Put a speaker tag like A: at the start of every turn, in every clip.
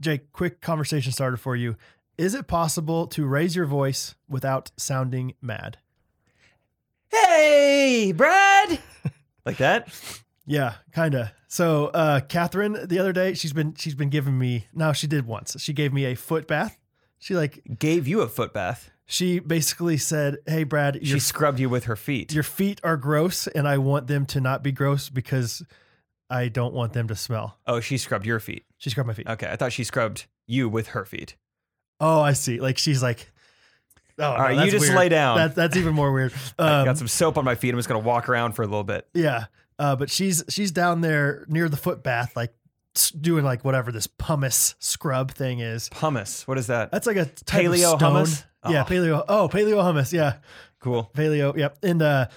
A: Jake, quick conversation starter for you. Is it possible to raise your voice without sounding mad?
B: Hey, Brad! like that?
A: Yeah, kinda. So, uh, Catherine, the other day, she's been she's been giving me. No, she did once. She gave me a foot bath. She like
B: Gave you a foot bath.
A: she basically said, "Hey, Brad,
B: She
A: your
B: scrubbed you with her feet.
A: your feet are gross, and I want them to not be gross because I don't want them to smell."
B: oh, she scrubbed your feet.
A: She scrubbed my feet.
B: Okay, I thought she scrubbed you with her feet.
A: Oh, I see. Like she's like, "Oh,
B: All right, you just lay down.
A: That, that's even more weird."
B: I
A: Um,
B: got some soap on my feet. I'm just gonna walk around for a little bit.
A: Yeah. Uh, but she's she's down there near the foot bath, like s- doing like whatever this pumice scrub thing is.
B: Hummus. What is that?
A: That's like a type of
B: Paleo
A: stone.
B: hummus?
A: Yeah,
B: Oh.
A: paleo. Oh, paleo hummus. Yeah,
B: cool.
A: paleo. Yep. And uh,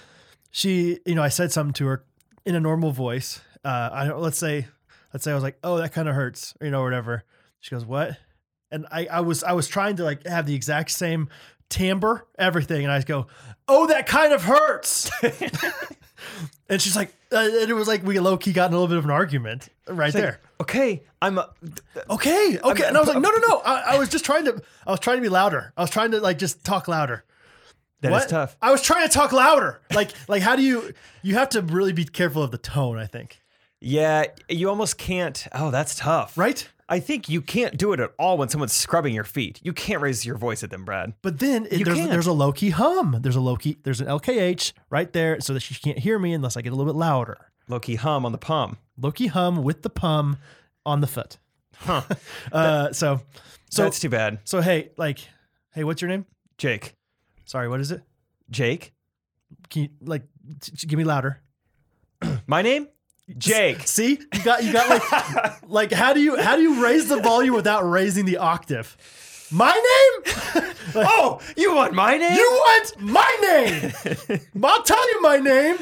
A: she, you know, I said something to her in a normal voice. Uh, I don't. Let's say, let's say I was like, "Oh, that kind of hurts," or, you know, whatever. She goes, "What?" And I, I was, I was trying to like have the exact same timbre, everything, and I go, "Oh, that kind of hurts." and she's like, uh, and it was like we low key got in a little bit of an argument right
B: It's like,
A: there.
B: okay, I'm. A,
A: Okay, okay. And I was like, no, no, no. I, I was just trying to. I was trying to be louder. I was trying to like just talk louder.
B: that is
A: What?
B: tough.
A: I was trying to talk louder. Like, like how do you? You have to really be careful of the tone. I think.
B: Yeah, you almost can't. Oh, that's tough.
A: Right.
B: I think you can't do it at all when someone's scrubbing your feet. You can't raise your voice at them, Brad.
A: But then it,
B: You
A: there's
B: can't.
A: there's a low key hum. There's a low key. There's an LKH right there, so that she can't hear me unless I get a little bit louder.
B: Low key hum on the palm.
A: Low key hum with the pum on the foot.
B: Huh.
A: Uh, so,
B: So
A: so
B: that's too bad,
A: so hey, like, hey, what's your name?
B: Jake.
A: Sorry, what is it?
B: Jake,
A: Can you like t- t- give me louder?
B: my name, Jake.
A: See, you got you got like like how do you how do you raise the volume without raising the octave? My name?
B: Oh, you want my name?
A: You want my name? I'll tell you my name.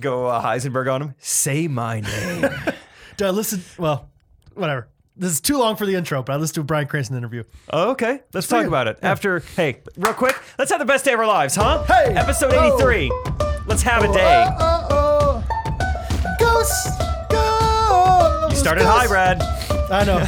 B: Go uh, Heisenberg on him. Say my name.
A: Do I listen? Well, whatever. This is too long for the intro, but I listened to a Brian Cranston interview.
B: Oh, okay, let's talk
A: it.
B: about it after. Hey, real quick, let's have the best day of our lives, huh?
A: Hey!
B: episode
A: Oh!
B: eighty-three. Let's have a day.
A: Oh, oh, oh. Ghost, ghost.
B: You started high, Brad.
A: I know. uh,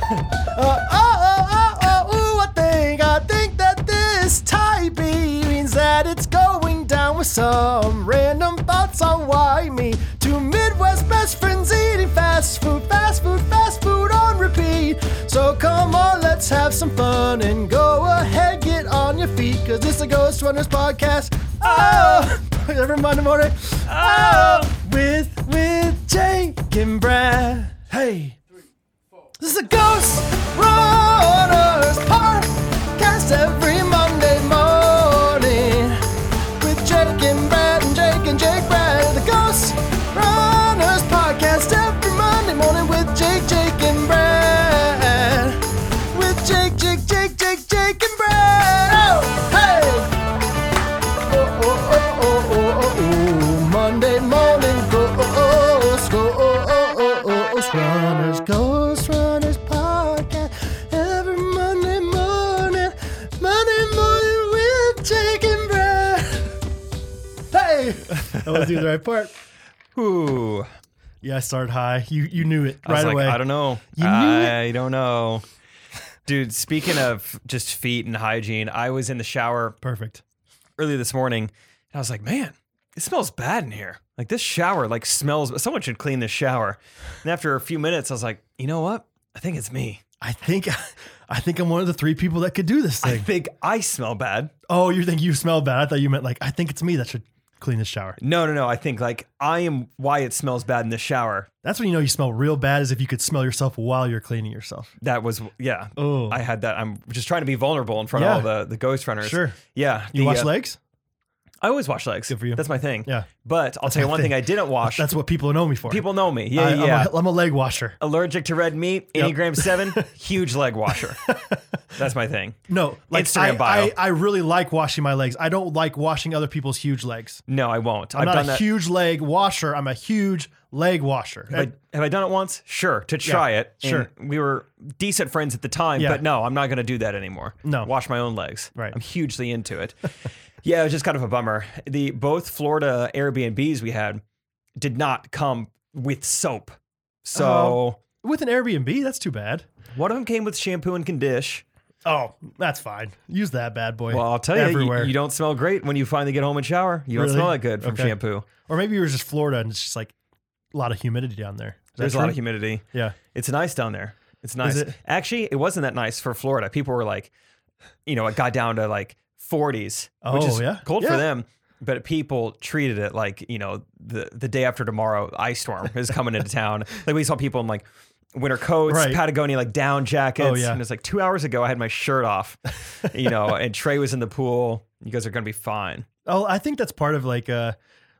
A: oh, oh, oh, oh, ooh, I think, I think that this tie B means that it's going down with some random thoughts on why me. Two Midwest best friends eating fast food, fast food, fast food on repeat. So come on, let's have some fun and go ahead, get on your feet, cause it's the Ghost Runners podcast. Oh, every Monday morning. Oh, with, with Jake and Brad. Hey. This is a Ghost Runners podcast every Monday morning with Jake and Brad and Jake and Jake Brad. The Ghost Runners podcast every Monday morning with Jake, Jake and Brad. With Jake, Jake, Jake, Jake, Jake and Brad. Oh, hey! Oh, oh, oh, oh, oh, oh, oh. Monday morning Ghost, Ghost Runners, Ghost Runners podcast every Monday morning, Monday morning with Jake and Brad. Hey, that was the right part.
B: Ooh,
A: Yeah, I started high. You you knew it
B: I was
A: right
B: like,
A: away.
B: I don't know.
A: You knew
B: I don't know. Dude, speaking of just feet and hygiene, I was in the shower
A: Perfect.
B: early this morning and I was like, man, it smells bad in here. Like this shower like smells someone should clean this shower. And after a few minutes, I was like, you know what? I think it's me.
A: I think I think I'm one of the three people that could do this
B: I
A: thing.
B: think I smell bad.
A: oh, you think you smell bad? I thought you meant like I think it's me that should clean this shower.
B: No, no, no. I think like I am why it smells bad in the shower.
A: That's when you know you smell real bad, is if you could smell yourself while you're cleaning yourself.
B: That was yeah.
A: Oh,
B: I had that. I'm just trying to be vulnerable in front of
A: Yeah.
B: all the, the ghost runners.
A: sure.
B: Yeah.
A: You
B: the,
A: wash
B: uh,
A: legs?
B: I always wash legs.
A: Good for you.
B: That's my thing.
A: Yeah.
B: But I'll tell you
A: my
B: one thing
A: thing.
B: I didn't wash.
A: That's what people know me for.
B: People know me. Yeah,
A: I,
B: yeah, yeah.
A: I'm, a, I'm a leg washer.
B: Allergic to red meat,
A: Yep.
B: Enneagram 7, huge leg washer. That's my thing.
A: No, like
B: Instagram
A: I,
B: bio.
A: I, I really like washing my legs. I don't like washing other people's huge legs.
B: No, I won't.
A: I'm
B: have
A: not
B: done
A: a
B: that.
A: huge leg washer. I'm a huge leg washer.
B: have I, have I done it once? Sure, to try it. And
A: sure.
B: we were decent friends at the time,
A: Yeah.
B: but no, I'm not going to do that anymore.
A: No.
B: Wash my own legs.
A: Right.
B: I'm hugely into it. yeah, it was just kind of a bummer. The both Florida Airbnbs we had did not come with soap. So Uh-huh.
A: With an Airbnb, that's too bad.
B: One of them came with shampoo and condish.
A: Oh, that's fine. Use that bad boy.
B: Well, I'll tell you,
A: everywhere.
B: you, you don't smell great when you finally get home and shower. You don't
A: Really?
B: smell that good from
A: Okay.
B: shampoo.
A: Or maybe you were just Florida and it's just like a lot of humidity down there. Is that
B: There's a lot
A: true?
B: of humidity.
A: Yeah.
B: It's nice down there. It's nice.
A: it?
B: Actually, it wasn't that nice for Florida. People were like, you know, it got down to like 40s, which
A: Oh,
B: is
A: yeah.
B: cold
A: Yeah.
B: for them. But people treated it like, you know, the, the day after tomorrow, ice storm is coming into town. Like we saw people in like winter coats,
A: Right.
B: Patagonia, like down jackets.
A: Oh, yeah.
B: And it's like two hours ago, I had my shirt off, you know, and Trey was in the pool. You guys are going to be fine.
A: Oh, I think that's part of like uh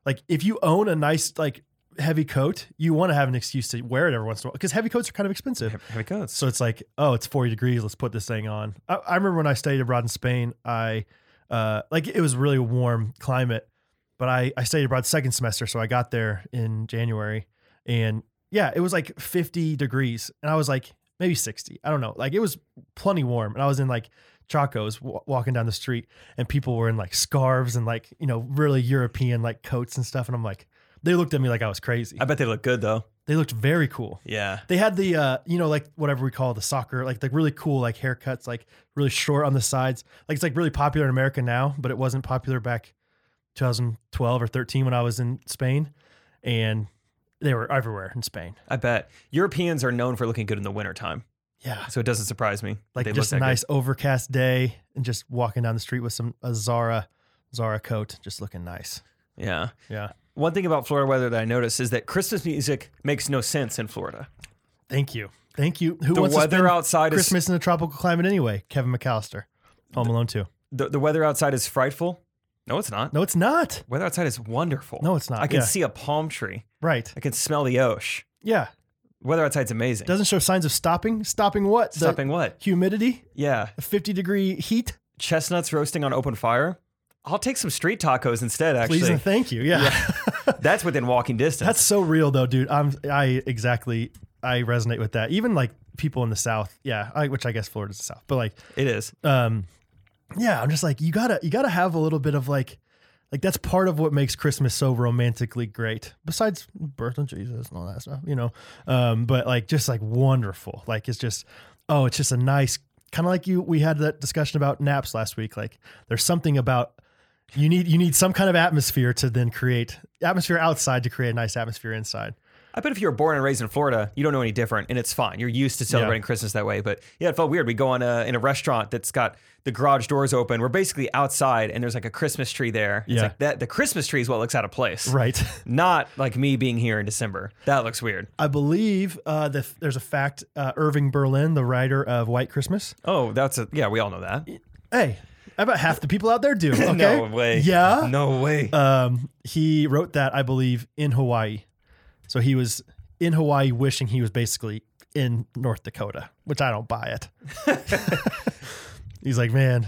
A: like if you own a nice like heavy coat, you want to have an excuse to wear it every once in a while because heavy coats are kind of expensive.
B: Heavy coats.
A: So it's like, oh, it's 40 degrees. Let's put this thing on. I, I remember when I studied abroad in Spain, I, uh, like it was really warm climate, but I, I studied abroad second semester. So I got there in January and yeah, it was like 50 degrees. And I was like, maybe 60. I don't know. Like it was plenty warm. And I was in like Chacos w- walking down the street and people were in like scarves and like, you know, really European like coats and stuff. And I'm like, they looked at me like I was crazy.
B: I bet they look good though.
A: They looked very cool.
B: Yeah.
A: They had the uh, you know, like whatever we call the soccer, like the really cool like haircuts, like really short on the sides. Like it's like really popular in America now, but it wasn't popular back 2012 or 13 when I was in Spain, and they were everywhere in Spain.
B: I bet. Europeans are known for looking good in the wintertime.
A: Yeah,
B: So it doesn't surprise me. that
A: like
B: they look
A: just a
B: that good.
A: nice overcast day and just walking down the street with some a Zara Zara coat, just looking nice.
B: Yeah.
A: Yeah,
B: One thing about Florida weather that I noticed is that Christmas music makes no sense in Florida.
A: thank you, thank you. Who
B: The
A: wants to
B: weather
A: spend
B: outside is
A: Christmas in a tropical climate anyway? Kevin McAllister, Home Alone too.
B: the, the weather outside is frightful. No, it's not.
A: No, it's not.
B: Weather outside is wonderful.
A: No, it's not.
B: I can
A: Yeah.
B: see a palm tree.
A: Right.
B: I can smell the osh.
A: Yeah.
B: Weather outside's amazing.
A: Doesn't show signs of stopping. Stopping what? The
B: Stopping what?
A: humidity,
B: Yeah.
A: a 50 degree heat.
B: Chestnuts roasting on open fire. I'll take some street tacos instead, actually.
A: Please and thank you. Yeah.
B: That's within walking distance.
A: That's so real though, dude. I'm I exactly I resonate with that. Even like people in the south. Yeah, I, which I guess Florida's the south. But like
B: it is.
A: um yeah, I'm just like you got to you got to have a little bit of like like that's part of what makes Christmas so romantically great. Besides birth of Jesus and all that stuff, you know. Um but like just like wonderful. Like it's just oh, it's just a nice kind of like you we had that discussion about naps last week. Like there's something about you need you need some kind of atmosphere to then create atmosphere outside to create a nice atmosphere inside.
B: I bet if you were born and raised in Florida, you don't know any different, and it's fine. You're used to celebrating Christmas that way. But yeah, it felt weird. We go on a, in a restaurant that's got the garage doors open. We're basically outside, and there's like a Christmas tree there. It's
A: Yeah.
B: like that. The Christmas tree is what looks out of place.
A: Right.
B: Not like me being here in December. That looks weird.
A: I believe uh, that there's a fact uh, Irving Berlin, the writer of White Christmas.
B: Oh, that's a yeah. We all know that.
A: Hey, about half the people out there do. Okay?
B: No way.
A: Yeah.
B: No way.
A: Um, he wrote that, I believe, in Hawaii. So he was in Hawaii wishing he was basically in North Dakota, which I don't buy it. He's like, man,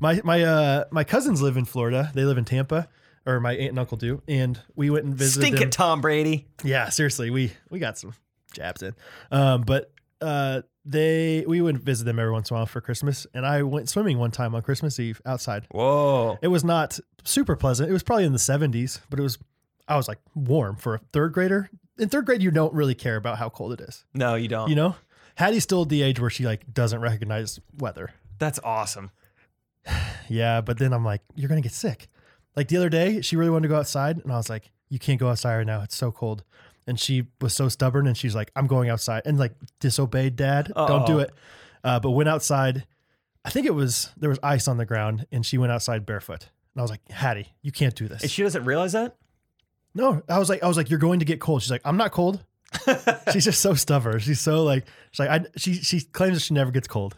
A: my my uh my cousins live in Florida. They live in Tampa, or my aunt and uncle do, and we went and visited.
B: Stinking
A: them.
B: Tom Brady.
A: Yeah, seriously, we we got some jabs in, um, but uh, they we would visit them every once in a while for Christmas, and I went swimming one time on Christmas Eve outside.
B: Whoa.
A: It was not super pleasant. It was probably in the seventies, but it was I was like warm for a third grader. In third grade, you don't really care about how cold it is,
B: No, you don't.
A: you know. Hattie's still at the age where she like doesn't recognize weather.
B: that's awesome.
A: Yeah, but then I'm like, you're gonna get sick. Like the other day, she really wanted to go outside, and I was like, you can't go outside right now. It's so cold. And she was so stubborn, and she's like, I'm going outside, and like disobeyed dad. Don't do
B: Uh-oh.
A: it. Uh, but went outside. I think it was there was ice on the ground, and she went outside barefoot. And I was like, Hattie, you can't do
B: And
A: this.
B: she doesn't realize that.
A: no, I was like, I was like, you're going to get cold. She's like, I'm not cold. she's just so stubborn. She's so like, she's like, I, she she claims that she never gets cold.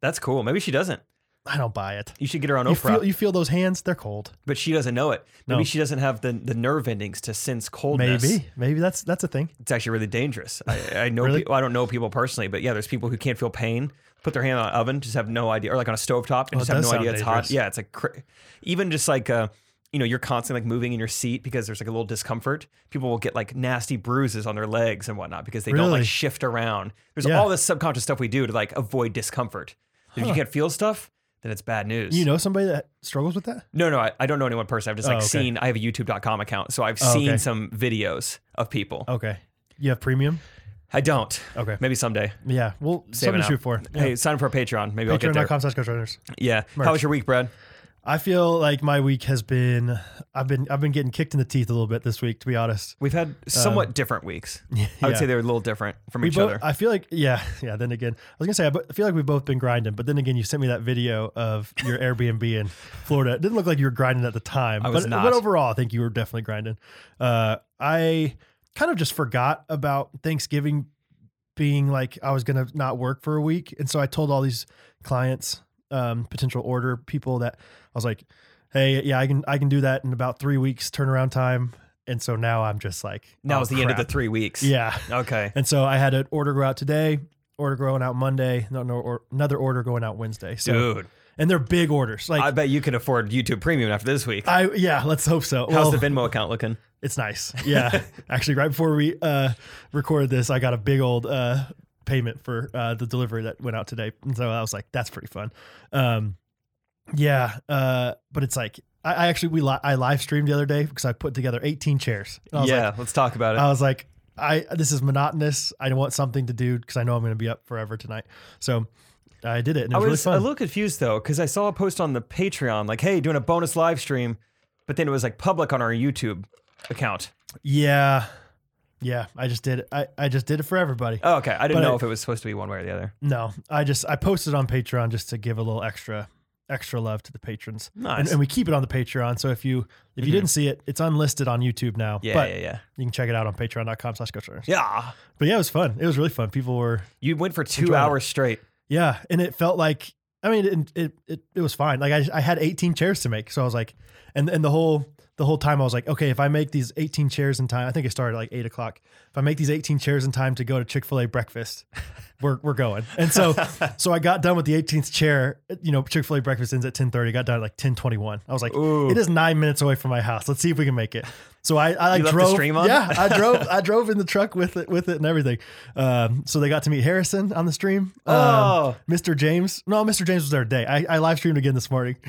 B: That's cool. Maybe she doesn't.
A: I don't buy it.
B: You should get her on
A: You
B: Oprah.
A: feel, you feel those hands? They're cold.
B: but she doesn't know it. Maybe
A: No.
B: she doesn't have the, the nerve endings to sense coldness.
A: Maybe, maybe that's that's a thing.
B: it's actually really dangerous. I, I know
A: Really?
B: people, I don't know people personally, but yeah, there's people who can't feel pain. Put their hand on an oven, just have no idea, or like on a stovetop,
A: Oh,
B: and
A: it
B: just have
A: does
B: no
A: sound
B: idea it's hot.
A: dangerous.
B: Yeah, it's like cra- even just like uh, you know, you're constantly like moving in your seat because there's like a little discomfort. People will get like nasty bruises on their legs and whatnot because they don't
A: Really?
B: like shift around. There's
A: Yeah.
B: all this subconscious stuff we do to like avoid discomfort. If you can't feel stuff, then it's bad news.
A: You know somebody that struggles with that?
B: No, no, I, I don't know anyone personally. I've just
A: Oh,
B: like
A: okay.
B: seen. I have a YouTube.com account, so I've
A: Oh,
B: seen
A: okay.
B: some videos of people
A: Okay. You have premium?
B: I don't.
A: Okay.
B: Maybe someday.
A: Yeah, we'll
B: Save
A: something
B: it
A: to
B: up.
A: shoot for.
B: Hey, sign up for a Patreon. Maybe I'll get there.
A: Patreon.com slash Ghost Runners.
B: Yeah.
A: Merch.
B: How was your week, Brad?
A: I feel like my week has been I've been I've been getting kicked in the teeth a little bit this week, to be honest.
B: We've had somewhat different weeks. I would
A: Uh, yeah.
B: say they're a little different from
A: We
B: each
A: both,
B: other.
A: I feel like yeah, yeah. Then again, I was gonna say I bo- I feel like we've both been grinding, but then again, you sent me that video of your Airbnb in Florida. It didn't look like you were grinding at the time,
B: was
A: but
B: not.
A: but overall, I think you were definitely grinding. Uh, I kind of just forgot about Thanksgiving being like I was gonna not work for a week, and so I told all these clients, um, potential order people that I was like, "Hey, yeah, I can I can do that in about three weeks turnaround time." And so now I'm just like,
B: now
A: "Oh,
B: is the end of the
A: crap."
B: three weeks.
A: yeah.
B: Okay.
A: And so I had an order go out today, order going out Monday, no, no, or another order going out Wednesday. So,
B: Dude,
A: and they're big orders.
B: I
A: Like
B: bet you can afford YouTube Premium after this week.
A: I, yeah, let's hope so.
B: How's
A: well,
B: the Venmo account looking?
A: it's nice. Yeah, actually, right before we uh, recorded this, I got a big old uh, payment for uh, the delivery that went out today, and so I was like, that's pretty fun. Um, yeah, uh, but it's like I, I actually we li- I live streamed the other day because I put together 18 chairs. And I was like,
B: Yeah, let's talk about it.
A: I was like, I this is monotonous. I want something to do because I know I'm going to be up forever tonight. So I did it, and it
B: I
A: was,
B: was
A: really
B: a
A: fun.
B: little confused though, because I saw a post on the Patreon like, "Hey, doing a bonus live stream," but then it was like public on our YouTube account.
A: yeah, yeah. I just did. It. I I just did it for everybody.
B: Oh, okay, I didn't
A: But
B: know
A: I-
B: if it was supposed to be one way or the other.
A: No, I just I posted on Patreon just to give a little extra extra love to the patrons.
B: Nice. Mm-hmm.
A: And, and we keep it on the Patreon. So if you if you didn't see it, it's unlisted on YouTube now.
B: Yeah,
A: but
B: yeah, yeah,
A: you can check it out on patreon.com slash Ghost
B: yeah.
A: But yeah, it was fun. It was really fun. People were
B: You went for two
A: Enjoyed it.
B: hours straight.
A: Yeah, and it felt like I mean it it it, it was fine. Like I, I had 18 chairs to make, so I was like, and and the whole the whole time I was like, okay, if I make these 18 chairs in time, I think it started at like eight o'clock. If I make these 18 chairs in time to go to Chick Fil A breakfast, we're we're going. And so so I got done with the 18th chair. You know, Chick Fil A breakfast ends at 10:30. Got done at like 10:21. I was like,
B: Ooh.
A: it is nine minutes away from my house. Let's see if we can make it. So I I
B: You left the
A: drove.
B: stream on?
A: Yeah, I drove I drove in the truck with it with it and everything. Um, so they got to meet Harrison on the stream. Um,
B: Oh.
A: Mr. James. No, Mr. James was there today. I, I live streamed again this morning.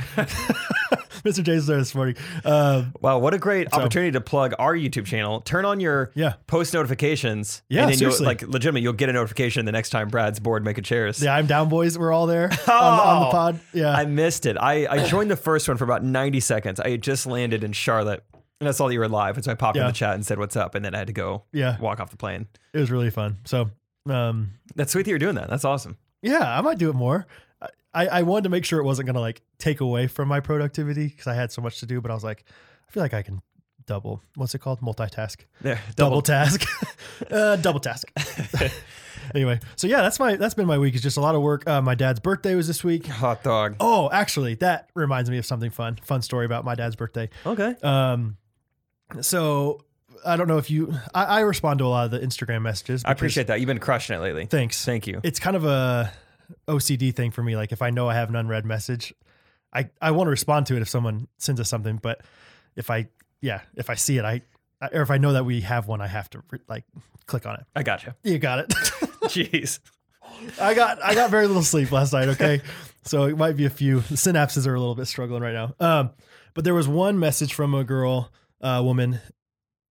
A: Mr. James was there this morning. Um,
B: Wow, what a great opportunity to plug our YouTube channel. Turn on your
A: Yeah.
B: post notifications.
A: Yeah,
B: and then you'll,
A: seriously.
B: like legitimately, you'll get a notification the next time Brad's bored making chairs.
A: the I'm Down boys were all there on, the, on the
B: Oh.
A: pod. Yeah,
B: I missed it. I, I joined the first one for about 90 seconds. I had just landed in Charlotte and I saw that you were live. And so I popped in
A: Yeah.
B: the chat and said, What's up? And then I had to go
A: Yeah.
B: walk off the plane.
A: it was really fun. So um,
B: That's sweet that you're doing that. That's awesome.
A: yeah, I might do it more. I- I, I wanted to make sure it wasn't going to like take away from my productivity because I had so much to do. But I was like, I feel like I can double. What's it called? Multitask.
B: There,
A: double task uh, double task anyway so yeah that's my that's been my week it's just a lot of work uh, my dad's birthday was this week
B: hot dog.
A: oh actually that reminds me of something fun fun story about my dad's birthday
B: Okay.
A: um so i don't know if you i, I respond to a lot of the instagram messages
B: I appreciate that. You've been crushing it lately.
A: thanks
B: Thank you.
A: it's kind of a OCD thing for me. Like if I know I have an unread message, I, I want to respond to it if someone sends us something, but if I, yeah, if I see it, I, I or if I know that we have one, I have to re- like click on it.
B: I gotcha.
A: You got it.
B: Jeez.
A: I got, I got very little sleep last night. Okay. So it might be a few the synapses are a little bit struggling right now. Um, but there was one message from a girl, uh, woman,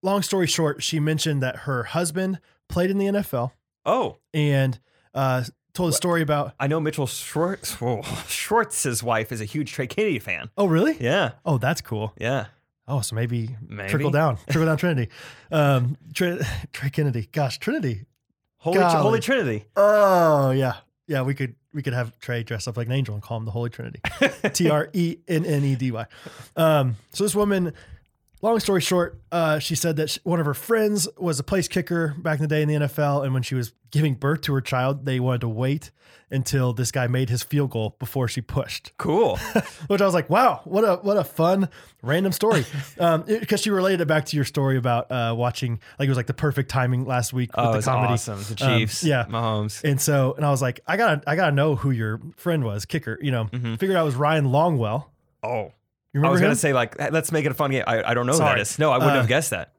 A: long story short, she mentioned that her husband played in the NFL
B: Oh,
A: and, uh, told a story about,
B: I know Mitchell Schwartz, whoa, Schwartz's wife is a huge Trey Kennedy fan.
A: Oh really?
B: Yeah.
A: Oh, that's cool.
B: Yeah.
A: Oh, so maybe,
B: Maybe.
A: trickle down, trickle down Trinity. Um, Tr- Trey Kennedy. Gosh, Trinity.
B: Holy,
A: Golly.
B: Holy Trinity.
A: Oh yeah, yeah. We could we could have Trey dress up like an angel and call him the Holy Trinity. T R E N N E D Y. Um, so this woman, long story short, uh, she said that sh one of her friends was a place kicker back in the day in the NFL, and when she was giving birth to her child, they wanted to wait until this guy made his field goal before she pushed.
B: Cool.
A: which I was like, wow, what a what a fun random story. Um, because she related it back to your story about uh, watching, like it was like the perfect timing last week with
B: Oh,
A: the
B: it's
A: comedy.
B: awesome. The
A: Um,
B: Chiefs.
A: yeah.
B: Mahomes.
A: And so, and I was like, I gotta, I gotta know who your friend was, kicker. You know, figured out it was Ryan Longwell.
B: Oh.
A: You
B: Mm-hmm. I
A: remember
B: was
A: him?
B: gonna say like hey, let's make it a fun game. I, I don't know who that
A: Sorry.
B: is. No, I wouldn't
A: Uh,
B: have guessed that.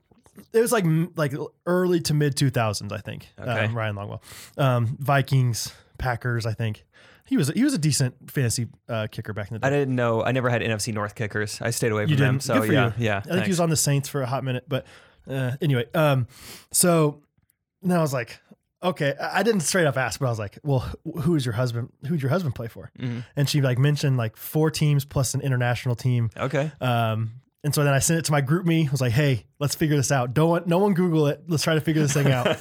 A: it was like m- like early to mid 2000s, I think.
B: Okay.
A: Um, Ryan Longwell, um, Vikings, Packers, I think. He was he was a decent fantasy uh, kicker back in the day.
B: I didn't know. I never had NFC North kickers. I stayed away from
A: You
B: them.
A: didn't.
B: So
A: Good for
B: yeah,
A: you.
B: yeah.
A: I think he was on the Saints for a hot minute, but uh, anyway. Um, so now I was like, okay, I I didn't straight up ask, but I was like, well, wh- who is your husband? Who'd your husband play for?
B: Mhm.
A: And she like mentioned like four teams plus an international team.
B: Okay.
A: Um, and so then I sent it to my group me. I was like, hey, let's figure this out. Don't no one Google it. Let's try to figure this thing out.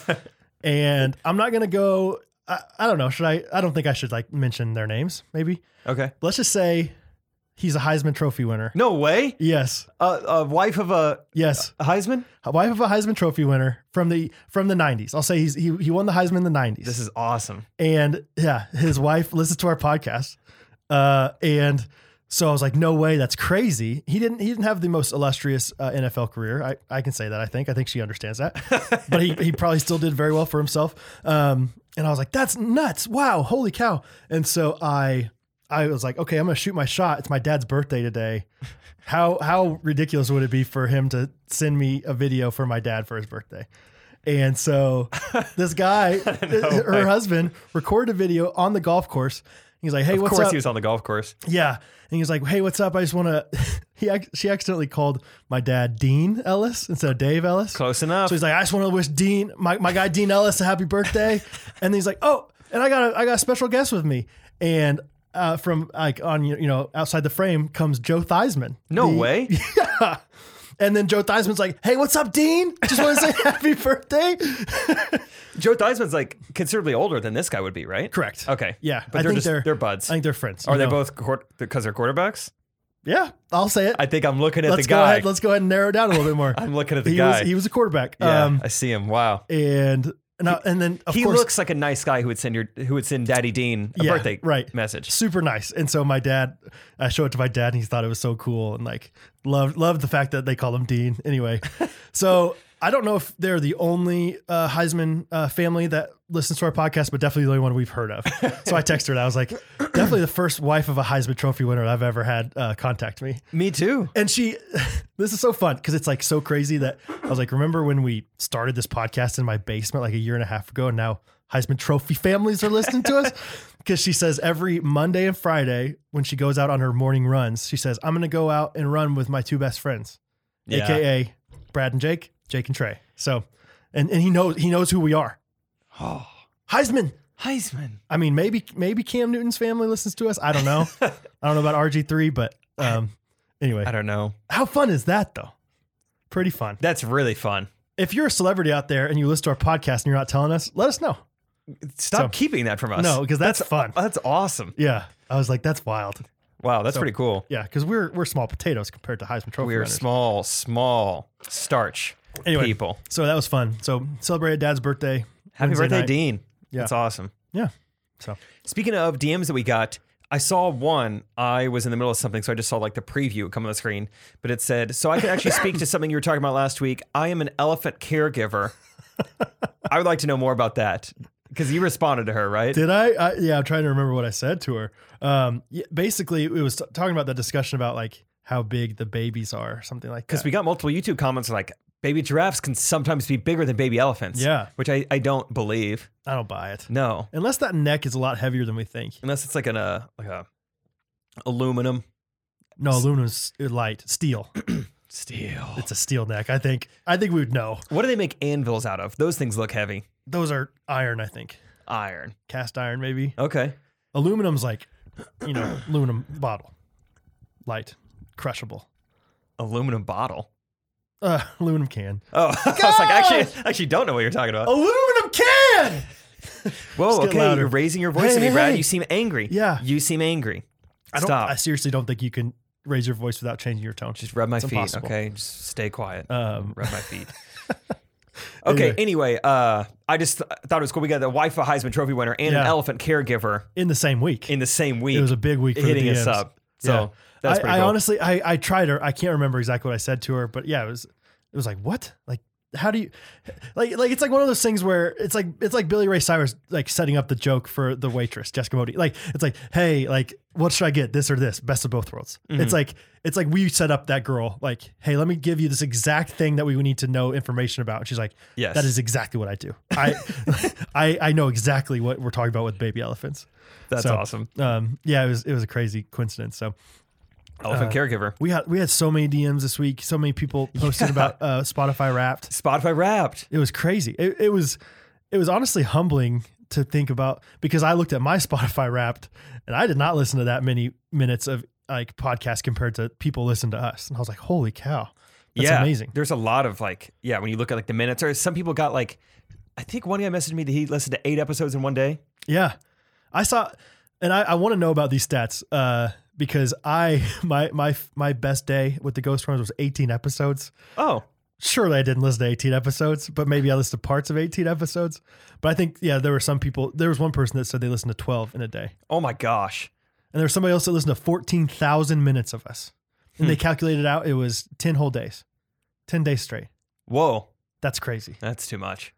A: and I'm not gonna go. I, I don't know. Should I? I don't think I should like mention their names. Maybe
B: Okay.
A: let's just say he's a Heisman Trophy winner.
B: No way.
A: Yes,
B: Uh, a wife of a
A: yes.
B: Heisman.
A: A wife of a Heisman Trophy winner from the from the 90s. I'll say he's he, he won the Heisman in the 90s.
B: This is awesome.
A: and yeah, his wife listens to our podcast. Uh, and so I was like, no way, that's crazy. He didn't he didn't have the most illustrious uh, NFL career. I, I can say that. I think I think she understands that. but he he probably still did very well for himself. Um, and I was like, that's nuts. Wow, holy cow. And so I I was like, okay, I'm gonna shoot my shot. It's my dad's birthday today. How how ridiculous would it be for him to send me a video for my dad for his birthday? And so this guy, her husband, recorded a video on the golf course. He's like, "Hey,
B: Of
A: what's
B: course,
A: up?"
B: he was on the golf course.
A: Yeah, and he's like, "Hey, what's up? I just want to." He ac- she accidentally called my dad Dean Ellis instead of Dave Ellis.
B: Close enough.
A: So he's like, I just want to wish Dean, my, my guy Dean Ellis, a happy birthday. and he's like, oh, and I got a, I got a special guest with me. And uh, from like on you you know outside the frame comes Joe Theismann.
B: no
A: The-
B: way.
A: Yeah. And then Joe Theismann's like, hey, what's up, Dean? Just want to say happy birthday.
B: Joe Theismann's like considerably older than this guy would be, right?
A: Correct.
B: Okay.
A: Yeah,
B: But
A: I
B: they're
A: think
B: just
A: they're-
B: they're, buds.
A: I think they're friends.
B: Are
A: you
B: they
A: know.
B: both court because they're quarterbacks?
A: Yeah, I'll say it.
B: I think I'm looking at
A: let's
B: the
A: go
B: guy.
A: ahead. Let's go ahead and narrow it down a little bit more.
B: I'm looking at the
A: he
B: guy.
A: Was, he was a quarterback.
B: yeah,
A: Um,
B: I see him. Wow.
A: and and, I- and then of
B: he
A: course,
B: looks like a nice guy who would send your who would send Daddy Dean a
A: Yeah,
B: birthday
A: right.
B: message.
A: super nice. And so my dad, I showed it to my dad, and he thought it was so cool, and like loved loved the fact that they call him Dean. Anyway, so I don't know if they're the only uh, Heisman uh, family that listens to our podcast, but definitely the only one we've heard of. so I texted her, and I was like, definitely the first wife of a Heisman Trophy winner I've ever had uh, contact me.
B: Me too.
A: And she, this is so fun because it's like so crazy that I was like, remember when we started this podcast in my basement like a year and a half ago, and now Heisman Trophy families are listening to us? Because she says every Monday and Friday when she goes out on her morning runs, she says, I'm going to go out and run with my two best friends,
B: Yeah.
A: AKA Brad and Jake, Jake and Trey. So, and, and he knows, he knows who we are.
B: Oh,
A: Heisman.
B: Heisman.
A: I mean, maybe, maybe Cam Newton's family listens to us. I don't know. I don't know about RG3, but um, anyway.
B: I don't know.
A: How fun is that though? Pretty fun.
B: That's really fun.
A: If you're a celebrity out there and you listen to our podcast and you're not telling us, let us know.
B: Stop
A: So-
B: keeping that from us.
A: No, because that's, fun.
B: That's awesome.
A: yeah. I was like, that's wild.
B: Wow, that's
A: So-
B: pretty cool.
A: Yeah, because we're we're small potatoes compared to Heisman Trophy.
B: We are
A: runners.
B: small, small starch
A: Anyway.
B: people.
A: So that was fun. So celebrated dad's birthday.
B: Happy
A: Wednesday
B: birthday,
A: night.
B: Dean.
A: Yeah.
B: That's awesome.
A: Yeah. So
B: Speaking of DMs that we got, I saw one. I was in the middle of something, so I just saw like the preview come on the screen, but it said, So I can actually speak to something you were talking about last week. I am an elephant caregiver. I would like to know more about that because you responded to her, right?
A: did I, I? Yeah, I'm trying to remember what I said to her. Um, yeah, basically, it was t- talking about the discussion about like how big the babies are, or something like that.
B: Because we got multiple YouTube comments like, Baby giraffes can sometimes be bigger than baby elephants.
A: Yeah.
B: Which I, I don't believe.
A: I don't buy it
B: No.
A: unless that neck is a lot heavier than we think.
B: Unless it's like an uh, like a aluminum
A: No, aluminum's light, steel.
B: steel.
A: It's a steel neck. I think. I think we would know.
B: What do they make anvils out of? Those things look heavy.
A: Those are iron, I think.
B: Iron.
A: Cast iron, maybe.
B: Okay.
A: Aluminum's like, you know, aluminum bottle, light, crushable.
B: Aluminum bottle.
A: Uh, aluminum can.
B: Oh, I was like, I actually, I actually don't know what you're talking about.
A: Aluminum can.
B: Whoa,
A: Oh, Just get
B: okay,
A: louder.
B: you're raising your
A: Hey,
B: voice at me,
A: hey,
B: Brad.
A: hey.
B: You seem angry.
A: Yeah.
B: you seem angry.
A: I don't.
B: Stop.
A: I seriously don't think you can raise your voice without changing your tone.
B: Just rub my feet.
A: impossible.
B: Okay, just stay quiet.
A: Um,
B: rub my feet. okay. Anyway, uh, I just th- thought it was cool. We got the wife of Heisman Trophy winner and an
A: Yeah.
B: elephant caregiver
A: in the same week.
B: in the same week.
A: it was a big week for
B: hitting
A: the DMs.
B: us up. So
A: Yeah.
B: that's
A: I,
B: pretty
A: I
B: cool.
A: honestly, I, I tried her. I can't remember exactly what I said to her, but yeah, it was, it was like, what? Like, how do you, like, like, it's like one of those things where it's like, it's like Billy Ray Cyrus, like setting up the joke for the waitress, Jessica Modi. Like, it's like, Hey, like, what should I get? This or this best of both worlds.
B: Mm-hmm.
A: It's like, it's like we set up that girl, like, Hey, let me give you this exact thing that we need to know information about. And she's like,
B: Yes.
A: that is exactly what I do. I, I, I know exactly what we're talking about with baby elephants.
B: that's
A: so-
B: awesome.
A: Um, yeah, it was, it was a crazy coincidence. So, uh,
B: Elephant caregiver.
A: we had we had so many DMs this week. So many people posted about uh, Spotify Wrapped.
B: Spotify Wrapped.
A: It was crazy. It, it was it was honestly humbling to think about because I looked at my Spotify Wrapped and I did not listen to that many minutes of like podcast compared to people listen to us, and I was like, holy cow, that's
B: yeah,
A: amazing.
B: There's a lot of like, yeah, when you look at like the minutes, or some people got like, I think one guy messaged me that he listened to eight episodes in one day.
A: Yeah. I saw and I, I want to know about these stats uh, because I my my my best day with the Ghost Runners was 18 episodes.
B: Oh,
A: Surely I didn't listen to 18 episodes, but maybe I listened to parts of 18 episodes. But I think yeah, there were some people there was one person that said they listened to 12 in a day.
B: oh my gosh.
A: And there was somebody else that listened to 14,000 minutes of us. And they calculated out it was 10 whole days. 10 days straight.
B: Whoa,
A: That's crazy.
B: that's too much.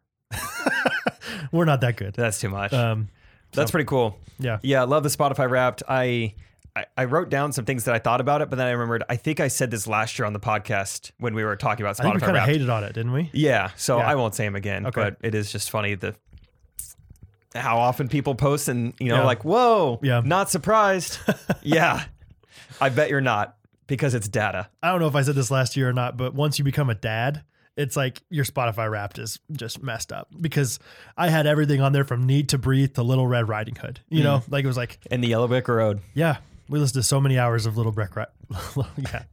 A: We're not that good.
B: That's too much.
A: Um
B: that's pretty cool.
A: yeah.
B: Yeah, I love the Spotify Wrapped. I, I I wrote down some things that I thought about it, but then I remembered. I think I said this last year on the podcast when we were talking about
A: I think we
B: Spotify
A: kind of
B: Wrapped.
A: hated on it, didn't we?
B: yeah, so
A: Yeah.
B: I won't say them again.
A: Okay.
B: But it is just funny the how often people post and you know
A: Yeah.
B: like whoa,
A: Yeah.
B: not surprised. yeah, I bet you're not because it's data.
A: I don't know if I said this last year or not, but once you become a dad, it's like your Spotify Wrapped is just messed up because I had everything on there from Need to Breathe to Little Red Riding Hood. You know, like it was like,
B: In the Yellow Brick Road,
A: yeah, we listened to so many hours of Little Brick Rat. yeah,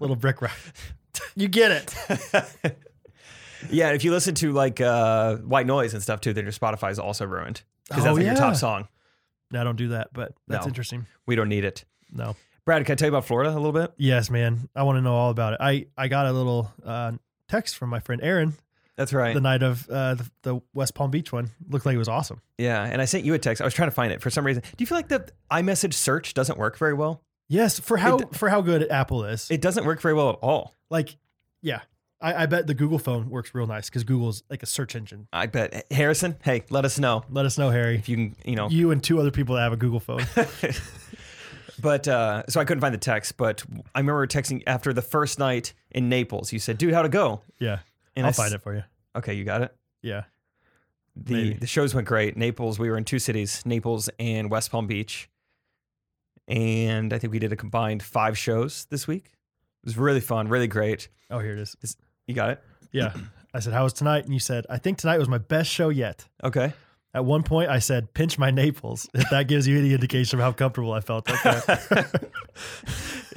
A: Little Brick Rat. You get it.
B: yeah. If you listen to like uh, White Noise and stuff too, then your Spotify is also ruined because
A: Oh,
B: that's like your top
A: yeah.
B: song.
A: No, I don't do that, but that's
B: No.
A: interesting.
B: We don't need it.
A: No.
B: Brad, can I tell you about Florida a little bit?
A: Yes, man. I want to know all about it. I, I got a little uh, text from my friend Aaron
B: That's right.
A: the night of uh, the, the West Palm Beach one. Looked like it was awesome.
B: Yeah, and I sent you a text. I was trying to find it for some reason. Do you feel like the iMessage search doesn't work very well?
A: Yes, for how
B: It-
A: for how good Apple is.
B: It doesn't work very well at all.
A: like yeah I, I bet the google phone works real nice because google's like a search engine
B: I bet Harrison. Hey, let us know
A: let us know harry
B: if you can. You know,
A: you and two other people that have a google phone
B: but uh, so I couldn't find the text. But I remember texting after the first night in Naples. You said, "Dude, how'd it go?"
A: yeah
B: And
A: i'll
B: I s-
A: find it for you
B: Okay, you got it.
A: yeah
B: The
A: Maybe.
B: the shows went great. Naples. We were in two cities, Naples and West Palm Beach, and I think we did a combined five shows this week. It was really fun, really great.
A: oh here it is
B: You got it.
A: yeah i said how was tonight and you said i think tonight was my best show yet
B: Okay.
A: at one point i said pinch my naples if that gives you any indication of how comfortable i felt up there.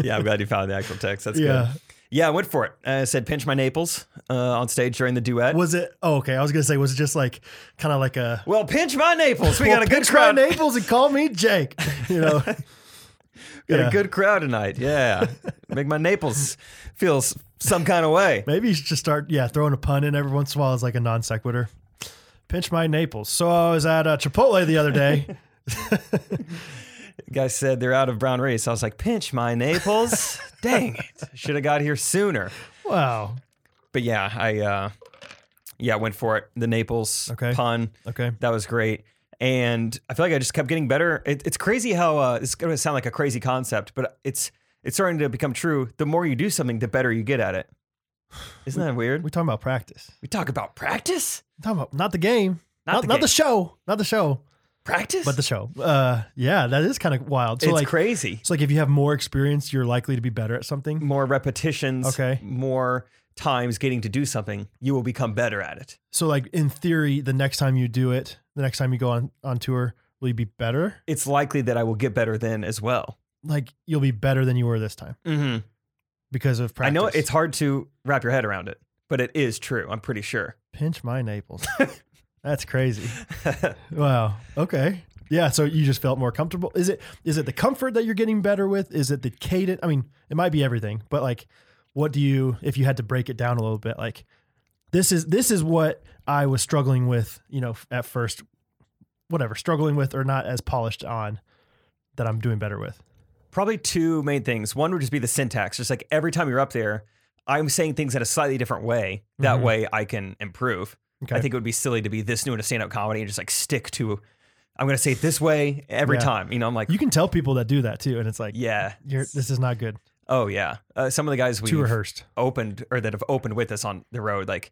B: yeah, I'm glad you found the actual text. That's
A: Yeah.
B: good. Yeah, I went for it. I said, pinch my naples uh, on stage during the duet.
A: was it oh okay i was gonna say was it just like kind of like a
B: well, pinch my naples. We got a
A: "Well,
B: good
A: pinch my
B: crowd.
A: naples and call me jake you know
B: got
A: Yeah.
B: a good crowd tonight. Yeah. Make my naples feel s- some kind of way.
A: Maybe you should just start, yeah, throwing a pun in every once in a while as like a non sequitur. Pinch my Naples. So I was at uh, Chipotle the other day.
B: guy said they're out of brown rice. I was like, pinch my naples. Dang it. Should have got here sooner.
A: wow.
B: But yeah, I uh, yeah, went for it. The Naples
A: Okay.
B: pun.
A: Okay.
B: That was great. And I feel like I just kept getting better. It, it's crazy how uh, it's going to sound like a crazy concept, but it's it's starting to become true. The more you do something, the better you get at it. Isn't that weird?
A: We're talking about practice.
B: We talk about practice,
A: We're talking about not the game, not, not, the,
B: game.
A: show, not the show,
B: practice,
A: but the show. Uh, yeah, that is kind of wild. So
B: it's
A: like,
B: crazy.
A: so like if you have more experience, you're likely to be better at something.
B: More repetitions,
A: Okay.
B: More times getting to do something, you will become better at it.
A: So like in theory, the next time you do it, the next time you go on on tour, will you be better?
B: It's likely that I will get better then as well.
A: Like you'll be better than you were this time
B: Mm-hmm.
A: because of
B: I
A: practice.
B: know it's hard to wrap your head around it, but it is true. I'm pretty sure.
A: pinch my Naples. That's crazy. Wow. Okay. Yeah. So you just felt more comfortable. Is it is it the comfort that you're getting better with? Is it the cadence? I mean, it might be everything, but like, what do you if you had to break it down a little bit? Like, this is this is what I was struggling with. You know, at first, whatever struggling with or not as polished on that I'm doing better with.
B: Probably two main things. One would just be the syntax. Just like every time you're up there, I'm saying things in a slightly different way. That
A: Mhm.
B: way I can improve.
A: Okay.
B: I think it would be silly to be this new in a stand up comedy and just like stick to, I'm going to say it this way every
A: Yeah.
B: time. You know, I'm like,
A: you can tell people that do that too, and it's like,
B: yeah.
A: you're, this is not good.
B: Oh, yeah. Uh, some of the guys we
A: Too rehearsed.
B: opened or that have opened with us on the road. Like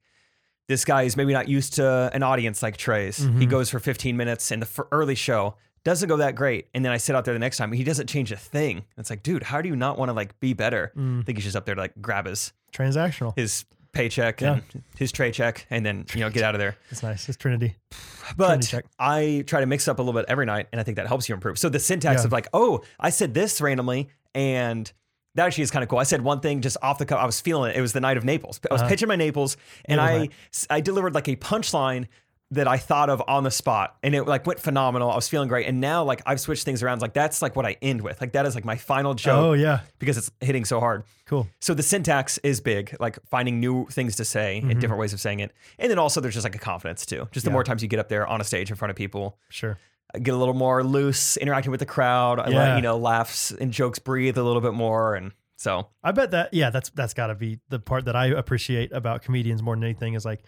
B: this guy is maybe not used to an audience like Trey's. He
A: Mhm.
B: goes for 15 minutes in the f- early show, doesn't go that great, and then I sit out there the next time. He doesn't change a thing. It's like, dude, how do you not want to like be better? I
A: Mm,
B: think he's just up there to like grab his
A: transactional.
B: his paycheck and his tray check, and then you know get out of there.
A: It's nice. It's Trinity. Trinity
B: But
A: check.
B: I try to mix up a little bit every night, and I think that helps you improve. So the syntax
A: Yeah.
B: of like, oh, I said this randomly, and that actually is kind of cool. I said one thing just off the cuff. I was feeling it. It was the night of Naples. I was
A: Uh-huh.
B: pitching my Naples, and
A: Never
B: I
A: mind.
B: I delivered like a punchline that I thought of on the spot, and it like went phenomenal. I was feeling great, and now like I've switched things around. Like that's like what I end with. Like that is like my final
A: Oh
B: joke
A: yeah,
B: because it's hitting so hard.
A: cool.
B: So the syntax is big, like finding new things to say
A: Mm-hmm.
B: and different ways of saying it. And then also there's just like a confidence too. Just the more times you get up there on a stage in front of people,
A: Sure.
B: get a little more loose, interacting with the crowd, I let,
A: Yeah.
B: you know, laughs and jokes breathe a little bit more. And so
A: I bet that yeah, that's that's got to be the part that I appreciate about comedians more than anything is like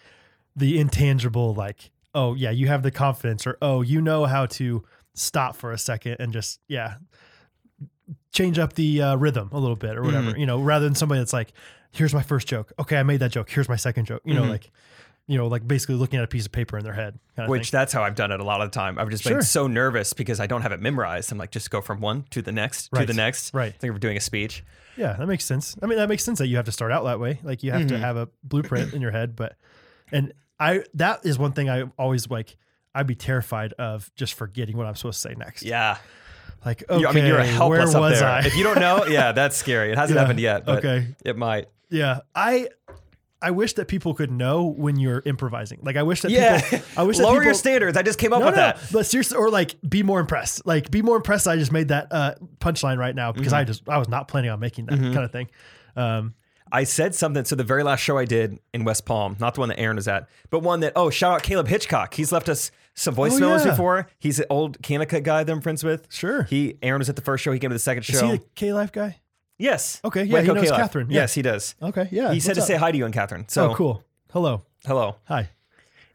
A: the intangible like oh yeah, you have the confidence or oh, you know how to stop for a second and just yeah, change up the uh, rhythm a little bit or whatever, you know, rather than somebody that's like here's my first joke. Okay, I made that joke. Here's my second joke. You know, like you know, like basically looking at a piece of paper in their head. kinda
B: which
A: thing.
B: that's how I've done it a lot of the time. I've just been
A: Sure.
B: so nervous because I don't have it memorized. I'm like just go from one to the next to
A: Right.
B: the next.
A: Right.
B: I think we're doing a speech.
A: yeah, that makes sense. I mean, that makes sense that you have to start out that way. Like you have
B: Mm-hmm.
A: to have a blueprint in your head, but and I that is one thing I always like. I'd be terrified of just forgetting what I'm supposed to say next.
B: Yeah.
A: Like, okay,
B: You- I mean you're
A: where
B: helpless up
A: was
B: there.
A: I?
B: If you don't know, yeah, that's scary. It hasn't
A: Yeah.
B: happened yet, but
A: Okay.
B: it might.
A: yeah, I I wish that people could know when you're improvising. Like, I wish that
B: Yeah.
A: people. I wish that
B: Lower
A: people,
B: your standards. I just came up
A: No,
B: with
A: no,
B: that.
A: but seriously, or like, be more impressed. Like, be more impressed. that I just made that uh, punchline right now because
B: Mm-hmm.
A: I just I was not planning on making that kind of thing. Um,
B: I said something. So the very last show I did in West Palm, not the one that Aaron was at, but one that oh, shout out Caleb Hitchcock. He's left us some voicemails
A: Oh, yeah.
B: before. He's an old Kanaka guy that I'm friends with.
A: Sure.
B: He Aaron was at the first show. He came to the second show.
A: is he the K Life guy?
B: yes.
A: Okay, yeah, he knows
B: Caleb.
A: Catherine, yeah.
B: Yes, he does.
A: Okay, yeah.
B: He said
A: what's
B: to
A: up?
B: say hi to you and Catherine. So
A: Oh, cool. Hello.
B: hello.
A: Hi.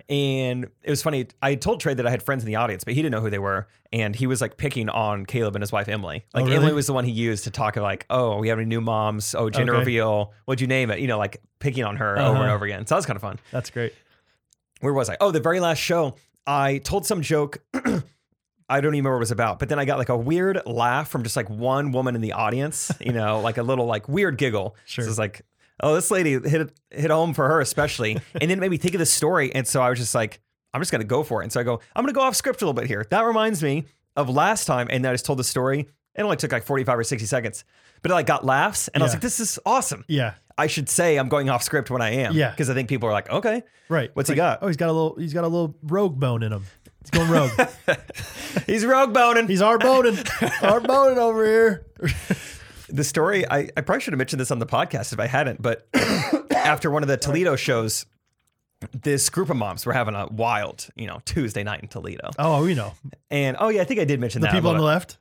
B: And it was funny. I told Trey that I had friends in the audience, but he didn't know who they were. And he was like picking on Caleb and his wife Emily. Like
A: Oh, really?
B: Emily was the one he used to talk of like, oh, we have any new moms. Oh, gender
A: Okay.
B: reveal. What'd you name it? You know, like picking on her over
A: Uh-huh.
B: and over again. So that was kind of fun.
A: That's great.
B: where was I? Oh, the very last show, I told some joke. I don't even remember what it was about, but then I got like a weird laugh from just like one woman in the audience, you know, like a little like weird giggle.
A: Sure.
B: So it's like, oh, this lady hit hit home for her especially, and then it made me think of this story, and so I was just like, I'm just gonna go for it, and so I go, I'm gonna go off script a little bit here. That reminds me of last time, and I just told the story. It only took like 45 or 60 seconds, but it like got laughs, and I was
A: Yeah.
B: like, this is awesome.
A: Yeah.
B: I should say I'm going off script when I am,
A: Yeah.
B: because I think people are like, okay,
A: Right.
B: What's
A: It's
B: he
A: like,
B: got?
A: Oh, he's got a little. He's got a little rogue bone in him. He's going rogue.
B: he's rogue boning.
A: he's our boning. our boning over here.
B: the story I, I probably should have mentioned this on the podcast if I hadn't, but after one of the Toledo shows, this group of moms were having a wild, you know, Tuesday night in Toledo.
A: Oh, we know
B: And oh yeah, I think I did mention
A: the
B: that. a
A: people on the
B: little-
A: left.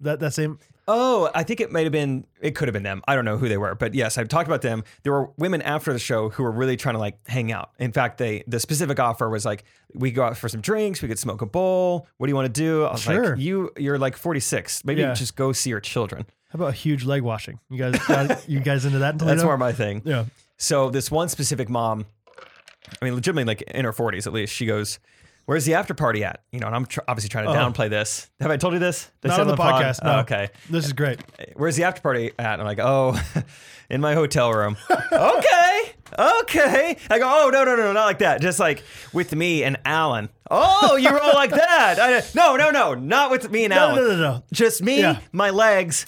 A: That that same.
B: Oh, I think it might have been it could have been them. I don't know who they were, but yes, I've talked about them. There were women after the show who were really trying to like hang out. In fact, they the specific offer was like, we go out for some drinks, we could smoke a bowl. What do you want to do? I was
A: Sure.
B: like, you you're like 46. Maybe
A: Yeah.
B: just go see your children.
A: How about a huge leg washing? You guys, guys you guys into that? In
B: That's
A: Toledo?
B: more my thing.
A: Yeah.
B: So this one specific mom, I mean, legitimately, like in her forties at least, she goes, "Where's the after party at?" You know, and I'm tr- obviously trying to downplay this. Have I told you this? Did I
A: Uh-huh. Not
B: say
A: on the
B: pod?
A: podcast.
B: Oh,
A: no.
B: okay.
A: This is great.
B: Where's the after party at? And I'm like, oh, in my hotel room. okay. Okay. I go, oh, no, no, no, not like that. Just like with me and Alan. Oh, you roll like that. I- no, no, no, not with me and
A: No,
B: Alan.
A: no, no, no.
B: Just me,
A: Yeah.
B: my legs.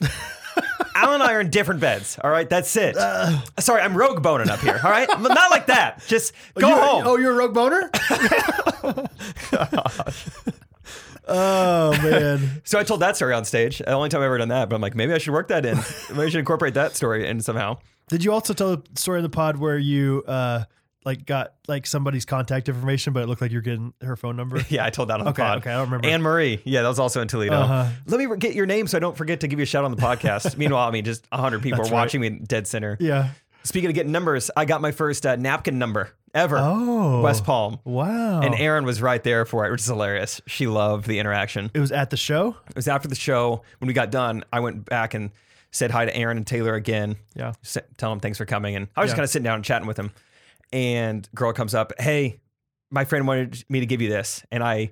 B: Alan and I are in different beds. All right. That's it.
A: Uh.
B: Sorry, I'm rogue boning up here. All right. not like that. Just go
A: You-
B: home.
A: Oh, you're a rogue boner. oh man.
B: So I told that story on stage. The only time I've ever done that, but I'm like, maybe I should work that in. Maybe I should incorporate that story in somehow.
A: Did you also tell a story in the pod where you uh like got like somebody's contact information, but it looked like you're getting her phone number?
B: Yeah, I told that on the
A: Okay,
B: pod.
A: okay, I don't remember.
B: Anne Marie. Yeah, that was also in Toledo.
A: Uh-huh.
B: Let me get your name so I don't forget to give you a shout on the podcast. Meanwhile, I mean, just 100 people
A: That's
B: are watching me in dead center.
A: Yeah.
B: Speaking of getting numbers, I got my first uh, napkin number ever.
A: Oh.
B: West Palm.
A: Wow.
B: And Erin was right there for it, which is hilarious. She loved the interaction.
A: it was at the show.
B: It was after the show when we got done. I went back and said hi to Aaron and Taylor again.
A: Yeah.
B: S- tell him thanks for coming. And I was just
A: Yeah.
B: kind of sitting down and chatting with him. And girl comes up, hey, my friend wanted me to give you this, and I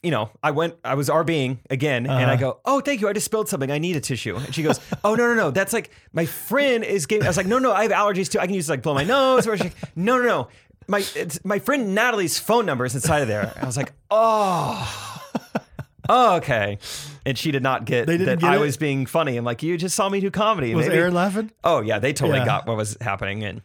B: you know, I went, I was RBing again,
A: Uh-huh.
B: and I go, "Oh, thank you. I just spilled something. I need a tissue." And she goes, "Oh no, no, no. That's like my friend is giving." I was like, "No, no. I have allergies too. I can use like blow my nose." Or she's like, "No, no, no. My it's, my friend Natalie's phone number is inside of there." I was like, "Oh." Oh, okay, and she did not get
A: They didn't
B: that
A: get
B: I
A: it?
B: was being funny. I'm like, you just saw me do comedy.
A: Was
B: Maybe-
A: Aaron laughing?
B: Oh yeah, they totally
A: Yeah.
B: got what was happening. And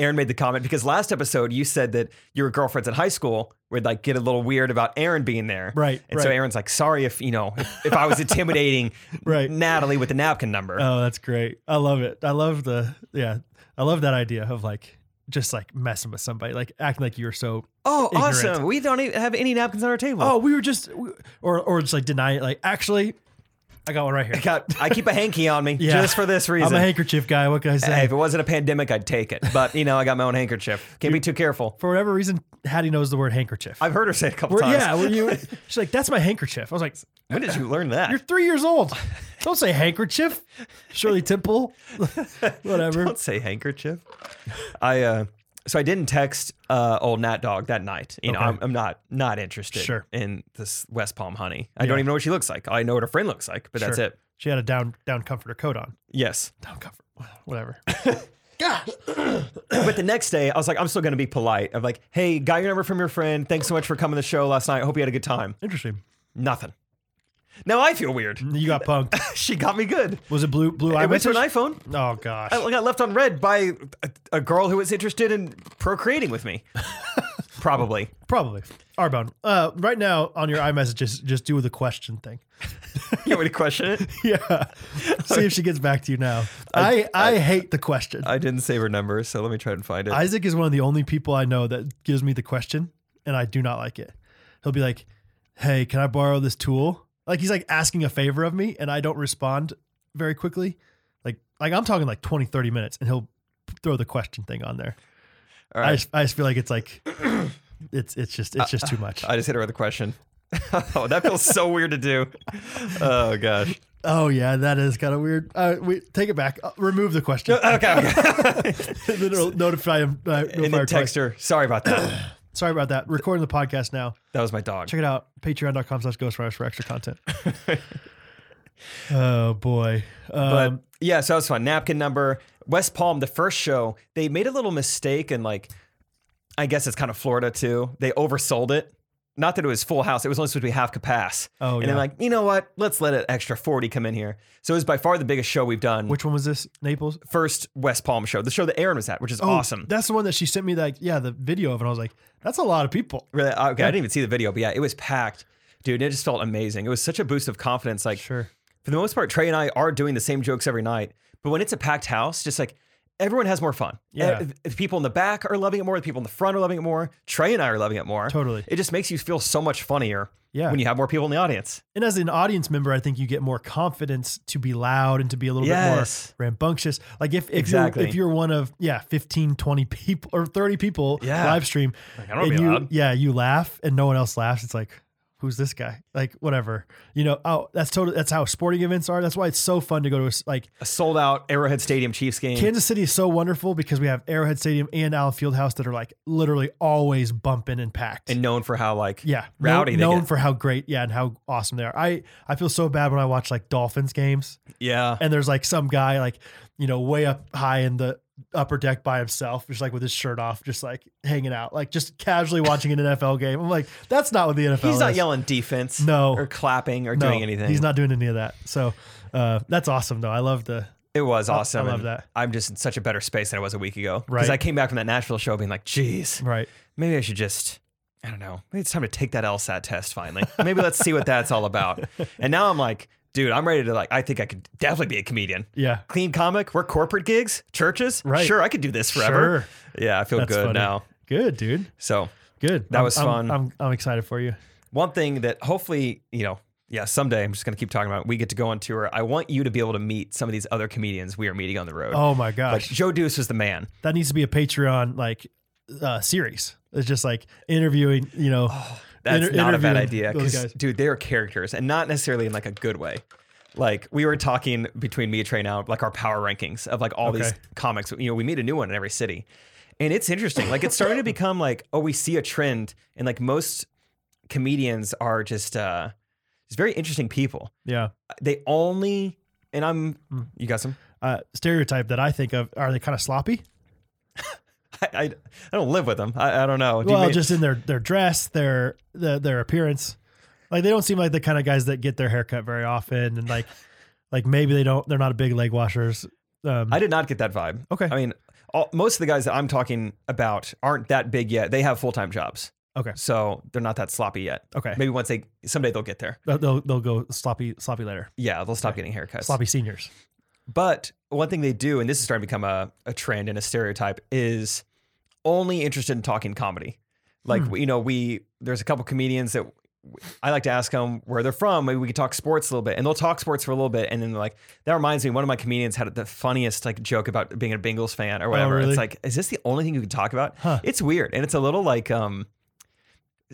B: Aaron made the comment because last episode you said that your girlfriends in high school would like get a little weird about Aaron being there.
A: Right,
B: And so
A: right.
B: Aaron's like, sorry if you know if, if I was intimidating
A: Right.
B: Natalie with the napkin number.
A: Oh, that's great. I love it. I love the yeah. I love that idea of like just like messing with somebody, like acting like you're so.
B: oh,
A: ignorant.
B: awesome. We don't even have any napkins on our table.
A: Oh, we were just, we- or or just like deny it. Like actually, I got one right here.
B: God, I keep a hanky on me
A: Yeah.
B: just for this reason.
A: I'm a handkerchief guy. What can I say?
B: Hey, if it wasn't a pandemic, I'd take it. But you know, I got my own handkerchief. Can't be too careful.
A: For whatever reason, Hattie knows the word handkerchief.
B: I've heard her say it a couple
A: We're-
B: times.
A: yeah, were you? She's like, that's my handkerchief. I was like,
B: When did you learn that?
A: you're three years old. Don't say handkerchief. Shirley Temple. Whatever.
B: Don't say handkerchief. I uh, so I didn't text uh, old Nat Dog that night. You know,
A: Okay.
B: I'm, I'm not not interested
A: Sure.
B: in this West Palm honey. I don't even know what she looks like. I know what her friend looks like, but that's
A: Sure.
B: it.
A: She had a down down comforter coat on.
B: Yes.
A: Down comfort. Whatever.
B: but the next day, I was like, I'm still going to be polite. I'm like, hey, got your number from your friend. Thanks so much for coming to the show last night. Hope you had a good time.
A: Interesting.
B: Nothing. Now I feel weird.
A: You got punked.
B: she got me good.
A: Was it blue blue eye
B: I went to an
A: message?
B: iPhone.
A: Oh gosh.
B: I got left on red by a, a girl who was interested in procreating with me. Probably.
A: Probably. Arbon. Uh right now on your iMessages, just do the question thing.
B: You want me to question it?
A: Yeah. See if she gets back to you now. I, I, hate the question.
B: I didn't save her number, so let me try and find it.
A: Isaac is one of the only people I know that gives me the question and I do not like it. He'll be like, Hey, can I borrow this tool? Like he's like asking a favor of me and I don't respond very quickly. Like like I'm talking like 20, 30 minutes and he'll throw the question thing on there.
B: All
A: I
B: right.
A: just, I just feel like it's like it's it's just it's just too much.
B: I just hit her with a question. oh, that feels so weird to do. Oh gosh.
A: Oh yeah, that is kind of weird. Uh, we take it back. Uh, remove the question.
B: Okay.
A: Then it'll notify him. Uh,
B: and
A: notify
B: then
A: our
B: text her. Sorry about that.
A: client. Sorry about that. Recording the podcast now.
B: That was my dog.
A: Check it out. Patreon.com/slash ghostwriters for extra content. oh boy.
B: But
A: Um,
B: yeah, so that was fun. Napkin number. West Palm, the first show, they made a little mistake and like I guess it's kind of Florida too. They oversold it. Not that it was full house, it was only supposed to be half capacity.
A: Oh,
B: and
A: yeah.
B: then like, you know what? Let's let an extra 40 come in here. So it was by far the biggest show we've done.
A: which one was this? Naples.
B: first West Palm show, the show that Aaron was at, which is
A: Oh,
B: awesome.
A: That's the one that she sent me. Like yeah, the video of, and I was like, that's a lot of people.
B: Really? Oh, Okay, I didn't even see the video, but yeah, it was packed, dude. It just felt amazing. It was such a boost of confidence. Like,
A: Sure.
B: for the most part, Trey and I are doing the same jokes every night, but when it's a packed house, just like everyone has more fun.
A: Yeah.
B: Eh, The people in the back are loving it more. The people in the front are loving it more. Trey and I are loving it more.
A: Totally.
B: It just makes you feel so much funnier.
A: Yeah.
B: When you have more people in the audience.
A: And as an audience member, I think you get more confidence to be loud and to be a little
B: Yes.
A: bit more rambunctious. Like if, if
B: Exactly.
A: you're, if you're one of yeah, 15, 20 people or 30 people
B: Yeah.
A: live stream
B: I don't
A: and
B: be
A: you,
B: loud.
A: yeah, you laugh and no one else laughs. It's like, who's this guy? Like whatever, you know, oh, that's totally, that's how sporting events are. That's why it's so fun to go to a s like
B: A sold out Arrowhead Stadium Chiefs game.
A: Kansas City is so wonderful because we have Arrowhead Stadium and Allen Fieldhouse that are like literally always bumping and packed.
B: and known for how like
A: Yeah, kno-
B: rowdy they
A: known
B: get.
A: for how great, yeah, and how awesome they are. I I feel so bad when I watch like Dolphins games,
B: yeah.
A: and there's like some guy like you know way up high in the upper deck by himself, just like with his shirt off, just like hanging out, like just casually watching an NFL game. I'm like, that's not what the NFL.
B: He's not
A: is.
B: yelling defense.
A: No.
B: Or clapping or
A: No,
B: doing anything.
A: He's not doing any of that. So uh, that's awesome though. I love the
B: It was
A: I
B: awesome.
A: love
B: and
A: that.
B: I'm just in such a better space than I was a week ago. Because
A: Right.
B: I came back from that Nashville show being like, geez,
A: right.
B: maybe I should just, I don't know, maybe it's time to take that LSAT test finally. Maybe let's see what that's all about. And now I'm like, dude, I'm ready to like, I think I could definitely be a comedian.
A: Yeah.
B: Clean comic, we're corporate gigs, churches.
A: Right.
B: Sure, I could do this forever. Yeah, I feel
A: That's
B: good
A: funny.
B: now.
A: Good dude.
B: So
A: Good.
B: That
A: I'm-
B: was
A: I'm-
B: fun.
A: I'm I'm excited for you.
B: one thing that hopefully, you know, yeah, someday I'm just going to keep talking about. it, We get to go on tour. I want you to be able to meet some of these other comedians we are meeting on the road.
A: Oh my
B: like
A: gosh.
B: Joe Deuce was the man.
A: that needs to be a Patreon like uh, series. It's just like interviewing, you know.
B: Oh, That's
A: inter-
B: not a bad
A: interviewing
B: idea.
A: those
B: 'cause,
A: guys.
B: dude, they are characters and not necessarily in like a good way. Like we were talking between me and Trey now, like our power rankings of like all these
A: Okay.
B: comics. You know, we meet a new one in every city. And it's interesting. Like it's starting to become like, oh, we see a trend and like most comedians are just uh, just very interesting people.
A: Yeah.
B: They only and I'm you got some.
A: Uh, stereotype that I think of are they kind of sloppy?
B: I, I, I don't live with them. I, I don't know. Do you
A: well,
B: mean-
A: just in their their dress, their their, their appearance. Like they don't seem like the kind of guys that get their haircut very often, and like like maybe they don't. They're not big leg washers. Um,
B: I did not get that vibe.
A: Okay.
B: I mean, all, most of the guys that I'm talking about aren't that big yet. They have full time jobs,
A: okay,
B: so they're not that sloppy yet.
A: okay.
B: Maybe once they someday they'll get there.
A: They'll- They'll they'll go sloppy sloppy later.
B: Yeah, they'll stop getting haircuts.
A: Sloppy seniors.
B: But one thing they do, and this is starting to become a, a trend and a stereotype, is only interested in talking comedy. Like,
A: Hmm.
B: you know, we, there's a couple comedians that w- I like to ask them where they're from. Maybe we could talk sports a little bit. And they'll talk sports for a little bit. And then they're like, that reminds me, one of my comedians had the funniest like joke about being a Bengals fan or whatever.
A: Oh, really?
B: It's like, is this the only thing you can talk about?
A: Huh.
B: It's weird. And it's a little like, um,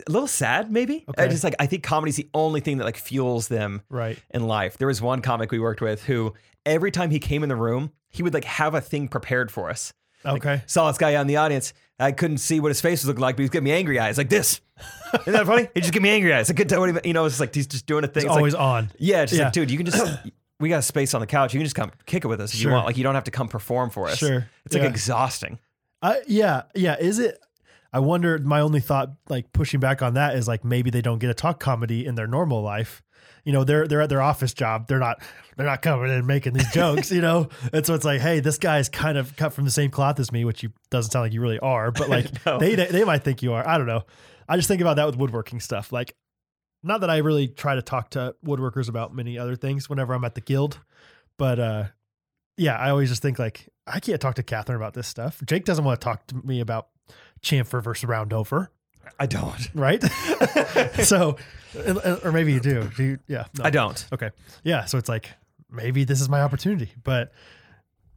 B: a little sad, maybe. I
A: Okay.
B: just like I think comedy's the only thing that like fuels them
A: Right.
B: in life. There was one comic we worked with who every time he came in the room, he would like have a thing prepared for us.
A: Okay.
B: Saw this guy out in the audience. I couldn't see what his face was looking like, but he was giving me angry eyes like this. Isn't that funny? He just gave me angry eyes. I couldn't tell what he, you know, it's just like he's just doing a thing.
A: It's
B: It's like,
A: always on.
B: yeah, it's just
A: yeah.
B: like, dude, you can just, we got a space on the couch. You can just come kick it with us if
A: Sure.
B: you want. Like, you don't have to come perform for us.
A: Sure.
B: It's like
A: Yeah.
B: exhausting.
A: I, yeah, yeah. Is it? I wonder. My only thought, like pushing back on that, is like maybe they don't get to talk comedy in their normal life. You know, they're they're at their office job. They're not they're not coming in and making these jokes. you know, and so it's like, hey, this guy is kind of cut from the same cloth as me, which you doesn't sound like you really are, but like
B: No.
A: they, they they might think you are. I don't know. I just think about that with woodworking stuff. Like, not that I really try to talk to woodworkers about many other things whenever I'm at the guild, but uh, yeah, I always just think like I can't talk to Catherine about this stuff. Jake doesn't want to talk to me about chamfer versus roundover,
B: I don't.
A: right? so, or maybe you do. Do you, yeah, no.
B: I don't.
A: Okay, yeah. So it's like maybe this is my opportunity, but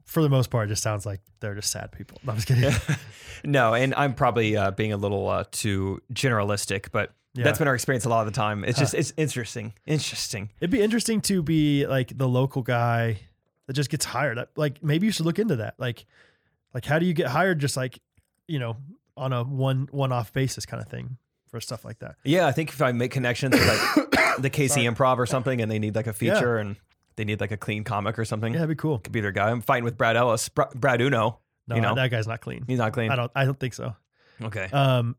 A: for the most part, it just sounds like they're just sad people. No, I'm just kidding.
B: No, and I'm probably uh, being a little uh, too generalistic, but
A: Yeah.
B: that's been our experience a lot of the time. It's just it's interesting, interesting.
A: It'd be interesting to be like the local guy that just gets hired. Like maybe you should look into that. Like, like how do you get hired? Just like, you know, on a one one off basis kind of thing for stuff like that.
B: Yeah, I think if I make connections with like the KC Improv or something, and they need like a feature and they need like a clean comic or something,
A: Yeah, that'd be cool.
B: could be their guy. I'm fighting with Brad Ellis, Br- Brad Uno.
A: No,
B: you know,
A: that guy's not clean.
B: he's not clean.
A: I don't. I don't think so.
B: Okay.
A: Um,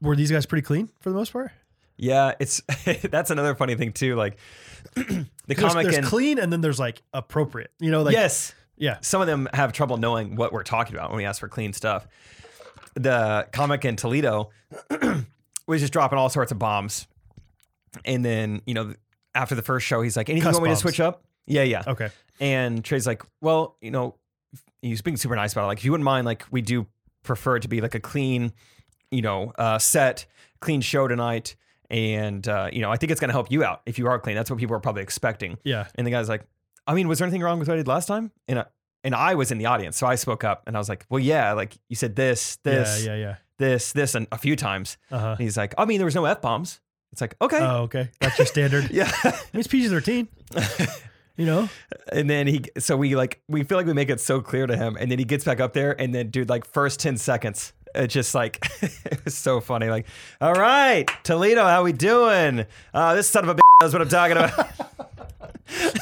A: were these guys pretty clean for the most part?
B: yeah, it's that's another funny thing too. Like the
A: 'Cause
B: comic
A: There's,
B: and
A: there's clean, and then there's like appropriate. You know, like
B: yes,
A: yeah,
B: some of them have trouble knowing what we're talking about when we ask for clean stuff. The comic in Toledo was just dropping all sorts of bombs. And then, you know, after the first show, he's like, anything
A: Cuss
B: you want me
A: bombs.
B: to switch up? Yeah, yeah.
A: okay,
B: And Trey's like, well, you know, he's being super nice about it. Like, if you wouldn't mind, like, we do prefer it to be like a clean, you know, uh, set, clean show tonight. And, uh, you know, I think it's going to help you out if you are clean. That's what people are probably expecting.
A: yeah,
B: And the guy's like, I mean, was there anything wrong with what I did last time? And I, and I was in the audience, so I spoke up and I was like, well, yeah, like you said this, this,
A: yeah, yeah,
B: this, this, and a few times.
A: yeah. Uh huh.
B: And he's like, I mean, there was no f bombs. It's like, okay,
A: Oh, okay. That's your standard.
B: yeah.
A: I mean, it's PG thirteen. You know,
B: and then he, so we like, we feel like we make it so clear to him, and then he gets back up there, and then dude, like first ten seconds. It's just like it was so funny. Like, all right, Toledo, how we doing? Uh, this son of a bitch knows what I'm talking about.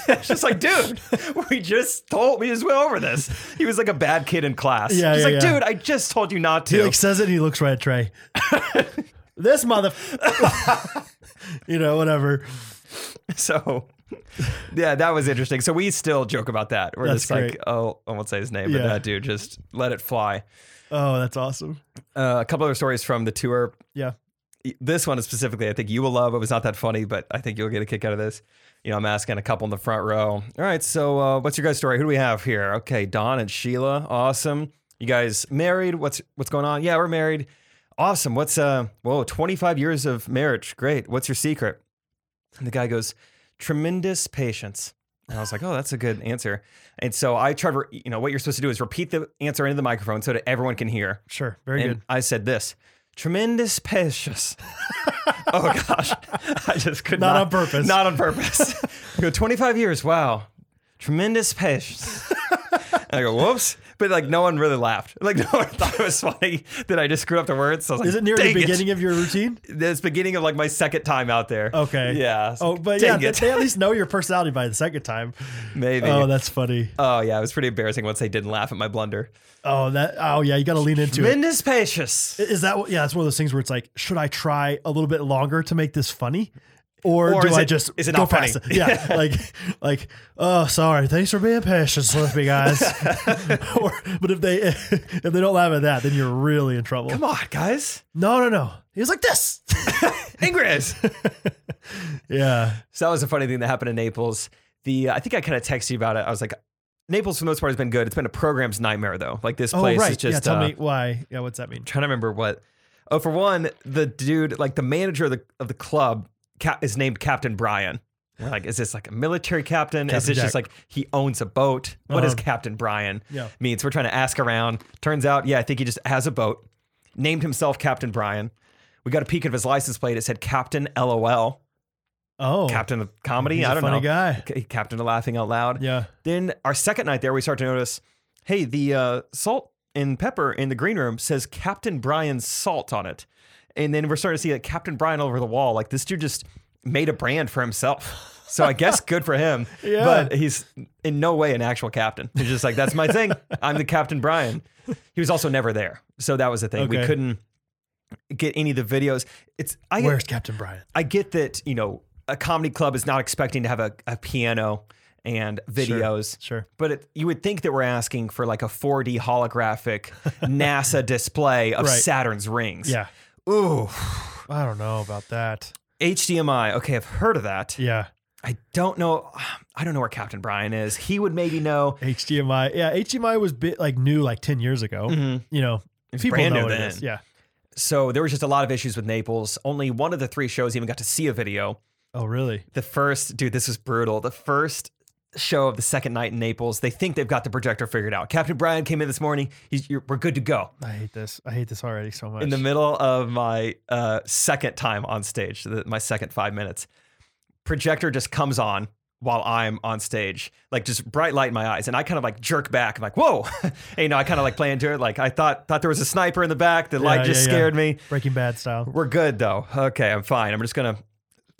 B: It's just like, dude, we just told we just went over this. He was like a bad kid in class.
A: Yeah,
B: He's
A: yeah,
B: like,
A: yeah.
B: dude, I just told you not
A: he
B: to.
A: like says it. and He looks right at Trey. this mother. you know, whatever.
B: so yeah, that was interesting. So we still joke about that. We're
A: That's
B: just
A: great.
B: like, oh, I won't say his name,
A: Yeah.
B: but that dude just let it fly.
A: Oh, that's awesome.
B: Uh, a couple other stories from the tour.
A: Yeah.
B: This one specifically, I think you will love. It was not that funny, but I think you'll get a kick out of this. You know, I'm asking a couple in the front row. All right, so uh, what's your guys' story? Who do we have here? Okay, Don and Sheila. Awesome. You guys married? What's what's going on? Yeah, we're married. Awesome. What's uh whoa, 25 years of marriage. Great. What's your secret? And the guy goes, tremendous patience. And I was like, oh, that's a good answer. And so I tried, to- you know, what you're supposed to do is repeat the answer into the microphone so that everyone can hear.
A: Sure. Very
B: And
A: good.
B: I said this tremendous patience. oh gosh, I just could
A: Not
B: not,
A: on purpose.
B: Not on purpose. I go, 25 years. Wow, tremendous patience. And I go, whoops. But like, no one really laughed. Like, no one thought it was funny that I just screwed up the words. So I was
A: Is
B: like,
A: it near the
B: "Dang it."
A: beginning of your routine?
B: It's beginning of like my second time out there.
A: Okay.
B: Yeah. It's
A: Oh,
B: like,
A: but yeah,
B: "Dang
A: they,
B: it."
A: they at least know your personality by the second time.
B: Maybe.
A: Oh, that's funny.
B: Oh yeah, it was pretty embarrassing once they didn't laugh at my blunder.
A: Oh, that. Oh, yeah. You got to lean into it.
B: Goodness gracious.
A: Is that? what- Yeah, it's one of those things where it's like, should I try a little bit longer to make this funny, or,
B: Or
A: do
B: is
A: I
B: it-
A: just
B: is it
A: go
B: not funny?
A: past it? Yeah, like, like, oh, sorry, thanks for being patient with me, guys. or, but if they if they don't laugh at that, then you're really in trouble.
B: Come on, guys.
A: No, no, no. He was like this.
B: Ingrid.
A: yeah.
B: So that was a funny thing that happened in Naples. The I think I kind of texted you about it. I was like, Naples for the most part has been good. It's been a program's nightmare though. Like this
A: Oh,
B: place
A: right.
B: is just
A: yeah. Tell
B: uh,
A: me why. Yeah. What's that mean?
B: trying to remember what. Oh, for one, the dude, like the manager of the of the club, cap, is named Captain Brian. We're like, is this like a military captain? is
A: Captain
B: this
A: Jack.
B: just like he owns a boat? What does
A: Uh-huh.
B: Captain Brian
A: Yeah.
B: mean? So we're trying to ask around. Turns out, yeah, I think he just has a boat. Named himself Captain Brian. We got a peek of his license plate. It said Captain LOL.
A: Oh,
B: Captain of comedy.
A: He's a
B: I don't
A: funny
B: know.
A: guy.
B: C- Captain of laughing out loud.
A: Yeah.
B: Then our second night there, we start to notice, hey, the uh, salt and pepper in the green room says Captain Brian's salt on it, and then we're starting to see like Captain Brian all over the wall. Like this dude just made a brand for himself. So I guess good for him.
A: Yeah.
B: But he's in no way an actual captain. He's just like that's my thing. I'm the Captain Brian. He was also never there, so that was the thing.
A: Okay.
B: We couldn't get any of the videos. It's I get
A: Where's Captain Brian?
B: I get that, you know, a comedy club is not expecting to have a, a piano and videos.
A: Sure.
B: But it, you would think that we're asking for like a 4D holographic NASA display of
A: Right.
B: Saturn's rings.
A: Yeah.
B: Ooh.
A: I don't know about that.
B: HDMI. Okay, I've heard of that.
A: Yeah.
B: I don't know. I don't know where Captain Brian is. He would maybe know.
A: HDMI. Yeah. HDMI was bit like new like 10 years ago. You know,
B: was
A: people
B: Mm-hmm. brand
A: know
B: new
A: what it
B: then.
A: is. Yeah.
B: So there was just a lot of issues with Naples. Only one of the three shows even got to see a video.
A: Oh, really?
B: The first, dude, this was brutal. The first show of the second night in Naples, they think they've got the projector figured out. Captain Brian came in this morning. He's, you're, we're good to go.
A: I hate this. I hate this already so much.
B: In the middle of my uh, second time on stage, the, my second five minutes, projector just comes on while I'm on stage, like just bright light in my eyes. And I kind of like jerk back. I'm like, whoa. and, you know, I kind of like play into it. Like I thought, thought there was a sniper in the back. The light
A: Yeah,
B: just
A: yeah, yeah.
B: scared me.
A: Breaking Bad style.
B: We're good though. Okay, I'm fine. I'm just gonna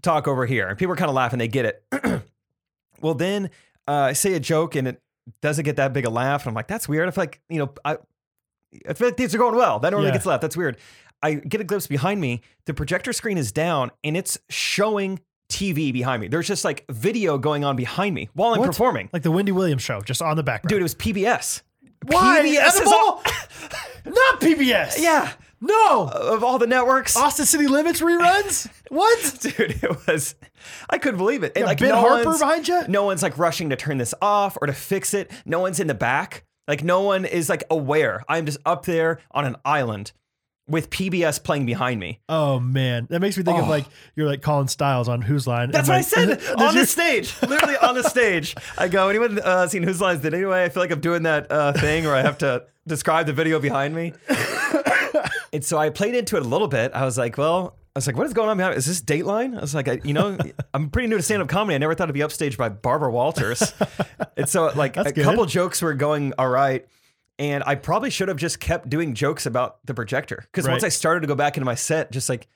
B: talk over here. And people are kind of laughing. They get it. well, then uh, I say a joke and it doesn't get that big a laugh. And I'm like, that's weird. I feel like you know, I, I feel like things are going well. That normally
A: Yeah.
B: gets laughed. That's weird. I get a glimpse behind me. The projector screen is down and it's showing TV behind me. There's just like video going on behind me while I'm
A: What?
B: performing.
A: Like the Wendy Williams show, just on the background.
B: Dude, it was PBS.
A: Why?
B: PBS is all,
A: not PBS.
B: yeah.
A: No.
B: Of all the networks,
A: Austin City Limits reruns? what?
B: dude it was i couldn't believe it and
A: Yeah,
B: like
A: Ben
B: no
A: Harper
B: one's-
A: behind ya?
B: no one's like rushing to turn this off or to fix it no one's in the back like no one is like aware i'm just up there on an island with pbs playing behind me
A: Oh man, that makes me think of
B: Oh.
A: like you're like Colin Styles on Who's Line.
B: that's
A: and,
B: what i
A: like-
B: said
A: Did
B: on
A: you-
B: the stage literally on the stage i go anyone uh, seen whose lines did anyway i feel like i'm doing that uh, thing where i have to describe the video behind me and so I played into it a little bit. I was like, well, I was like, what is going on behind? Is this Dateline? I was like, I, you know, I'm pretty new to stand up comedy. I never thought I'd be upstaged by Barbara Walters. and so, like,
A: That's
B: a
A: good.
B: couple jokes were going all right. And I probably should have just kept doing jokes about the projector. Because once
A: Right.
B: I started to go back into my set, just like,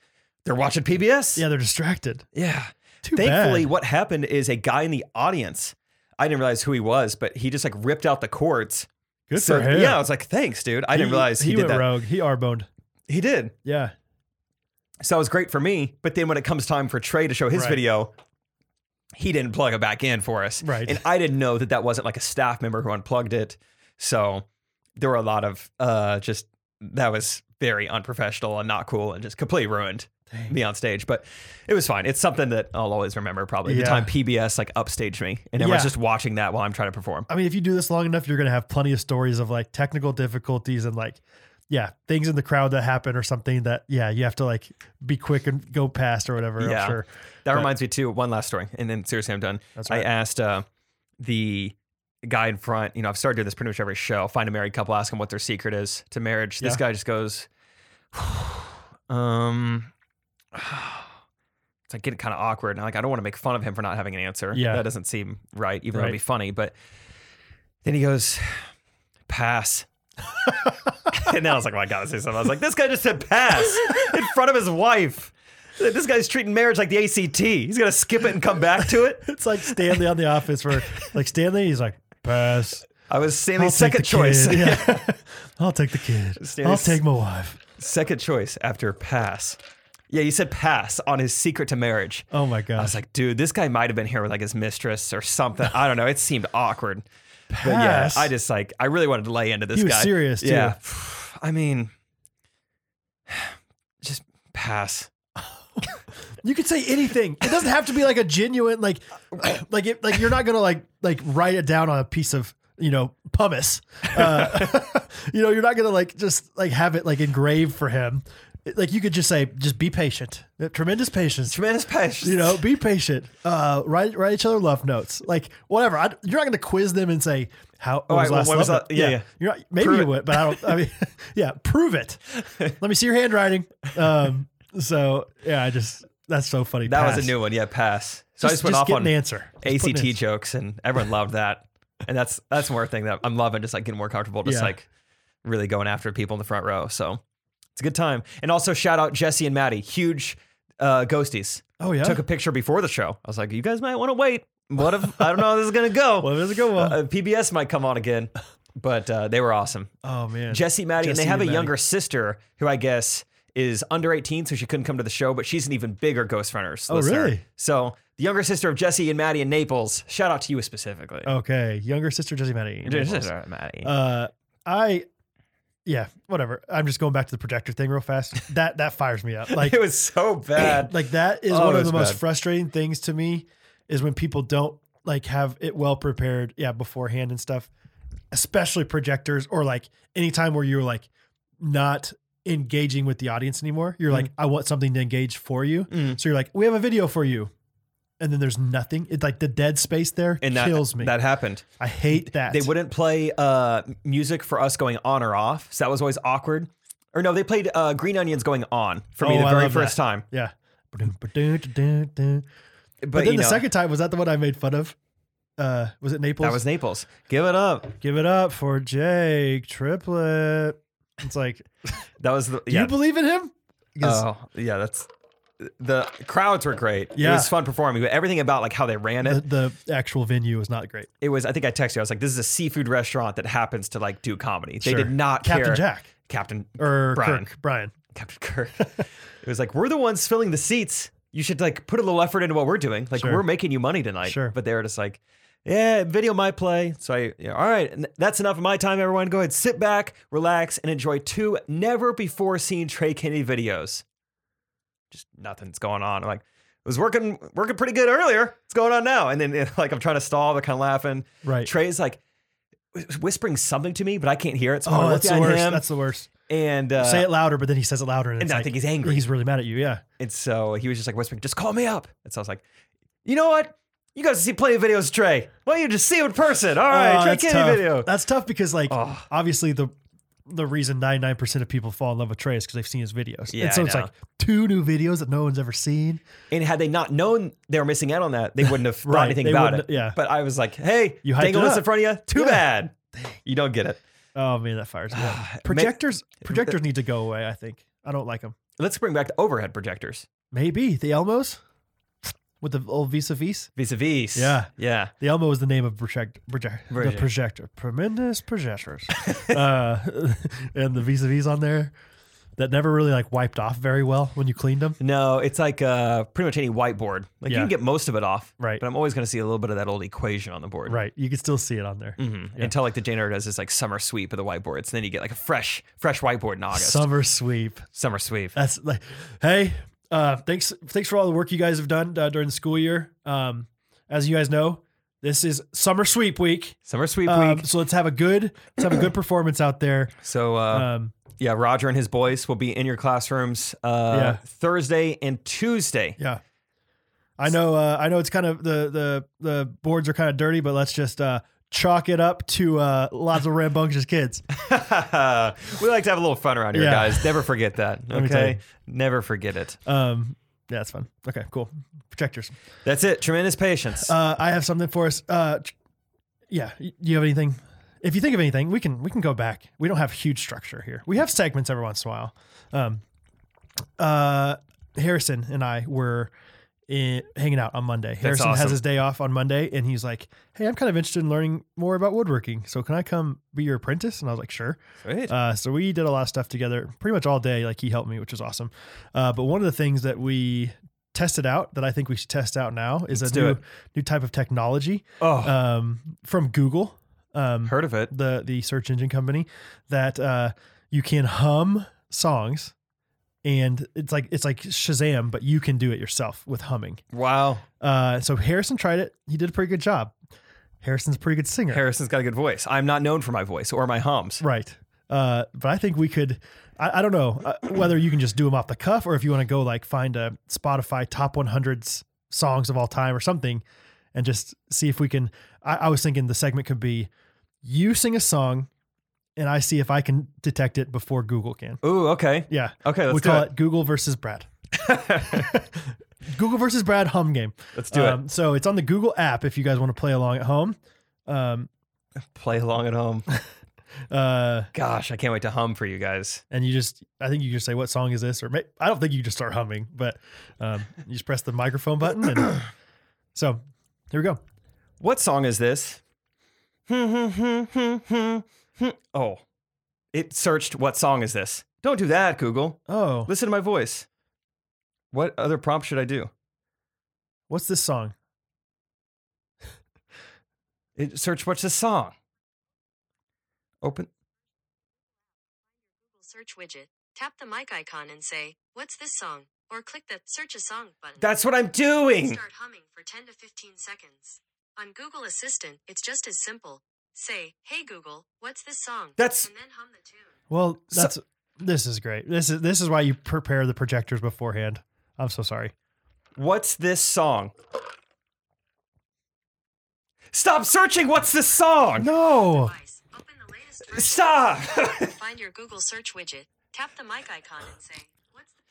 B: they're watching PBS.
A: Yeah, they're distracted.
B: Yeah.
A: Too
B: Thankfully,
A: bad.
B: what happened is a guy in the audience, I didn't realize who he was, but he just like ripped out the cords.
A: Good
B: so,
A: for him.
B: yeah, I was like, thanks, dude. I didn't realize he, did
A: went
B: that.
A: rogue. He arboned.
B: He did.
A: Yeah.
B: So it was great for me. But then when it comes time for Trey to show his
A: Right.
B: video, he didn't plug it back in for us.
A: Right.
B: And I didn't know that that wasn't like a staff member who unplugged it. So there were a lot of uh, just that was very unprofessional and not cool and just completely ruined me on stage. But it was fine. It's something that I'll always remember probably
A: Yeah.
B: the time PBS like upstaged me and everyone's
A: Yeah.
B: just watching that while I'm trying to perform.
A: I mean, if you do this long enough, you're going to have plenty of stories of like technical difficulties and like, yeah, things in the crowd that happen or something that, yeah, you have to like be quick and go past or whatever. I'm
B: Yeah.
A: sure.
B: That
A: But-
B: reminds me too. One last story, and then seriously, I'm done.
A: That's
B: I
A: right.
B: asked uh, the guy in front. You know, I've started doing this pretty much every show. Find a married couple, ask them what their secret is to marriage. This
A: Yeah.
B: guy just goes, um. It's like getting kind of awkward, and like I don't want to make fun of him for not having an answer.
A: Yeah.
B: that doesn't seem right, even though
A: Right.
B: it'd be funny. But then he goes, pass. and then I was like, well, I gotta say something. I was like, this guy just said pass in front of his wife. This guy's treating marriage like the ACT. He's gonna skip it and come back to it.
A: It's like Stanley on The Office, where like Stanley, he's like, pass.
B: I was
A: I'll
B: Stanley's
A: take the
B: second choice.
A: kid. Yeah. I'll take the kid. I'll
B: Stanley's-
A: take my wife.
B: Second choice after pass. Yeah, he said pass on his secret to marriage.
A: Oh my
B: I
A: gosh.
B: was like, dude, this guy might have been here with like his mistress or something. I don't know. It seemed awkward. But yeah,
A: Pass?
B: I just like I really wanted to lay into this
A: He was
B: guy.
A: serious, too.
B: Yeah. I mean just pass.
A: You could say anything. It doesn't have to be like a genuine like like it, like you're not gonna like like write it down on a piece of you know pumice. Uh, you know you're not gonna like just like have it like engraved for him. It- Like you could just say just be patient, tremendous patience.
B: Tremendous passion.
A: You know, be patient. Uh, write write each other love notes, like whatever. I, you're not going to quiz them and say how what
B: right,
A: was the last
B: what was
A: love
B: that?
A: note?
B: Yeah, yeah.
A: You're not, maybe
B: Prove
A: you
B: it.
A: would, but I don't. I mean, yeah, prove it. Let me see your handwriting. Um, so yeah, I just that's so funny.
B: that was
A: Pass
B: a new one. Yeah, pass. So I just went off
A: get
B: on
A: an answer. Just put an
B: ACT
A: answer.
B: jokes and everyone loved that. And that's that's more thing that I'm loving, just like getting more comfortable, just
A: Yeah.
B: like really going after people in the front row. So it's a good time. And also shout out Jesse and Maddie, huge uh, ghosties.
A: Oh yeah.
B: Took a picture before the show. I was like, you guys might want to wait. What if I don't know how this is gonna go?
A: well, there's a good one.
B: Uh, PBS might come on again, but uh, they were awesome.
A: oh man.
B: Jesse, Maddie, and they
A: Jesse
B: have
A: and
B: a
A: Maddie.
B: younger sister who I guess is under 18, so she couldn't come to the show, but she's an even bigger Ghost Runners.
A: Oh,
B: listener.
A: really?
B: So the younger sister of Jesse and Maddie in Naples. Shout out to you specifically.
A: okay, younger sister Jesse Maddie.
B: Your sister, Maddie.
A: Oh, Uh, I. Yeah, whatever. I'm just going back to the projector thing real fast. That that fires me up. Like
B: it was so bad.
A: like that is
B: Oh,
A: one
B: it
A: of
B: was
A: the most
B: bad.
A: frustrating things to me is when people don't like have it well prepared yeah beforehand and stuff especially projectors or like any time where you're like not engaging with the audience anymore you're like i want something to engage for you
B: Mm.
A: so you're like we have a video for you and then there's nothing it's like the dead space there
B: and that
A: kills me
B: That happened.
A: i hate that
B: They wouldn't play uh, music for us going on or off, so that was always awkward. Or no, they played uh, Green Onions going on for me
A: Oh,
B: the
A: I
B: very
A: love
B: first
A: that.
B: time.
A: yeah but,
B: But,
A: then
B: you
A: the
B: know,
A: second time was that the one i made fun of uh was it naples
B: that was Naples. Give it up.
A: Give it up for Jake Triplet. It's like,
B: That was the
A: do
B: yeah.
A: you believe in him? 'Cause-
B: Oh, yeah, that's the crowds were great. It
A: Yeah.
B: was fun performing, but everything about like how they ran it,
A: the, the actual venue was not great.
B: it was I think I texted you, I was like, this is a seafood restaurant that happens to like do comedy. They
A: Sure.
B: did not
A: Captain
B: care.
A: Jack
B: Captain
A: or
B: Brian.
A: Kirk Brian.
B: Captain Kirk. it was like, we're the ones filling the seats. You should like put a little effort into what we're doing. Like
A: Sure.
B: we're making you money tonight.
A: Sure.
B: But they were just like, yeah, video might play. So I, yeah, all right, n- that's enough of my time, everyone. Go ahead, sit back, relax, and enjoy two never before seen Trey Kennedy videos. Just nothing's going on. I'm like, it was working working pretty good earlier. What's going on now? And then eh, like I'm trying to stall, they're kind of laughing.
A: Right.
B: Trey's like wh- whispering something to me, but I can't hear it. So
A: oh,
B: I look
A: that's the
B: at
A: worst.
B: him
A: That's the worst.
B: and uh,
A: Say it louder, but then he says it louder, and,
B: and
A: it's
B: I
A: like,
B: think he's angry.
A: he's really mad at you. Yeah.
B: And so he was just like whispering, just call me up. And so I was like, you know what? You guys see plenty of videos, Trey. Why don't you just see it in person? All right,
A: Oh,
B: Trey
A: that's
B: Kennedy
A: tough.
B: video.
A: That's tough because, like,
B: Oh.
A: obviously the the reason 99% of people fall in love with Trey is because they've seen his videos.
B: Yeah,
A: and so
B: I
A: it's
B: know.
A: like two new videos that no one's ever seen.
B: And had they not known they were missing out on that, they wouldn't have thought
A: Right,
B: anything
A: they
B: about it.
A: wouldn't- yeah.
B: But I was like, hey,
A: You
B: you
A: hyped
B: dangle
A: it
B: this
A: up.
B: in front of you. Too
A: Yeah.
B: bad. You don't get it.
A: Oh, man, that fires me up. Projectors, projectors need to go away, I think. I don't like them.
B: Let's bring back the overhead projectors.
A: Maybe the Elmos with the old Visa Vise.
B: Vis-a-vis.
A: Yeah.
B: Yeah.
A: The Elmo is the name of project, project, the
B: Project.
A: projector, tremendous projectors, uh, and the Visa Vise on there that never really like wiped off very well when you cleaned them.
B: No, it's like uh, pretty much any whiteboard. Like you
A: Yeah.
B: can get most of it off.
A: Right.
B: But I'm always going to see a little bit of that old equation on the board.
A: Right, you can still see it on there.
B: Mhm. Until like the janitor does this like summer sweep of the whiteboards, then you get like a fresh, fresh whiteboard in August.
A: Summer sweep.
B: summer sweep.
A: That's like, hey, uh, thanks, thanks for all the work you guys have done uh, during the school year. Um, as you guys know, this is summer sweep week.
B: Summer sweep
A: Um,
B: week.
A: so let's have a good, let's have a good performance out there.
B: So uh,
A: Um,
B: yeah, Roger and his boys will be in your classrooms uh,
A: Yeah.
B: Thursday and Tuesday.
A: Yeah. I know uh, I know it's kind of the the the boards are kind of dirty, but let's just uh chalk it up to uh lots of rambunctious kids.
B: we like to have a little fun around here,
A: Yeah.
B: guys. Never forget that.
A: me tell
B: Okay,
A: you.
B: never forget it.
A: Um yeah, that's fun. Okay, cool. Projectors.
B: That's it. Tremendous patience.
A: Uh I have something for us. Uh tr- yeah, y- you have anything if you think of anything, we can we can go back. We don't have huge structure here. We have segments every once in a while. Um, uh, Harrison and I were in, hanging out on Monday. Harrison
B: awesome.
A: has his day off on Monday, and he's like, "Hey, I'm kind of interested in learning more about woodworking. So can I come be your apprentice?" And I was like, "Sure."
B: Sweet.
A: Uh, so we did a lot of stuff together, pretty much all day. Like he helped me, which was awesome. Uh, but one of the things that we tested out that I think we should test out now is
B: Let's
A: a
B: do
A: new
B: it.
A: new type of technology
B: oh,
A: um, from Google, um,
B: heard of it.
A: the the search engine company, that uh, you can hum songs, and it's like it's like Shazam, but you can do it yourself with humming.
B: Wow.
A: Uh, so Harrison tried it; he did a pretty good job. Harrison's a pretty good singer.
B: Harrison's got a good voice. I'm not known for my voice or my hums.
A: Right. Uh, but I think we could. I, I don't know uh, whether you can just do them off the cuff or if you want to go like find a Spotify top 100s songs of all time or something, and just see if we can. I, I was thinking the segment could be you sing a song, and I see if I can detect it before Google can.
B: Ooh, okay.
A: Yeah.
B: Okay, let's
A: we
B: do
A: call
B: it.
A: it Google versus Brad. Google versus Brad hum game.
B: Let's do
A: um, So it's on the Google app if you guys want to play along at home. Um,
B: it. Play along at home.
A: uh,
B: Gosh, I can't wait to hum for you guys.
A: and you just i think you just say what song is this or may, i don't think you just start humming but um, you just press the microphone button and so here we go
B: What song is this? oh, it searched what song is this? Don't do that, Google.
A: oh
B: Listen to my voice. What other prompt should I do?
A: what's this song
B: It searched what's this song? Open.
C: search widget. Tap the mic icon and say, What's this song? Or click the Search a Song button.
B: That's what I'm doing.
C: Start humming for 10 to 15 seconds. On Google Assistant, it's just as simple. Say, Hey Google, what's this song?
B: That's-
C: And then hum the tune.
A: well
B: So-
A: that's this is great this is this is why you prepare the projectors beforehand i'm so sorry
B: What's this song? Stop searching. What's this song?
A: no
C: Device, open the latest version.
B: Oh. Stop.
C: Find your Google search widget. Tap the mic icon and say, What's the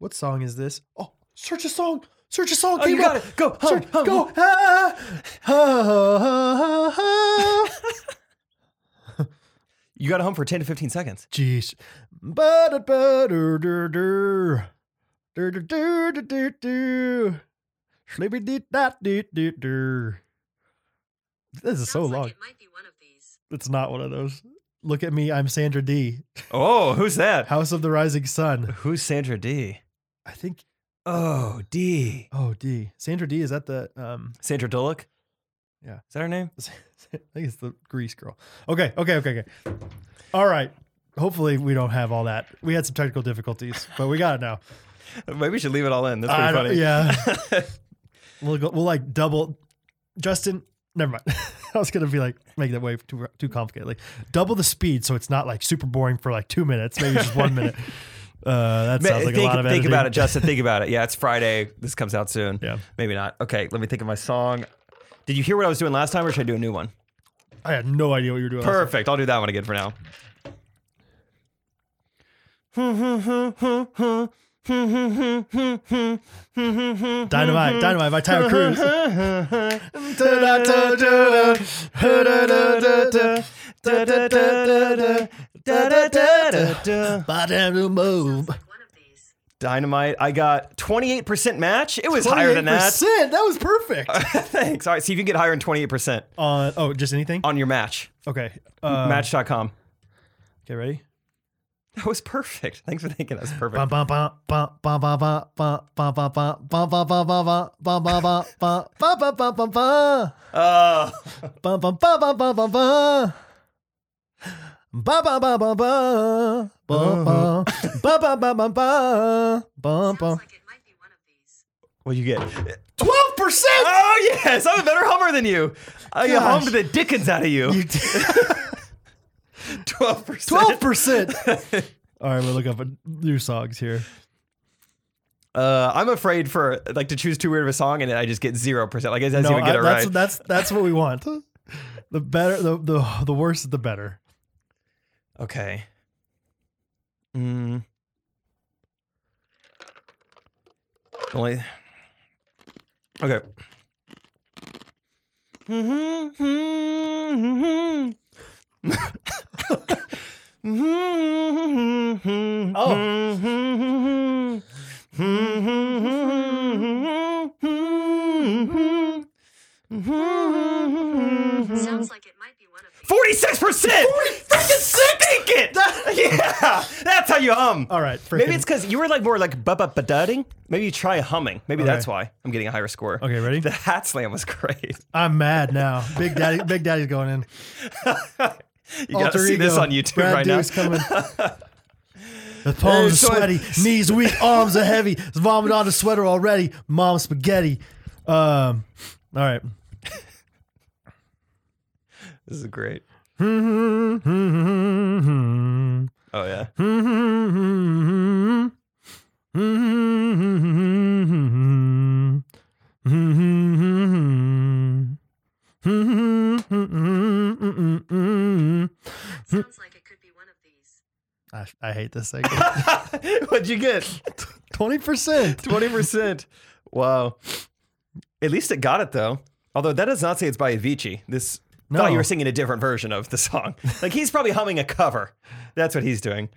A: what song is this oh search a song search a song
B: oh, you
A: came up.
B: got it. Go. Hum,
A: Search-
B: hum.
A: go Ah, ah, ah, ah, ah.
B: You got to hum for 10 to 15 seconds.
A: Jeez. Butter, butter, dur, dur. Dur, dur, dur, dur, dur, dur. Sleepy dee, dat, dee, dee, dur. This is so
C: Sounds
A: long.
C: Like it might be one of these.
A: It's not one of those. Look at me. I'm Sandra D.
B: Oh, who's that?
A: House of the Rising Sun.
B: Who's Sandra D?
A: I think.
B: Oh, D.
A: Oh, D. Sandra D. Is that the? Um.
B: Sandra Bullock?
A: Yeah.
B: Is that her name?
A: I think it's the Grease girl. Okay. Okay. Okay. Okay. All right. Hopefully we don't have all that. We had some technical difficulties, but we got it now.
B: Maybe we should leave it all in. That's
A: I
B: pretty
A: don't-
B: funny.
A: Yeah. we'll go, we'll like double Justin. Never mind. I was gonna be like make that way too too complicated. Like double the speed, so it's not like super boring for like two minutes, maybe just one minute. Uh, that
B: Ma-
A: sounds like
B: think,
A: a lot of
B: think
A: editing.
B: about it, Justin. Think about it. Yeah, it's Friday. This comes out soon.
A: Yeah.
B: Maybe not. Okay, let me think of my song. Did you hear what I was doing last time, or should I do a new one?
A: I had no idea what you were doing.
B: Perfect. I'll do that one again for now.
A: Dynamite, dynamite by Tyler Cruz. Bottom to move.
C: Like one of these.
B: Dynamite. I got 28% match. It was higher than that.
A: 28%, That was perfect.
B: Thanks. All right. See if you can get higher than 28%
A: Uh, oh, just anything.
B: on your match.
A: Okay. Uh,
B: Match.com.
A: Okay, ready.
B: That was perfect. Thanks for thinking that was perfect.
A: Bum, bum, bum, bum, bum, bum, bum, bum, bum, bum, bum, bum, bum, bum, bum, bum, bum, bum, bum, bum, bum, bum, bum, bum, bum.
B: Oh,
A: Bum, bum, bum, bum, bum, bum, bum. Bum, bum, bum, bum, bum. Bum, bum. Bum, bum, bum, bum, bum. Bum, bum.
C: Sounds like it might be one of these.
B: what'd you get?
A: 12%!
B: Oh, yes. I'm a better hummer than you. I
A: Gosh.
B: hummed the dickens out of you.
A: You did-
B: 12%.
A: 12%! All right, we'll look up a- new songs here.
B: Uh, I'm afraid for like to choose too weird of a song and I just get 0%. Like, I doesn't
A: No,
B: even get
A: I-
B: it
A: that's-
B: right.
A: that's- that's what we want. The better- the- the- the worse, the better.
B: Okay. Mm. Only. Okay. oh.
A: Oh. Mm-hmm.
C: Sounds like it might be one of these.
B: 46 percent. Freaking six. Take it. yeah, that's how you hum.
A: All right, freaking-
B: Maybe it's because you were like more like ba ba ba dudding. Maybe you try humming. Maybe that's why I'm getting a higher score.
A: Okay, ready?
B: The hat slam was great.
A: I'm mad now. Big Daddy, Big Daddy's going in.
B: You gotta see this on YouTube
A: Brad
B: right
A: Dourif's
B: now.
A: coming. The palms
B: so
A: are
B: I-
A: sweaty, knees weak, arms are heavy. Vomit on the sweater already. Mom spaghetti. Um, all right.
B: This is great.
A: All
B: Oh yeah.
C: Sounds like it could be one of these.
A: I, I hate this thing.
B: What'd you get?
A: Twenty percent.
B: Twenty percent. Wow. At least it got it though. Although that does not say it's by Avicii. This
A: No.
B: thought you were singing a different version of the song. Like he's probably humming a cover. That's what he's doing.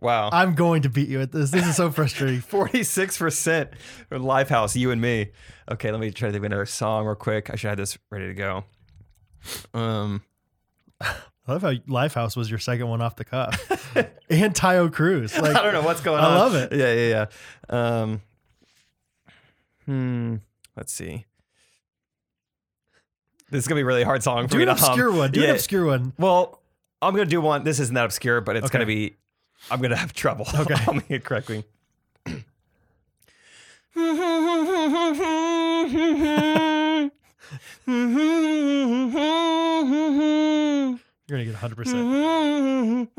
B: Wow.
A: I'm going to beat you at this. This is so frustrating.
B: Forty-six percent for Lifehouse, you and me. Okay, let me try to think of another song real quick. I should have this ready to go. Um,
A: I love how Lifehouse was your second one off the cuff. and Tyo Cruz. Like
B: I don't know what's going
A: I
B: on.
A: love it.
B: Yeah, yeah, yeah. Um, hmm. Let's see. This is gonna be a really hard song for
A: Do
B: me
A: an
B: to
A: obscure
B: hum.
A: one. Do
B: yeah.
A: an obscure one.
B: Well, I'm gonna do one. This isn't that obscure, but it's
A: Okay.
B: gonna be. I'm gonna have trouble
A: Okay.
B: humming it correctly.
A: You're gonna get 100. percent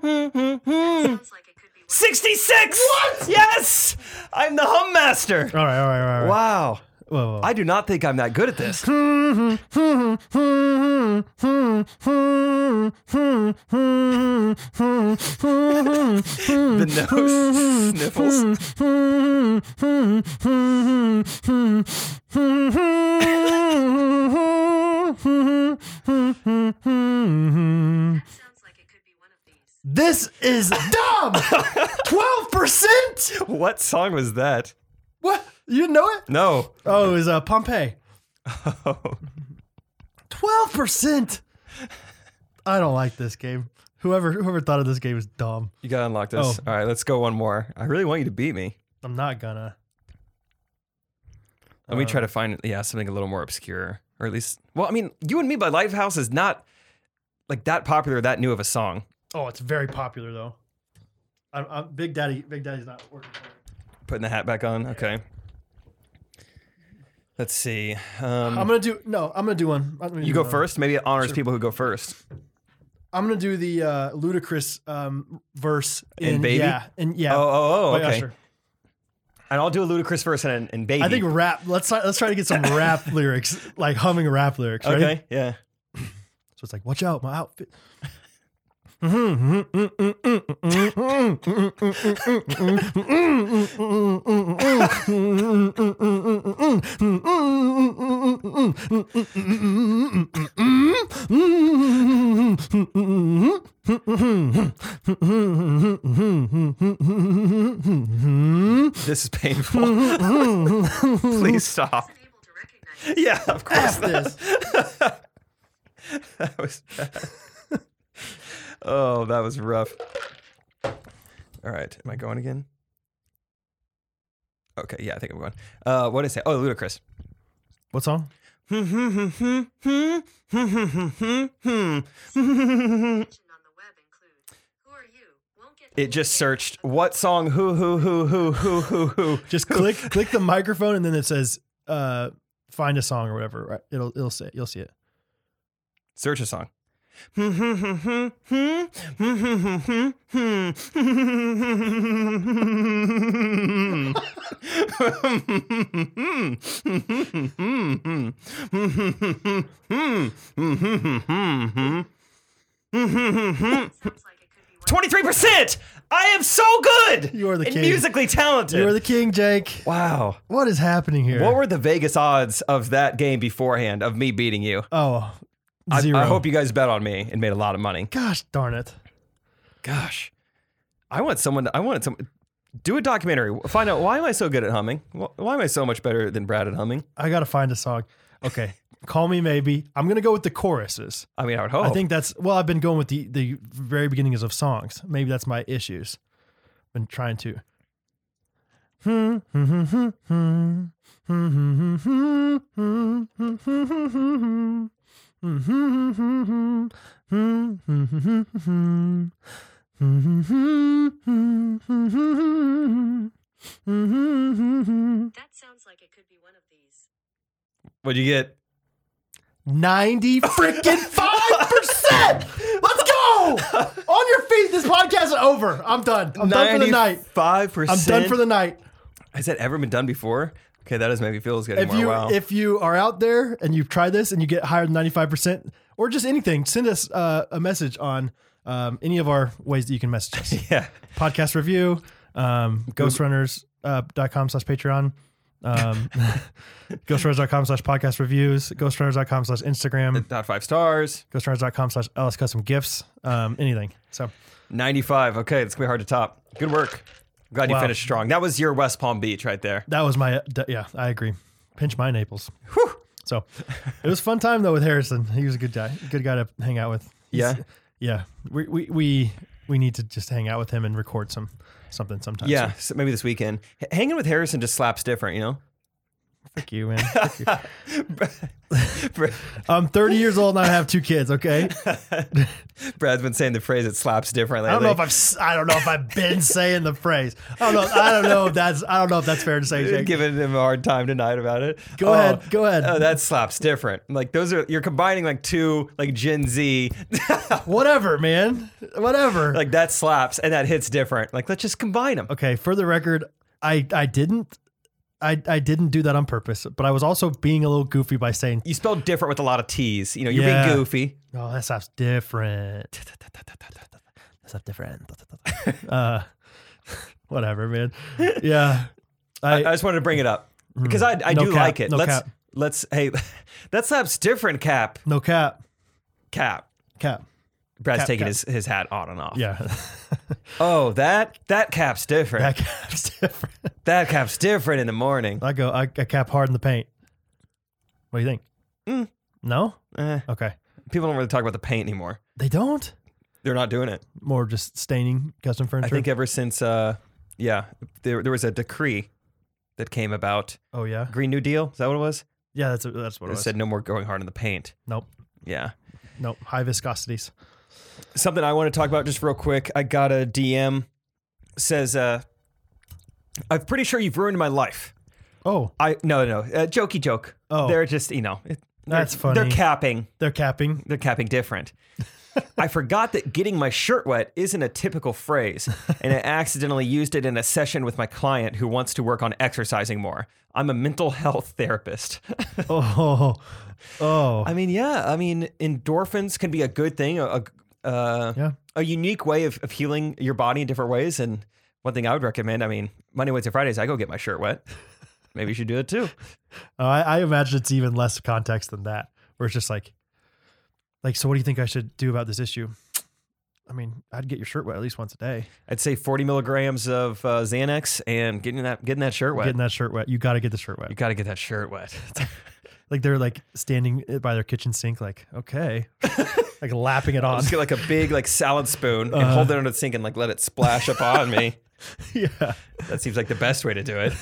C: Sounds like it could be one
B: 66! What? Yes! I'm the hum master.
A: All right, all right, all right. All right.
B: Wow.
A: Whoa, whoa.
B: I do not think I'm that good at this. The nose sniffles.
C: sounds like it could be one of these.
A: This is dumb. Twelve percent.
B: What song was that?
A: What? You didn't know it?
B: No. Oh,
A: Oh, it was uh, Pompeii. Twelve percent. I don't like this game. Whoever whoever thought of this game is dumb.
B: You gotta unlock this.
A: Oh.
B: All right, let's go one more. I really want you to beat me.
A: I'm not gonna.
B: Let me try to find yeah something a little more obscure, or at least well, I mean, you and me by Lifehouse is not like that popular, that new of a song.
A: Oh, it's very popular though. I'm, I'm Big Daddy. Big Daddy's not working. for it.
B: Putting the hat back on. Okay. Let's see. Um,
A: I'm gonna do no. I'm gonna do one. I'm gonna
B: you
A: do
B: go
A: one.
B: first. Maybe it honors people who go first.
A: I'm gonna do the uh, ludicrous um, verse in,
B: In Baby?
A: Yeah, and yeah.
B: Oh, oh, oh.
A: by
B: Okay.
A: Usher.
B: And I'll do a ludicrous verse and, and baby.
A: I think rap. Let's try- let's try to get some rap lyrics, like humming rap lyrics. Right?
B: Okay. Yeah.
A: So it's like, watch out, my outfit.
B: This is painful. Please stop.
C: Unable to recognize.
B: Yeah, of course.
A: What's this?
B: That was bad. oh, that was rough. All right, am I going again? Okay, yeah, I think I'm going. Uh, what did I say? Oh, ludicrous.
A: What song?
C: Information on the web includes Who are you? Won't get
B: It just searched what song? Who who who who who who who?
A: Just click click the microphone, and then it says, uh, "Find a song" or whatever. Right? It'll it'll say you'll see it.
B: Search a song.
C: sounds like it could be one
B: 23%. I am so good.
A: You are the
B: and
A: king.
B: musically talented.
A: You are the king, Jake.
B: wow.
A: What is happening here?
B: What were the Vegas odds of that game beforehand of me beating you?
A: oh,
B: I-
A: zero.
B: I, hope you guys bet on me and made a lot of money.
A: Gosh darn it.
B: Gosh, I want someone. I want some. Do a documentary. Find out why am I so good at humming? Wh- Why am I so much better than Brad at humming?
A: I got to find a song. Okay. Call me maybe. I'm going to go with the choruses.
B: I mean, I would hope.
A: I think that's well. I've been going with the the very beginnings of songs. Maybe that's my issues. Been trying to.
C: That sounds like it could be one of these.
B: What'd you get?
A: Ninety freaking
D: Five percent. Let's go.
A: on your feet. This podcast is over. I'm done. I'm done for the night.
B: Five
A: I'm
B: percent.
A: done for the night.
B: Has that ever been done before? Okay, that doesn't make me feel as good
A: if
B: anymore.
A: you
B: wow.
A: if you are out there and you've tried this and you get higher than 95% or just anything send us uh, a message on um, any of our ways that you can message us
B: yeah.
A: podcast review um, ghostrunners.com slash patreon um, ghostrunners.com slash podcast reviews ghostrunners.com slash instagram
B: Not five stars.
A: ghostrunners.com slash ls custom gifts um, anything so
B: Ninety-five. Okay, it's gonna be hard to top. Good work. I'm glad
A: Wow.
B: you finished strong. That was your West Palm Beach right there.
A: that was my d- yeah i agree pinch my naples so it was a fun time though with harrison he was a good guy good guy to hang out with He's-
B: Yeah.
A: Yeah, we we we, we need to just hang out with him and record some something sometimes.
B: Yeah, so maybe this weekend. H- hanging with Harrison just slaps different, you know?
A: Fuck you, man. Fuck you. I'm 30 years old and I have two kids. Okay, I
B: Brad's been saying the phrase "it slaps different" lately.
A: don't know if I've s- I don't know if I've been saying the phrase. I don't know. I don't know if that's I don't know if that's fair to say. Jake.
B: giving him a hard time tonight about it.
A: Go ahead, go ahead.
B: Oh, that slaps different. Like those are you're combining like two like Gen Z,
A: Whatever, man. Whatever.
B: like that slaps and that hits different. Like let's just combine them.
A: okay, for the record, I I didn't. I, I didn't do that on purpose, but I was also being a little goofy by saying,
B: You spell different with a lot of T's. You know, you're
A: Yeah.
B: being goofy.
A: "Oh, that stuff's different." That's not different. uh, whatever, man. Yeah.
B: I,
A: I,
B: just wanted to bring it up because I, I
A: Hmm. No
B: do
A: cap,
B: like it.
A: no
B: let's
A: cap.
B: let's hey, that slaps different. Cap
A: no cap.
B: cap.
A: Cap.
B: Brad's
A: Cap,
B: taking
A: cap.
B: his his hat on and off.
A: Yeah.
B: Oh, that that cap's different.
A: that cap's different.
B: that cap's different in the morning.
A: I go, I, I cap hard in the paint. What do you think? No?
B: Mm. Eh,
A: Okay.
B: people don't really talk about the paint anymore.
A: They don't?
B: They're not doing it.
A: More just staining custom
B: I
A: furniture.
B: think ever since, uh, yeah, there, there was a decree that came about.
A: oh, yeah.
B: Green New Deal, is that what it was?
A: Yeah, that's, that's what it
B: It
A: was.
B: said no more going hard in the paint.
A: nope.
B: Yeah.
A: Nope. High viscosities.
B: Something I want to talk about just real quick. I got a DM says, uh, I'm pretty sure you've ruined my life.
A: Oh,
B: I no no uh, jokey joke.
A: Oh.
B: they're just you know it- they're-
A: That's funny.
B: They're capping.
A: they're capping.
B: They're capping different. I forgot that getting my shirt wet isn't a typical phrase, and I accidentally used it in a session with my client who wants to work on exercising more. I'm a mental health therapist.
A: Oh, oh.
B: I mean, yeah, I mean, endorphins can be a good thing, a, a, uh,
A: Yeah.
B: a unique way of, of healing your body in different ways. And one thing I would recommend I mean, Monday, Wednesday, Fridays, I go get my shirt wet. Maybe you should do it too.
A: Uh, I, I imagine it's even less context than that, where it's just like, like, so what do you think I should do about this issue? I mean, I'd get your shirt wet at least once a day.
B: I'd say 40 milligrams of uh, Xanax and getting that getting that shirt wet.
A: Getting that shirt wet, you got to get the shirt wet.
B: you got to get that shirt wet.
A: Like they're like standing by their kitchen sink, like okay, like lapping it on.
B: Just get like a big like salad spoon and hold it under the sink and like let it splash up on me.
A: yeah,
B: That seems like the best way to do it.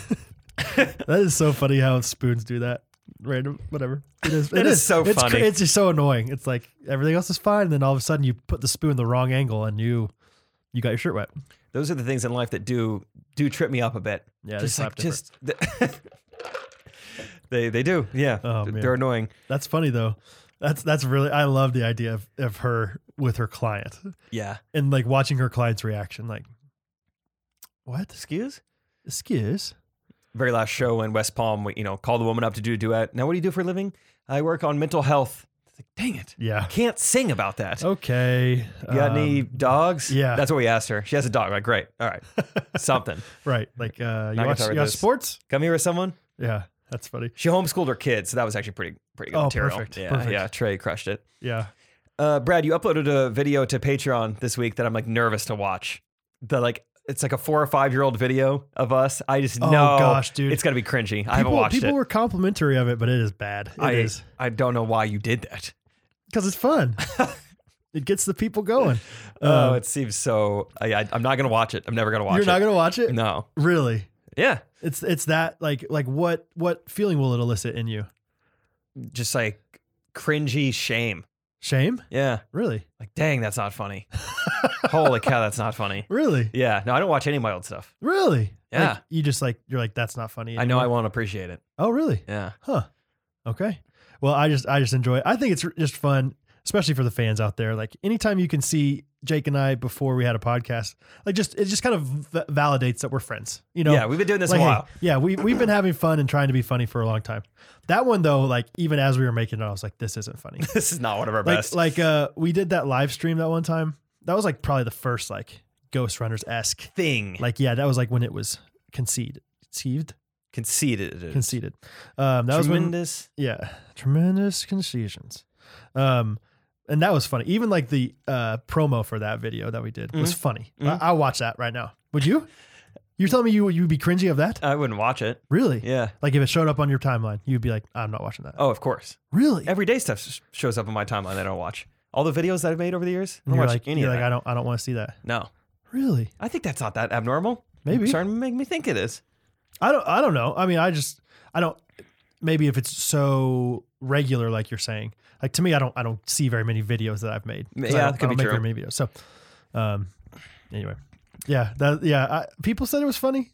A: that is so funny how spoons do that. Random, whatever. It is. it
B: That is so
A: it's, cr-
B: funny.
A: It's just so annoying. It's like everything else is fine, and then all of a sudden you put the spoon the wrong angle, and you you got your shirt wet.
B: Those are the things in life that do do trip me up a bit.
A: Yeah, they
B: just like
A: slap different.
B: just they they do. Yeah,
A: Oh,
B: Th-
A: man.
B: they're annoying.
A: That's funny though. That's that's really I love the idea of, of her with her client
B: Yeah.
A: and like watching her client's reaction. Like, what?
B: Excuse.
A: Excuse?
B: Very last show in West Palm, we, you know, call the woman up to do a duet. Now, what do you do for a living? I work on mental health It's like, dang it.
A: Yeah.
B: Can't sing about that.
A: Okay.
B: You got
A: um,
B: any dogs?
A: yeah.
B: That's what we asked her. She has a dog. I'm like, great. All right. Something.
A: Right. Like uh, you
B: gonna
A: watch,
B: cover
A: you watch
B: this.
A: sports?
B: Come here with someone.
A: Yeah. That's funny.
B: She homeschooled her kids, so that was actually pretty pretty good
A: Oh,
B: material.
A: perfect,
B: Yeah,
A: perfect.
B: yeah. Trey crushed it.
A: Yeah.
B: Uh, Brad, you uploaded a video to Patreon this week that I'm like nervous to watch. The like it's like a four or five year old video of us. I just
A: Oh,
B: know
A: gosh, dude.
B: it's gotta be cringy. I haven't
A: people
B: watched
A: people
B: it.
A: were complimentary of it, but it is bad. It
B: I
A: is
B: I don't know why you did that.
A: because it's fun. it gets the people going. Uh,
B: Oh, it seems so. I, I, I'm not gonna watch it. I'm never gonna watch
A: You're
B: it.
A: not gonna watch it?
B: no.
A: Really?
B: Yeah.
A: It's it's that like like what what feeling will it elicit in you?
B: Just like cringy shame.
A: Shame?
B: Yeah.
A: Really?
B: Like, dang, that's not funny. Holy cow, that's not funny.
A: Really?
B: Yeah. No, I don't watch any of my old stuff.
A: Really?
B: Yeah.
A: Like, you just like you're like that's not funny.
B: I know I
A: anymore."
B: won't appreciate it.
A: Oh, really?
B: Yeah.
A: Huh. Okay. Well, I just I just enjoy it. I think it's r- just fun, especially for the fans out there. Like anytime you can see Jake and I before we had a podcast, like just it just kind of v- validates that we're friends. You know?
B: yeah, we've been doing this
A: Like,
B: a
A: hey,
B: while.
A: yeah, we we've been having fun and trying to be funny for a long time. That one though, like even as we were making it, I was like, this isn't funny.
B: This is not one of our
A: like
B: best.
A: like uh we did that live stream that one time. That was like probably the first like Ghost Runners esque.
B: thing.
A: Like yeah, that was like when it was conceived. Conceived?
B: conceded. it.
A: Conceded. Um that was when
B: Tremendous.
A: yeah, tremendous concessions. Um, and that was funny. Even like the uh, promo for that video that we did was funny.
B: Mhm.
A: I- will watch that right now. Would you? You're telling me you you'd be cringy of that?
B: I wouldn't watch it.
A: Really?
B: Yeah.
A: Like if it showed up on your timeline, you'd be like, I'm not watching that.
B: Oh, of course.
A: really? And
B: Everyday stuff sh- shows up on my timeline that I don't watch. All the videos that I've made over the years, I don't
A: you're
B: watch
A: like,
B: any
A: you're
B: of
A: like,
B: that.
A: I don't, I don't want to see that.
B: no.
A: Really?
B: I think that's not that abnormal.
A: Maybe.
B: It's starting to make me think it is.
A: I don't, I don't know. I mean, I just, I don't. Maybe if it's so regular, like you're saying, like to me, I don't, I don't see very many videos that I've made. 'Cause I
B: Yeah,
A: don't,
B: that could
A: I don't
B: be
A: make
B: true.
A: very many videos. So, um, anyway, yeah, that, yeah. I, people said it was funny.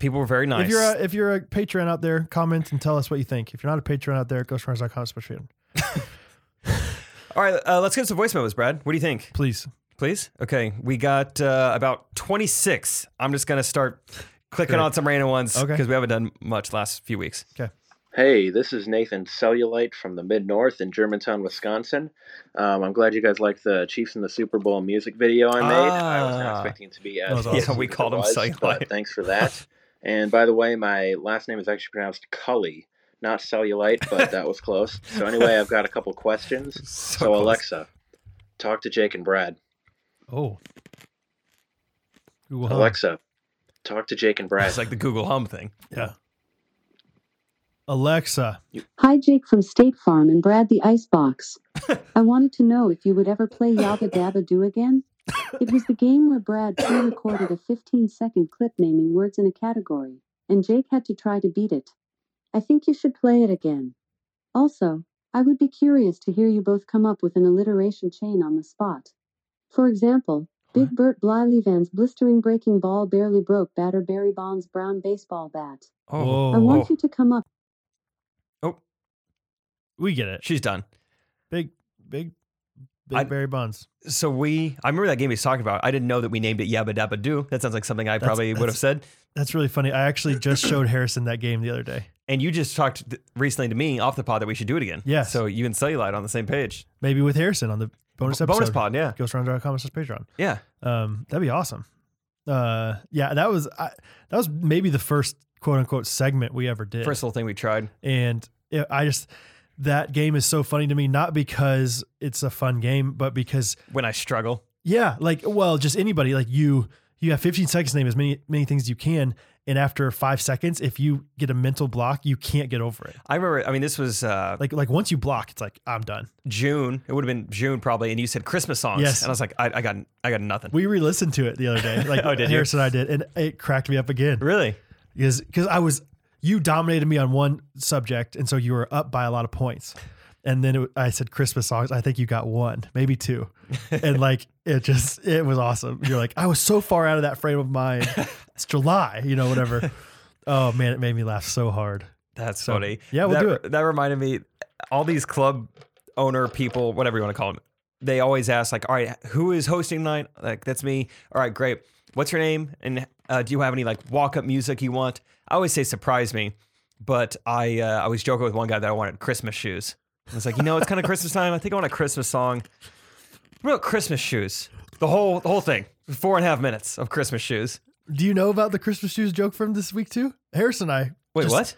B: People were very nice.
A: If you're a, if you're a patron out there, comment and tell us what you think. If you're not a patron out there, ghostrunners.com slash patron.
B: All right, uh, let's get some voicemails, Brad. What do you think?
A: Please,
B: Please? Okay, we got uh, about 26. I'm just going to start clicking
A: Great.
B: on some random ones because
A: Okay.
B: we haven't done much last few weeks.
E: Hey, this is Nathan Cellulite from the Mid North in Germantown, Wisconsin. Um, I'm glad you guys liked the Chiefs in the Super Bowl music video I made. I was
B: Ah.
E: not expecting it to be as
A: That was
E: awesome
A: awesome.
B: Yeah, we
E: as it
B: called him
E: was,
B: Cellulite.
E: but Thanks for that. and by the way, my last name is actually pronounced Cully, not Cellulite, but that was close. So anyway, I've got a couple questions.
B: So,
E: So
B: close.
E: Alexa, talk to Jake and Brad.
A: oh, Google Home.
E: Alexa, talk to Jake and Brad.
B: It's like the Google Home thing.
A: yeah, Alexa,
F: Hi, Jake from State Farm and Brad the Icebox. I wanted to know if you would ever play Yabba Dabba Do again. It was the game where Brad pre recorded a 15 second clip naming words in a category, and Jake had to try to beat it. I think you should play it again. Also, I would be curious to hear you both come up with an alliteration chain on the spot. For example, Big Bert Blylevan's blistering breaking ball barely broke batter Barry Bonds' brown baseball bat.
B: Oh,
A: Whoa.
F: I want you to come up
A: we get it.
B: she's done.
A: Big, big, big
B: I-
A: Barry Bonds.
B: So we, I remember that game he's talking about. I didn't know that we named it Yabba Dabba Doo. That sounds like something I
A: That's-
B: probably would have
A: that's-
B: said.
A: That's really funny. I actually just showed Harrison that game the other day.
B: And you just talked th- recently to me off the pod that we should do it again.
A: Yes.
B: So you and Cellulite on the same page.
A: Maybe with Harrison on the bonus episode.
B: Bonus pod, yeah.
A: GhostRunner.com slash Patreon.
B: Yeah.
A: Um, that'd be awesome. Uh, yeah, that was I, that was maybe the first quote unquote segment we ever did.
B: First little thing we tried.
A: and it, I just that game is so funny to me, not because it's a fun game, but because
B: When I struggle.
A: yeah, like well, just anybody like you you have 15 seconds to name as many many things as you can, and after five seconds, if you get a mental block, you can't get over it.
B: I remember, I mean, this was uh,
A: Like like once you block, it's like I'm done.
B: June. It would have been June probably. And you said Christmas songs.
A: Yes.
B: And I was like, I, I got I got nothing.
A: We re-listened to it the other day, like
B: Oh, did you?
A: Harrison and I did, and it cracked me up again.
B: really?
A: because because I was you dominated me on one subject, and so you were up by a lot of points. And then it, I said Christmas songs. I think you got one, maybe two, and like it just it was awesome. You're like I was so far out of that frame of mind. It's July, you know, whatever. Oh man, it made me laugh so hard.
B: That's
A: So,
B: funny.
A: yeah, we'll
B: that,
A: do it.
B: That reminded me, all these club owner people, whatever you want to call them, they always ask like, "All right, who is hosting tonight?" Like, that's me. All right, great. What's your name? And uh, do you have any like walk up music you want? I always say surprise me, but I uh, I was joking with one guy that I wanted Christmas shoes. I was like, you know, it's kind of Christmas time. I think I want a Christmas song. What about Christmas shoes? The whole the whole thing. Four and a half minutes of Christmas shoes.
A: Do you know about the Christmas shoes joke from this week too? Harrison and I.
B: Wait,
A: just-
B: what?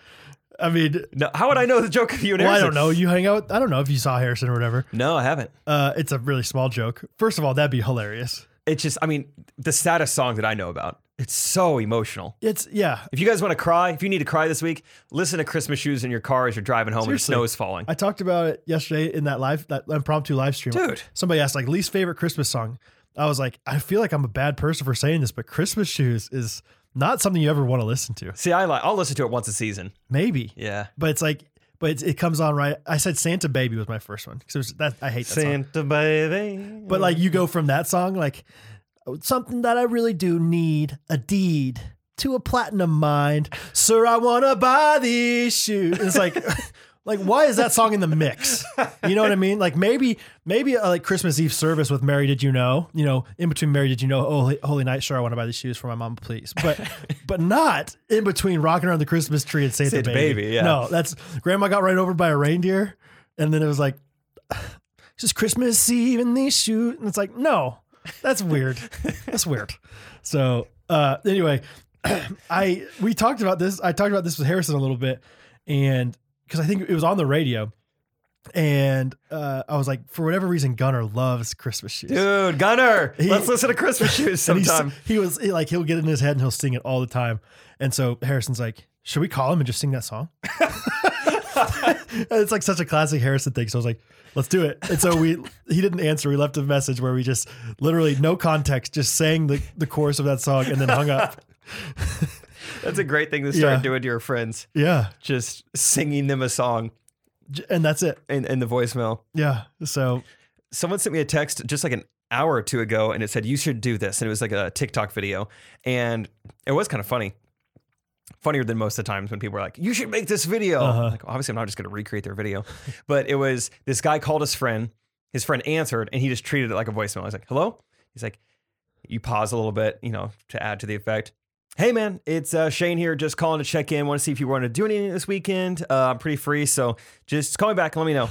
A: I mean,
B: No, how would I know the joke of you and
A: well, I
B: Harrison?
A: don't know. You hang out. I don't know if you saw Harrison or whatever.
B: No, I haven't.
A: Uh, it's a really small joke. First of all, that'd be hilarious.
B: It's just, I mean, the saddest song that I know about. It's so emotional.
A: It's yeah.
B: If you guys want to cry, if you need to cry this week, listen to Christmas shoes in your car as you're driving home
A: Seriously.
B: and the snow's falling.
A: I talked about it yesterday in that live that impromptu live stream.
B: Dude.
A: somebody asked like least favorite Christmas song. I was like, I feel like I'm a bad person for saying this, but Christmas shoes is not something you ever want to listen to.
B: See, I like, I'll listen to it once a season.
A: Maybe,
B: Yeah.
A: but it's like, but it's, it comes on right. I said Santa Baby was my first one because that I hate that song.
B: baby.
A: But like you go from that song like oh, something that I really do need a deed to a platinum mind, sir. I wanna buy these shoes. It's like. Like why is that song in the mix? You know what I mean? Like maybe maybe uh, like Christmas Eve service with Mary Did You Know? You know, in between Mary Did You Know, Holy, Holy Night, sure I want to buy these shoes for my mom, please. But but not in between rocking around the Christmas tree and Santa,
B: Santa
A: baby.
B: Baby, yeah.
A: No, that's grandma got right over by a reindeer and then it was like it's just Christmas Eve and they shoot. And it's like, no, that's weird. that's weird. So uh anyway, I we talked about this. I talked about this with Harrison a little bit, and because I think it was on the radio. And uh, I was like, for whatever reason, Gunner loves Christmas shoes.
B: Dude, Gunner,
A: He-
B: let's listen to Christmas shoes
A: And he's-
B: sometime.
A: He was he, like, he'll get it in his head and he'll sing it all the time. And so Harrison's like, should we call him and just sing that song? And it's like such a classic Harrison thing. So I was like, let's do it. And so we, he didn't answer. We left a message where we just literally no context, just sang the, the chorus of that song and then hung up.
B: That's a great thing to start
A: Yeah.
B: doing to your friends.
A: Yeah.
B: Just singing them a song
A: J- And that's it.
B: in, in the voicemail.
A: Yeah. So
B: someone sent me a text just like an hour or two ago and it said you should do this and it was like a tiktok video and it was kind of funny funnier than most of the times when people are like you should make this video
A: Uh-huh.
B: like obviously i'm not just going to recreate their video but it was this guy called his friend his friend answered and he just treated it like a voicemail i was like hello he's like you pause a little bit you know to add to the effect hey man it's uh, shane here just calling to check in want to see if you want to do anything this weekend uh, i'm pretty free so just call me back and let me know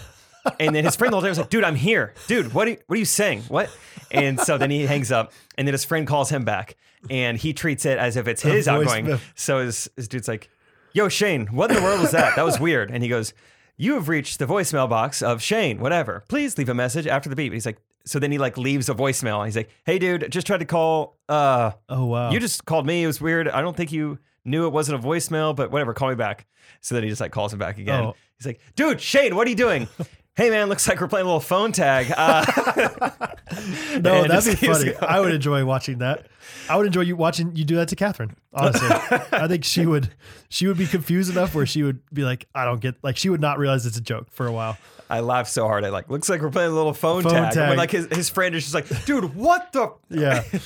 B: and then his friend the whole time was like, dude, I'm here. Dude, what are you, what are you saying? What? And so then he hangs up and then his friend calls him back and he treats it as if it's
A: A
B: his
A: voice
B: outgoing.
A: memo.
B: So his, his dude's like, yo, Shane, what in the world was that? That was weird. And he goes, you have reached the voicemail box of Shane, whatever. Please leave a message after the beep. And he's like, so then he like leaves a voicemail. He's like, hey dude, just tried to call, uh,
A: Oh wow!
B: you just called me. It was weird. I don't think you knew it wasn't a voicemail, but whatever. Call me back. So then he just like calls him back again.
A: Oh.
B: He's like, dude, Shane, what are you doing? hey man, looks like we're playing a little phone tag. Uh,
A: no,
B: and it
A: that'd
B: just
A: be
B: keeps
A: funny.
B: going.
A: I would enjoy watching that. I would enjoy you watching you do that to Catherine. Honestly, I think she would she would be confused enough where she would be like, I don't get like she would not realize it's a joke for a while.
B: I laughed so hard. I like, looks like we're playing a little phone,
A: Phone
B: tag. And when,
A: tag.
B: like his, his friend is just like, dude, what the?
A: Yeah.
B: What are you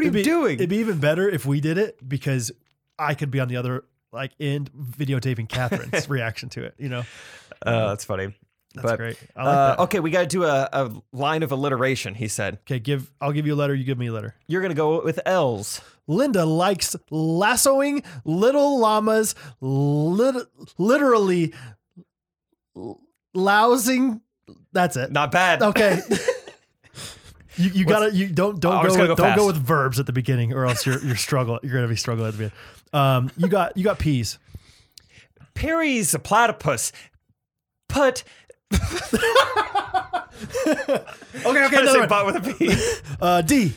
A: It'd be-
B: doing?
A: It'd be even better if we did it because I could be on the other like end videotaping Catherine's reaction to it. You know,
B: uh, that's funny.
A: that's
B: But,
A: great. I like
B: uh,
A: that.
B: Okay, we got to do a, a line of alliteration. He said,
A: Okay, give I'll give you a letter. You give me a letter.
B: "You're gonna go with L's."
A: Linda likes lassoing little llamas, lit- literally l- lousing. That's it.
B: Not bad.
A: Okay. you you gotta you don't don't
B: I'm
A: go
B: just
A: with,
B: Oh, gonna go
A: don't go
B: fast.
A: with verbs at the beginning, or else you're you're struggle you're gonna be struggling at the beginning. Um, you got you got peas.
B: Perry's a platypus. Put
A: Okay, okay,
B: I
A: another
B: say
A: one.
B: bot with a P.
A: Uh, D.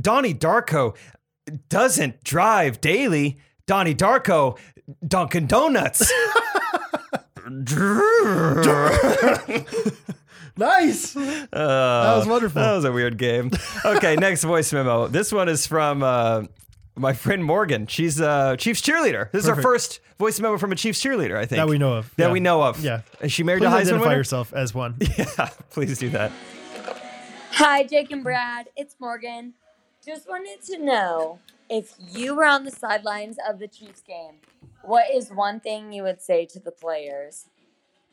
B: Donnie Darko doesn't drive daily. Donnie Darko, Dunkin' Donuts.
A: Nice.
B: that
A: was wonderful.
B: That was a weird game. Okay, next voice memo. This one is from uh, my friend Morgan. She's a Chiefs cheerleader. This is our
A: Perfect.
B: first voice memo from a Chiefs cheerleader, I think.
A: That we know of.
B: That
A: Yeah.
B: we know of.
A: Yeah.
B: Is she married
A: Please
B: to Heisman
A: identify
B: winner?
A: yourself as one.
B: Yeah, please do that.
G: Hi, Jake and Brad. It's Morgan. Just wanted to know if you were on the sidelines of the Chiefs game, what is one thing you would say to the players?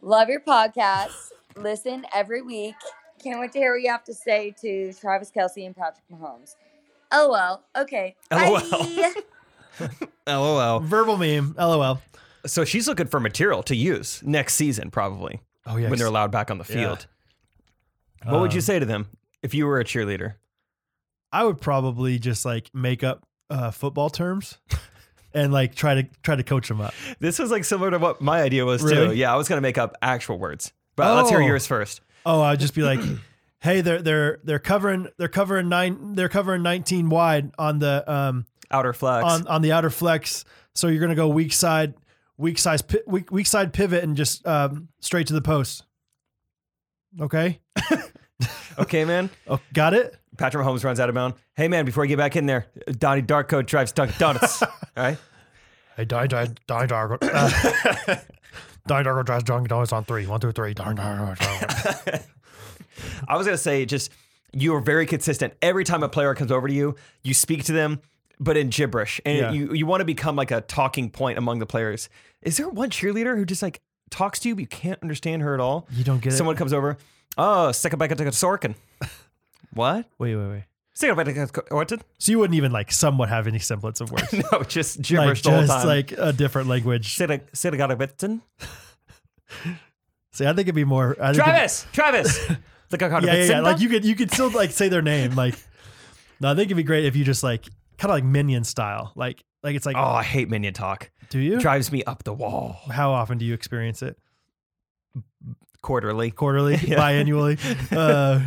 G: Love your podcast. Listen every week. Can't wait to hear what you have to say to Travis Kelsey and Patrick Mahomes. LOL. Okay.
B: LOL.
G: Bye.
B: LOL. Oh,
A: Verbal meme. LOL.
B: So she's looking for material to use next season, probably
A: Oh yeah.
B: when they're allowed back on the
A: Yeah.
B: field. What would you
A: Um,
B: say to them if you were a cheerleader?
A: I would probably just like make up uh, football terms and like try to try to coach them up.
B: This was like similar to what my idea was too.
A: Really?
B: Yeah, I was gonna make up actual words, but let's hear
A: Oh.
B: yours first.
A: Oh, I'd just be like, "Hey, they're they're they're covering they're covering nine they're covering 19 wide on the um
B: Outer flex.
A: on on the outer flex. So you're gonna go weak side, weak size, pi- weak weak side pivot, and just um, straight to the post. Okay,
B: okay, man.
A: oh, got it.
B: Patrick Mahomes runs out of bound. Hey, man, before you get back in there, Donnie Darko drives Dunkin' Donuts. All right.
A: Hey, die die die Dargo, uh, die Dargo drives Drunk Donuts on three. One two three. Die, die, die, die.
B: I was gonna say just you are very consistent. Every time a player comes over to you, you speak to them, but in gibberish, and
A: Yeah.
B: you you want to become like a talking point among the players. Is there one cheerleader who just like talks to you, but you can't understand her at all?
A: You don't get
B: Someone
A: it.
B: comes over. Oh, second back to Sorkin. what?
A: Wait wait wait.
B: Second back to Sorkin?
A: So you wouldn't even like somewhat have any semblance of words.
B: No, just
A: like
B: gibberish
A: just
B: the whole time.
A: like a different language.
B: Sitting- sitting on a bitten.
A: See, I think it'd be more. I think it'd-
B: Travis, Travis. Look how
A: yeah, yeah, yeah.
B: Bitten.
A: Like you could you could still like say their name. Like, no, I think it'd be great if you just like kind of like minion style. Like, like it's like,
B: Oh, I hate minion talk.
A: do you?
B: Drives me up the wall.
A: How often do you experience it?
B: Quarterly.
A: Quarterly,
B: Yeah.
A: biannually. Uh,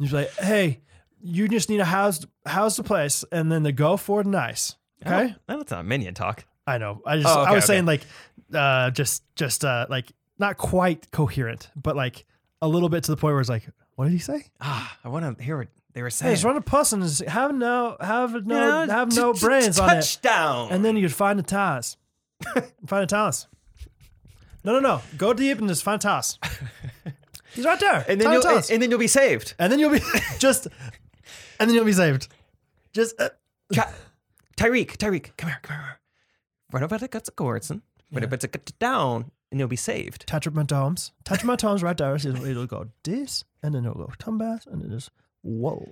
A: you're like, hey, you just need a house, house the place, and then the go for nice.
B: I
A: Okay,
B: don't- Oh, That's not minion talk.
A: I know. I just
B: Oh, okay,
A: I was
B: okay.
A: saying like, uh, just just uh, like not quite coherent, but like a little bit to the point where it's like, what did he say?
B: Ah, I want to hear what they were
A: Hey,
B: saying.
A: it's run a plus and just have no have
B: You
A: no
B: know,
A: have no
B: t- t-
A: brains on it.
B: Touchdown.
A: And then you'd find the ties. find the ties. No, no, no. Go deep and just find ties. He's right there.
B: and then
A: Find
B: you'll
A: ties.
B: and then you'll be saved.
A: and then you'll be just and then you'll be saved. Just uh,
B: Ca- Tyreek, Tyreek, come here, come here. Run over to Guts Gordon. Run over to Guts down, and you'll be saved.
A: touch up my toms. Touch my toms right there. It'll, it'll go this and then it'll go tumbas and it is whoa.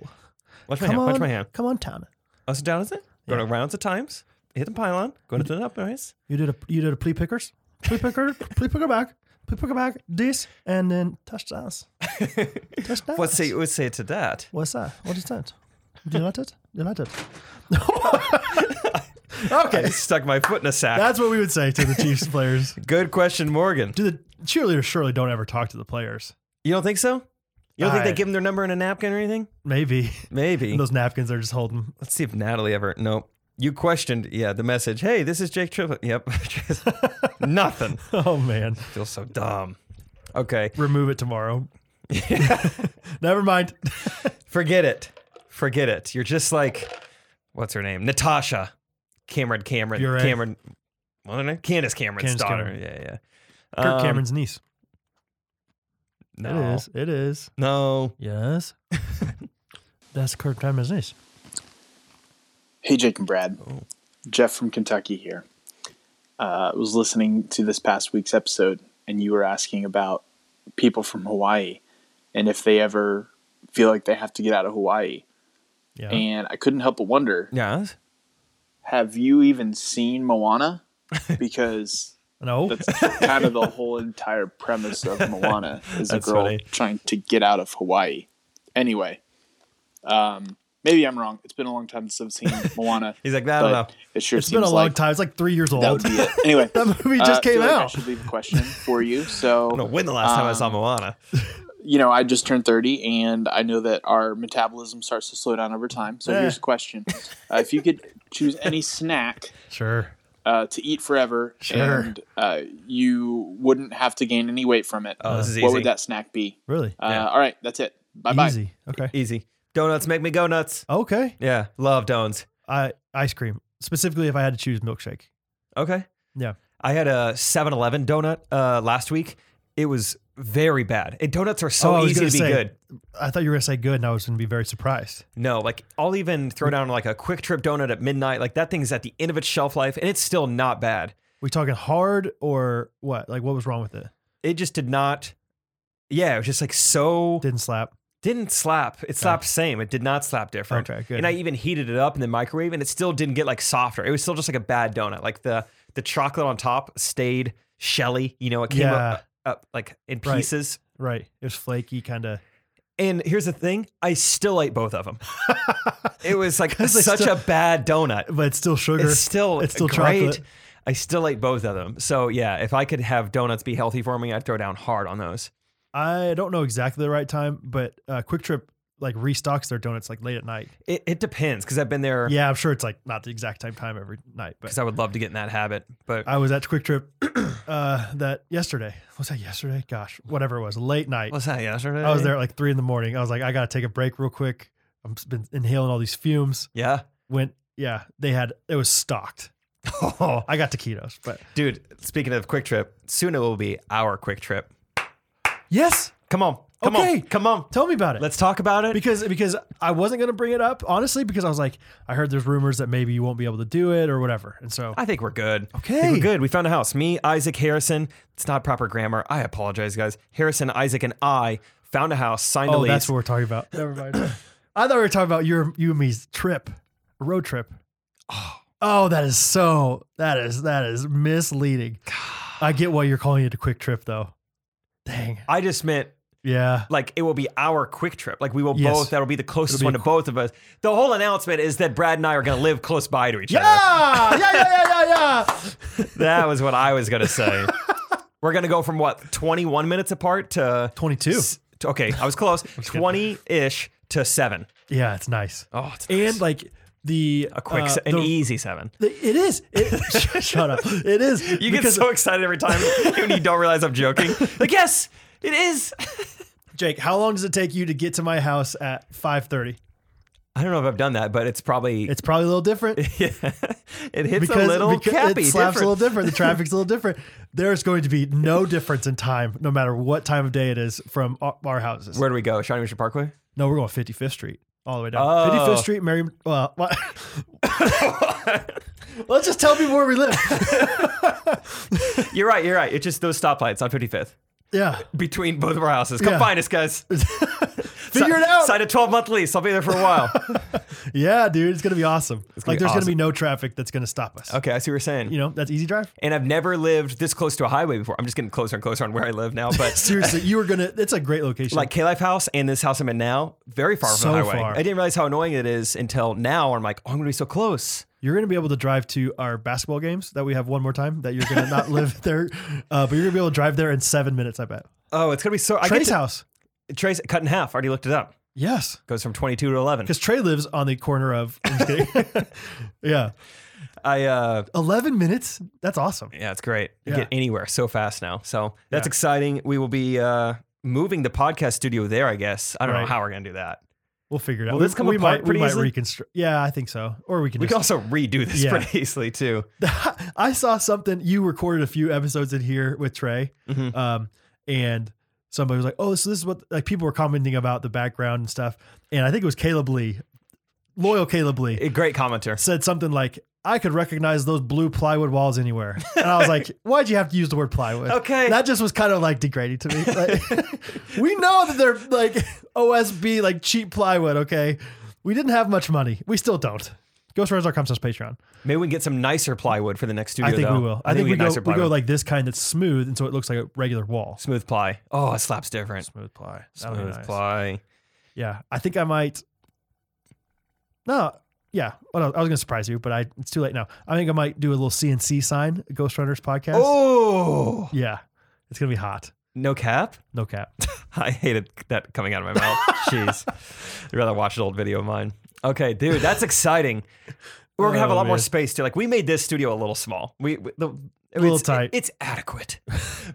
B: Watch
A: Come
B: my hand.
A: on,
B: Watch my hand.
A: Come on, Tom.
B: Us down is it? Going around at times. Hit the pylon. Going to the up, guys.
A: You did a you did a plea pickers, plea picker, plea picker back, plea picker back, this, and then touchdowns. touchdowns.
B: What say? What say to that?
A: What's that? What is that? Do you like it? You like it? okay,
B: Stuck my foot in a sack.
A: that's what we would say to the Chiefs players.
B: Good question, Morgan.
A: Do the cheerleaders surely don't ever talk to the players?
B: You don't think so? You don't think they
A: I-
B: give them their number in a napkin or anything?
A: Maybe
B: Maybe.
A: those napkins they're just holding.
B: Let's see if Natalie ever. Nope. You questioned, yeah, the message. Hey, this is Jake Triplett. Yep. Just Nothing.
A: Oh man,
B: Feel so dumb. Okay.
A: remove it tomorrow. Never mind.
B: Forget it. Forget it. You're just like, what's her name? Natasha. Cameron Cameron.
A: You're right.
B: Cameron. What's her name? Candace Cameron's
A: Candace
B: daughter.
A: Cameron.
B: Yeah, yeah.
A: Kirk
B: Um,
A: Cameron's niece.
B: No.
A: It is. It is.
B: No.
A: Yes. That's Kirk Cameron's niece.
H: Hey, Jake and Brad. Jeff from Kentucky here. Uh, was listening to this past week's episode, and you were asking about people from Hawaii and if they ever feel like they have to get out of Hawaii.
A: Yeah.
H: And I couldn't help but wonder
B: Yes.
H: have you even seen Moana? Because
A: no.
H: that's kind of the whole entire premise of Moana is a
B: That's
H: girl
B: funny.
H: trying to get out of Hawaii. Anyway, um, maybe I'm wrong. It's been a long time since I've seen Moana.
B: He's like, I don't know.
H: but It sure
A: It's
H: seems
A: been a long
H: like
A: time. It's like three years old.
H: That would be it. Anyway,
A: That movie just
H: uh, I
A: came
H: feel like I
A: out.
H: should leave a question for you. So,
B: I don't know when the last time I saw
H: Um,
B: Moana.
H: you know, I just turned 30 and I know that our metabolism starts to slow down over time. So,
A: Yeah.
H: here's a question uh, If you could choose any snack
A: Sure.
H: uh, to eat forever
A: Sure.
H: and uh, you wouldn't have to gain any weight from it,
B: Oh, this is
H: what
B: easy.
H: would that snack be?
A: Really?
H: Uh,
B: Yeah.
H: All right, that's it. Bye bye.
A: Easy. Okay.
B: Easy. Donuts make me go nuts.
A: Okay.
B: Yeah. Love donuts.
A: I ice cream specifically if I had to choose milkshake.
B: Okay.
A: Yeah.
B: I had a 7 Eleven donut uh, last week. It was very bad. And donuts are so
A: Oh, I was
B: easy to
A: gonna
B: be
A: say.
B: good.
A: I thought you were gonna say good, and I was gonna be very surprised.
B: No, like I'll even throw down like a quick trip donut at midnight. Like that thing's at the end of its shelf life and it's still not bad.
A: We talking hard or what? Like what was wrong with it?
B: It just did not. Yeah, it was just like so.
A: Didn't slap.
B: Didn't slap. It slapped same. It did not slap different.
A: Okay, good.
B: And I even heated it up in the microwave and it still didn't get like softer. It was still just like a bad donut. Like the the chocolate on top stayed shelly. You know, it came up, uh, up like in
D: Right.
B: pieces.
D: Right. It was flaky, kind of.
B: And here's the thing: I still ate both of them. It was like
D: 'Cause they
B: such
D: still-
B: a bad donut.
D: but it's still sugar.
B: It's still
D: It's still
B: great.
D: chocolate.
B: I still ate both of them. So yeah, if I could have donuts be healthy for me, I'd throw down hard on those.
D: I don't know exactly the right time, but uh, Quick Trip like restocks their donuts like late at night.
B: It, it depends because I've been there
D: Yeah, I'm sure it's like not the exact same time every night, but
B: because I would love to get in that habit. But
D: I was at Quick Trip uh, that yesterday. Was that yesterday? Gosh, whatever it was, late night.
B: was that yesterday?
D: I was there at like three in the morning. I was like, I gotta take a break real quick. I've just been inhaling all these fumes.
B: Yeah,
D: Went, yeah, they had it was stocked. Oh, I got taquitos, but
B: dude. Speaking of quick trip, soon it will be our quick trip.
D: yes,
B: Come on, come
D: Okay.
B: on, come on.
D: tell me about it.
B: Let's talk about it.
D: because because I wasn't gonna bring it up honestly because I was like, I heard there's rumors that maybe you won't be able to do it or whatever, and so
B: I think we're good. I think
D: Okay.
B: we're good. We found a house. Me, Isaac, Harrison. It's not proper grammar. I apologize, guys. Harrison, Isaac, and I found a house, signed a
D: oh,
B: lease.
D: that's what we're talking about. Never mind. I thought we were talking about your you and me's trip, road trip. Oh, that is so that is that is misleading. I get why you're calling it a quick trip though. Dang.
B: I just meant
D: Yeah.
B: like it will be our quick trip. Like we will
D: Yes.
B: both. That'll be the closest
D: It'll be
B: one
D: a
B: to both of us. The whole announcement is that Brad and I are going to live close by to each
D: Yeah, yeah, yeah, yeah, yeah, yeah.
B: other. That was what I was going to say. we're going to go from what twenty one minutes apart to
D: 22.
B: s- to- Okay, I was close. Twenty ish to seven.
D: Yeah, it's nice.
B: Oh, it's
D: And like the
B: a quick,
D: uh,
B: se- an
D: the-
B: easy seven.
D: the- It is. It, shut up. It is.
B: You get so excited every time when you don't realize I'm joking. Like, yes, it is.
D: Jake, how long does it take you to get to my house at 5:30?
B: I don't know if I've done that, but it's probably
D: It's probably a little different.
B: it hits a little
D: because
B: cappy.
D: It
B: different.
D: slaps a little different. The traffic's a little different. There's going to be no difference in time, no matter what time of day it is from our, our houses.
B: Where do we go? Shawnee Mission Parkway.
D: no, we're going 55th Street all the way down.
B: Oh.
D: 55th Street, Mary. Well, what? Let's just tell people where we live.
B: You're right. You're right. It's just those stoplights on 55th
D: yeah,
B: between both of our houses. Come
D: Yeah.
B: find us, guys.
D: figure it out.
B: Sign a 12 month lease. I'll be there for a while.
D: yeah, dude, it's gonna be awesome.
B: gonna
D: like,
B: be
D: there's gonna be
B: awesome.
D: no traffic that's gonna stop us.
B: okay, I see what you're saying.
D: You know, that's easy drive.
B: and I've never lived this close to a highway before. I'm just getting closer and closer on where I live now, but.
D: Seriously, you were gonna. It's a great location.
B: like K Life House and this house I'm in now, very far from
D: So
B: the highway.
D: far.
B: I didn't realize how annoying it is until now. I'm like, oh, I'm gonna be so close.
D: You're going to be able to drive to our basketball games that we have one more time. That you're going to not live there, uh, but you're going to be able to drive there in seven minutes. I bet.
B: Oh, it's gonna be so. I get
D: Trey's
B: to-
D: house.
B: Trace cut in half. Already looked it up.
D: Yes,
B: Goes from 22 to 11.
D: because Trey lives on the corner of. I'm just kidding. yeah,
B: I uh,
D: eleven minutes. That's awesome.
B: yeah, it's great. You
D: Yeah.
B: Get anywhere so fast now. So that's
D: Yeah.
B: exciting. We will be uh moving the podcast studio there. I guess I don't know
D: Right.
B: how we're gonna do that.
D: We'll figure it out.
B: Will this
D: We-
B: come
D: we
B: apart
D: might,
B: pretty
D: we might
B: easily?
D: reconstruct. Yeah, I think so. Or we can.
B: We can
D: just,
B: also redo this
D: Yeah.
B: pretty easily too.
D: I saw something. You recorded a few episodes in here with Trey,
B: Mhm.
D: um, and somebody was like, "Oh, so this is what like people were commenting about the background and stuff." And I think it was Caleb Lee, loyal Caleb Lee.
B: A great commenter.
D: said something like, I could recognize those blue plywood walls anywhere. And I was like, why'd you have to use the word plywood?
B: Okay.
D: That just was kind of like degrading to me. Like, we know that they're like OSB, like cheap plywood, okay? We didn't have much money. We still don't. GhostRars.com slash Patreon.
B: Maybe we can get some nicer plywood for the next studio.
D: I think
B: though.
D: we will.
B: I, think, we,
D: we,
B: get
D: go,
B: nicer
D: we
B: plywood.
D: go like this kind that's smooth, and so it looks like a regular wall.
B: smooth ply. Oh, it slaps different.
D: Smooth ply. That'll be
B: Smooth
D: nice.
B: ply.
D: Yeah. I think I might. No. Yeah. Well, I was going to surprise you, but I it's too late now. I think I might do a little CNC sign, Ghost Runners podcast.
B: Oh,
D: Yeah. It's going to be hot.
B: no cap.
D: No cap.
B: I hated that coming out of my mouth. Jeez. I'd rather watch an old video of mine. Okay, dude, that's exciting. We're gonna have a
D: Oh,
B: lot more
D: man.
B: space too. Like we made this studio a little small. We, we the, a
D: little tight.
B: it's adequate,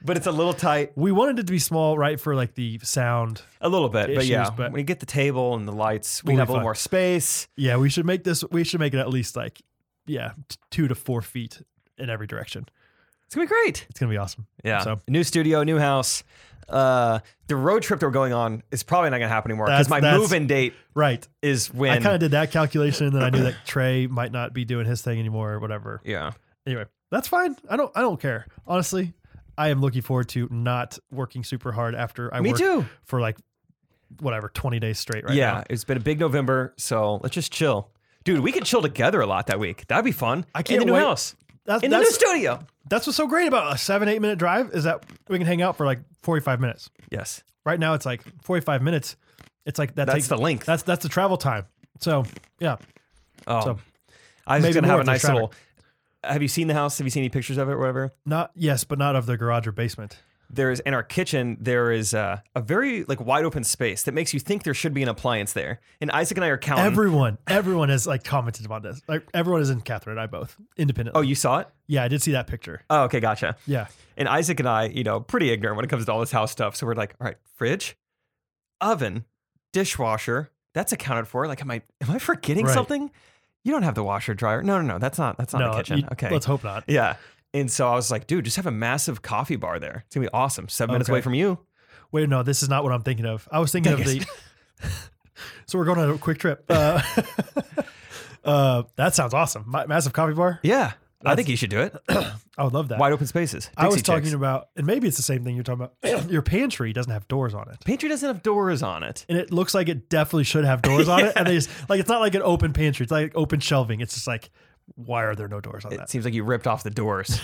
B: but it's a little tight,
D: We wanted it to be small, right, for like the sound.
B: a little bit. but
D: Issues,
B: yeah,
D: but-
B: when you get the table and the lights, we can
D: It'll be
B: have a little
D: fun.
B: more space.
D: Yeah, we should make this, we should make it at least like, yeah, t- two to four feet in every direction.
B: It's gonna be great.
D: It's going to be awesome.
B: Yeah.
D: So-
B: New studio, new house. Uh, the road trip that we're going on is probably not gonna happen anymore because
D: That's-
B: my
D: that's-
B: move-in date
D: Right.
B: is
D: I
B: when.
D: kind of did that calculation, and then I knew that Trey might not be doing his thing anymore or whatever.
B: yeah.
D: anyway, that's fine. I don't I don't care. Honestly, I am looking forward to not working super hard after I
B: Me
D: work
B: too.
D: for like whatever 20 days straight right
B: yeah,
D: now.
B: it's been a big November, so let's just chill. Dude, we could chill together a lot that week. That'd be fun.
D: I
B: In
D: can't
B: the new
D: wait.
B: house.
A: that's
B: in the new
A: that's,
B: studio.
A: that's what's so great about a seven eight minute drive is that we can hang out for like forty five minutes.
B: Yes,
A: Right now it's like forty five minutes. It's like that
B: that's
A: takes
B: the length.
A: that's that's the travel time. So yeah,
B: oh,
A: so
B: I was
A: maybe
B: gonna
A: more
B: have a
A: if there's
B: nice little. Have you seen the house? Have you seen any pictures of it? Or whatever.
A: not yes, but not of the garage or basement.
B: There is in our kitchen. There is uh, a very like wide open space that makes you think there should be an appliance there. And Isaac Oh, and I are counting.
A: Everyone, everyone has like commented about this. Like everyone is in Catherine and I both independently.
B: oh, you saw it?
A: yeah, I did see that picture.
B: Oh, okay, gotcha.
A: Yeah,
B: And Isaac and I, you know, pretty ignorant when it comes to all this house stuff. So we're like, all right, fridge, oven, dishwasher, that's accounted for. Like, am I am I forgetting
A: Right.
B: something? You don't have the washer dryer. No, no, no. That's not that's not
A: No,
B: the kitchen.
A: you-
B: okay.
A: let's hope not.
B: yeah. And so I was like, dude, just have a massive coffee bar there. It's gonna be awesome. Seven minutes
A: Okay.
B: away from you.
A: Wait, no, this is not what I'm thinking of. I was thinking
B: Dang
A: of
B: it.
A: the. so we're going on a quick trip. Uh, uh, that sounds awesome. Ma- massive coffee bar.
B: Yeah. I think you should do it.
A: I would love that.
B: Wide open spaces.
A: I was
B: Dixie
A: talking
B: chicks.
A: about, and maybe it's the same thing you're talking about. your pantry doesn't have doors on it,
B: Pantry doesn't have doors on it.
A: and it looks like it definitely should have doors on it. And they just like it's not like an open pantry. It's like open shelving. It's just like why are there no doors on
B: It
A: that?
B: seems like you ripped off the doors.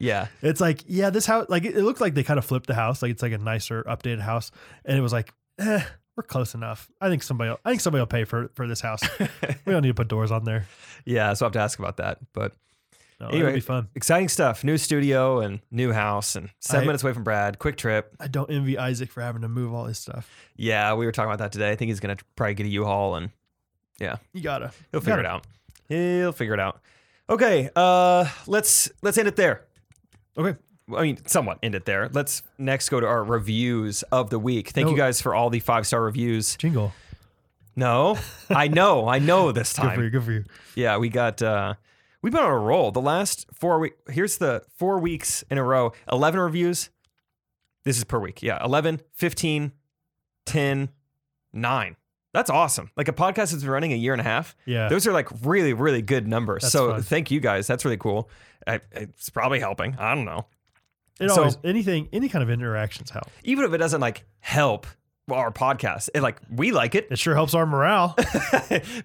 B: yeah.
A: It's like yeah, this house like it, it looked like they kind of flipped the house. Like it's like a nicer, updated house, and it was like. Eh, we're close enough. I think somebody. I think somebody will pay for for this house. we don't need to put doors on there.
B: Yeah. So I have to ask about that. But
A: No,
B: Anyway.
A: it'll be fun.
B: exciting stuff. New studio and new house and seven
A: I-
B: minutes away from Brad. Quick trip.
A: I don't envy Isaac for having to move all his stuff.
B: Yeah, we were talking about that today. I think he's gonna probably get a U-Haul and
A: You gotta.
B: he'll figure
A: Got
B: it
A: it.
B: out. He'll figure it out. Okay, uh, let's let's end it there.
A: Okay.
B: I mean, somewhat end it there. Let's next go to our reviews of the week. Thank you
A: No.
B: guys for all the five star reviews.
A: Jingle.
B: No, I know, I know this
A: Good for you.
B: time.
A: Good for you.
B: Yeah, we got uh, we've been on a roll. The last four week. Here's the four weeks in a row. Eleven reviews. This is per week. Yeah, 11, 15, 10, 9. That's awesome. Like a podcast that's been running a year and a half.
A: Yeah.
B: Those are like really, really good numbers.
A: That's
B: so
A: fun.
B: thank you guys. That's really cool. I, it's probably helping. I don't know.
A: It
B: so-
A: always anything any kind of interactions help.
B: Even if it doesn't like help our podcast, it like we like it.
A: It sure helps our morale.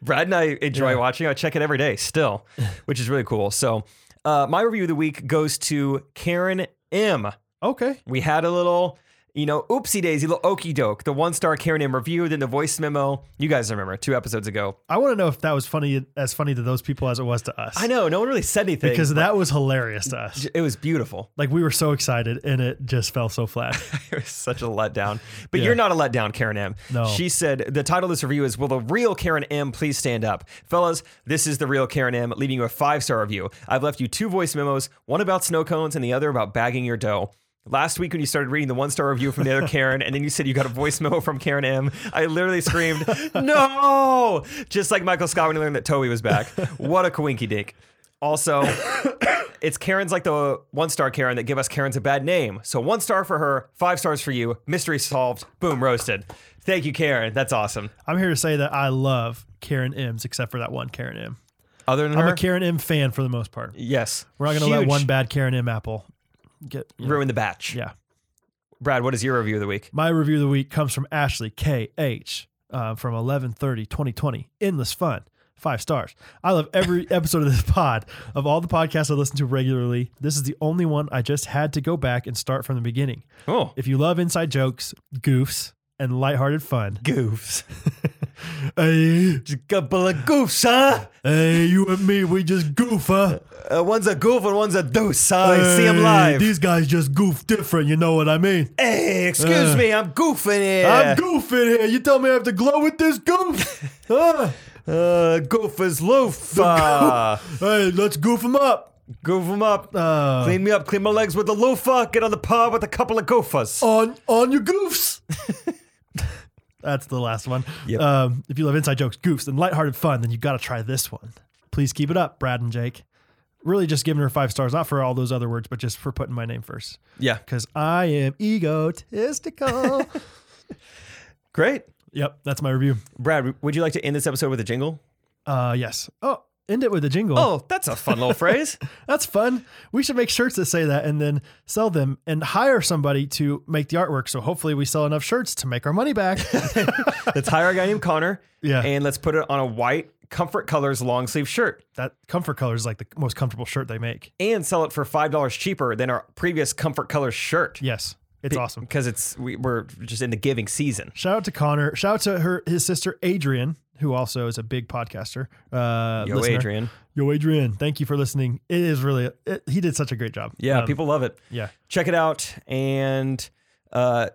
B: Brad and I enjoy
A: Yeah.
B: watching. I check it every day still, which is really cool. So uh, my review of the week goes to Karen M.
A: okay.
B: We had a little, you know, oopsie daisy, little okey doke, the one star Karen M review, then the voice memo. You guys remember two episodes ago.
A: I want to know if that was funny as funny to those people as it was to us.
B: I know, no one really said anything
A: Because that was hilarious to us.
B: it was beautiful.
A: Like we were so excited and it just fell so flat.
B: It was such a letdown. But
A: Yeah.
B: you're not a letdown, Karen M.
A: No.
B: She said the title of this review is Will the Real Karen M please stand up? Fellas, this is the real Karen M leaving you a five star review. I've left you two voice memos, one about snow cones and the other about bagging your dough. Last week, when you started reading the one star review from the other Karen, and then you said you got a voice memo from Karen M, I literally screamed, No! Just like Michael Scott when he learned that Toby was back. What a coinky dink. Also, it's Karen's like the one star Karen that give us Karen's a bad name. So one star for her, five stars for you. Mystery solved. Boom, roasted. Thank you, Karen. That's awesome.
A: I'm here to say that I love Karen M's except for that one Karen M.
B: Other than
A: I'm
B: her,
A: a Karen M fan for the most part.
B: yes,
A: We're not gonna let
B: Huge.
A: one bad Karen M apple get you know,
B: ruin the batch.
A: Yeah.
B: Brad, what is your review of the week?
A: My review of the week comes from Ashley KH uh, from 1130 2020. Endless fun. Five stars. I love every episode of this pod. Of all the podcasts I listen to regularly, this is the only one I just had to go back and start from the beginning.
B: Oh,
A: If you love inside jokes, goofs, and lighthearted fun,
B: goofs.
A: hey,
B: Just a couple of goofs, huh?
A: hey, you and me, we just goof, huh?
B: Uh, one's a goof and one's a deuce. Huh? I see
A: Hey,
B: him live.
A: These guys just goof different, you know what I mean?
B: hey, excuse
A: Uh,
B: me, I'm goofing here.
A: I'm goofing here. You tell me I have to glow with this goof? huh?
B: uh, goof is loof. Uh,
A: Hey, let's goof them up.
B: goof him up.
A: Uh,
B: Clean me up, clean my legs with a loofah, get on the pub with a couple of goofers.
A: on on your goofs. That's the last one.
B: Yep.
A: Um, if you love inside jokes, goofs, and lighthearted fun, then you got to try this one. Please keep it up, Brad and Jake. Really, just giving her five stars, not for all those other words, but just for putting my name first,
B: Yeah.
A: because I am egotistical.
B: Great.
A: yep, that's my review.
B: Brad, would you like to end this episode with a jingle?
A: Uh, yes. Oh, end it with a jingle.
B: Oh, that's a fun little phrase.
A: That's fun. We should make shirts that say that and then sell them and hire somebody to make the artwork. So hopefully, we sell enough shirts to make our money back.
B: Let's hire a guy named Connor
A: yeah.
B: and let's put it on a white Comfort Colors long sleeve shirt
D: That comfort color is like the most comfortable shirt they make.
B: and sell it for $5 cheaper than our previous Comfort Colors shirt.
D: Yes, it's awesome.
B: Because it's we, we're just in the giving season.
D: Shout out to Connor. Shout out to her his sister Adrian, who also is a big podcaster. Uh,
B: Yo,
D: listener.
B: Adrian.
D: Yo, Adrian. Thank you for listening. It is really it, he did such a great job.
B: Yeah,
D: Um,
B: people love it.
D: Yeah,
B: check it out. And uh,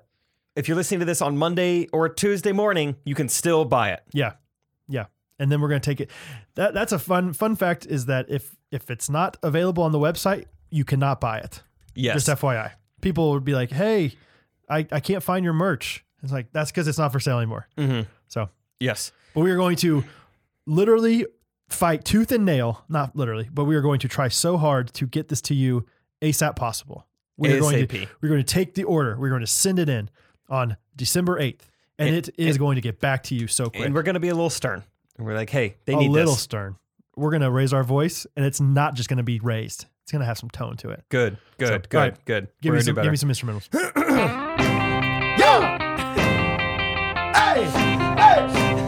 B: if you're listening to this on Monday or Tuesday morning, you can still buy it.
D: yeah, yeah. And then we're gonna take it. That that's a fun fun fact is that if if it's not available on the website, you cannot buy it.
B: Yes.
D: Just FYI, people would be like, "Hey, I I can't find your merch." It's like that's because it's not for sale anymore.
B: Mhm.
D: So
B: Yes.
D: But we are going to literally fight tooth and nail, not literally, but we are going to try so hard to get this to you ASAP possible. We are going to
B: ASAP.
D: we're going to take the order. We're going to send it in on December 8th. And
B: And-
D: it is going to get back to you so quick.
B: And we're going to be a little stern. And we're like, hey, they
D: a
B: need
D: little
B: this.
D: stern. We're going to raise our voice and it's not just going to be raised. It's going to have some tone to it.
B: Good, good,
D: So,
B: good,
D: all right.
B: good.
D: Give
B: we're
D: me
B: gonna do
D: some
B: better.
D: give me some instrumentals.
A: Yo! Hey! Hey!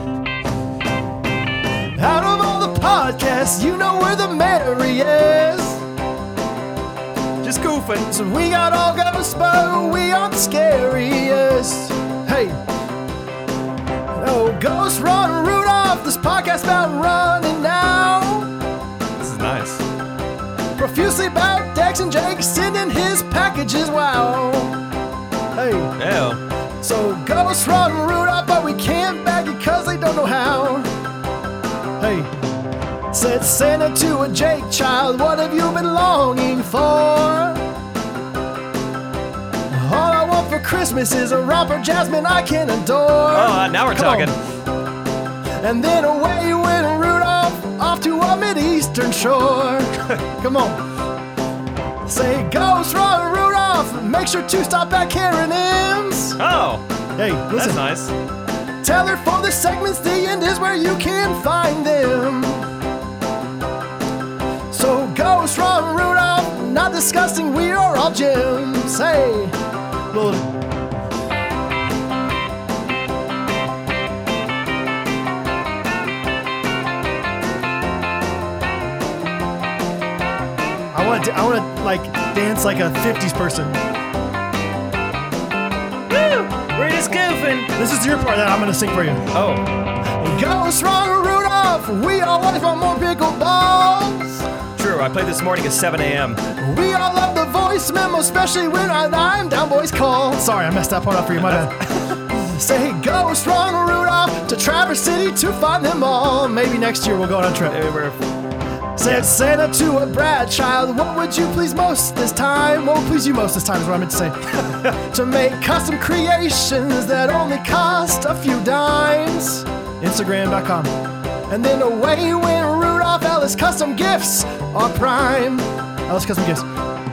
A: Out of all the podcasts, you know where the Mary is.
B: Just goofing.
A: So we got all ghosts, but we aren't the scariest. Hey. No ghosts run Rudolph, this podcast about running now.
B: This is nice.
A: Profusely about Dex and Jake sending his packages, wow. Hey,
B: Yeah.
A: so ghosts run Rudolph, but we can't bag it cause they don't know how. Hey, said Santa to a Jake child, what have you been longing for? All I want for Christmas is a romper jasmine I can adore.
B: Oh, now we're
A: Come on.
B: talking.
A: And then away went Rudolph off to a mid-eastern shore. Come on. Say ghost run Rudolph. Make sure to stop at Karen M's.
B: Oh,
D: Hey,
B: that's
D: listen.
B: nice.
A: Tell her for the segments the end is where you can find them. So ghost run Rudolph. Not disgusting, we are all gems. Hey.
D: Well, I want to, I want to like dance like a 50s person.
B: We're just goofing.
D: This is your part that I'm going to sing for you.
B: Oh,
A: Ghost Roger Rudolph, we always want more pickleballs.
B: true. I played this morning at 7 a.m.
A: We all love the voice memo, especially when I- I'm down boys call.
D: Sorry, I messed that part up for you. My bad.
A: Say Ghost Roger Rudolph to Traverse City to find them all. Maybe next year we'll go on a trip.
B: Hey, we're-
A: Said Santa to a Brad child, what would you please most this time? What would please you most this time is what I meant to say. to make custom creations that only cost a few dimes.
D: Instagram.com.
A: And then away went Rudolph Ellis custom gifts are prime.
D: Alice Custom Gifts.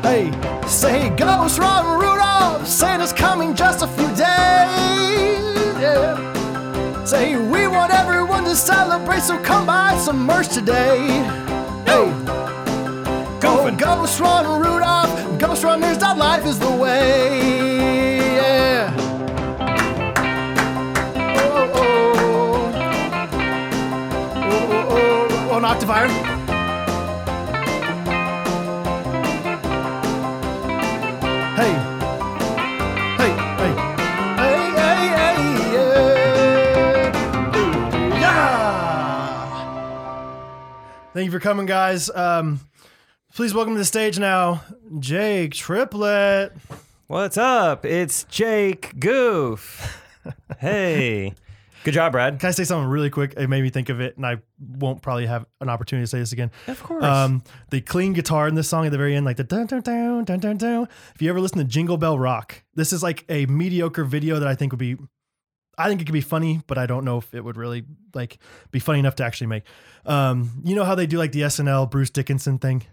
A: Hey, say Ghost Rob Rudolph, Santa's coming just a few days. Yeah. Say we want everyone to celebrate, so come buy some merch today. Hey, go Ghost Run Rudolph, Ghost Runners. Life is the way. Yeah. Oh, oh, oh. Oh, oh, oh.
D: On Octave Iron.
A: Hey. Hey, hey. Hey, hey, hey, yeah. Ooh, yeah.
D: Thank you for coming, guys. Um, please welcome to the stage now, Jake Triplet.
B: What's up? It's Jake Goof. Hey. Good job, Brad.
D: Can I say something really quick? It made me think of it, and I won't probably have an opportunity to say this again. Of
B: course.
D: Um, the clean guitar in this song at the very end, like the dun dun dun dun dun dun. If you ever listen to Jingle Bell Rock, this is like a mediocre video that I think would be, I think it could be funny, but I don't know if it would really like be funny enough to actually make. Um, you know how they do like the SNL Bruce Dickinson thing,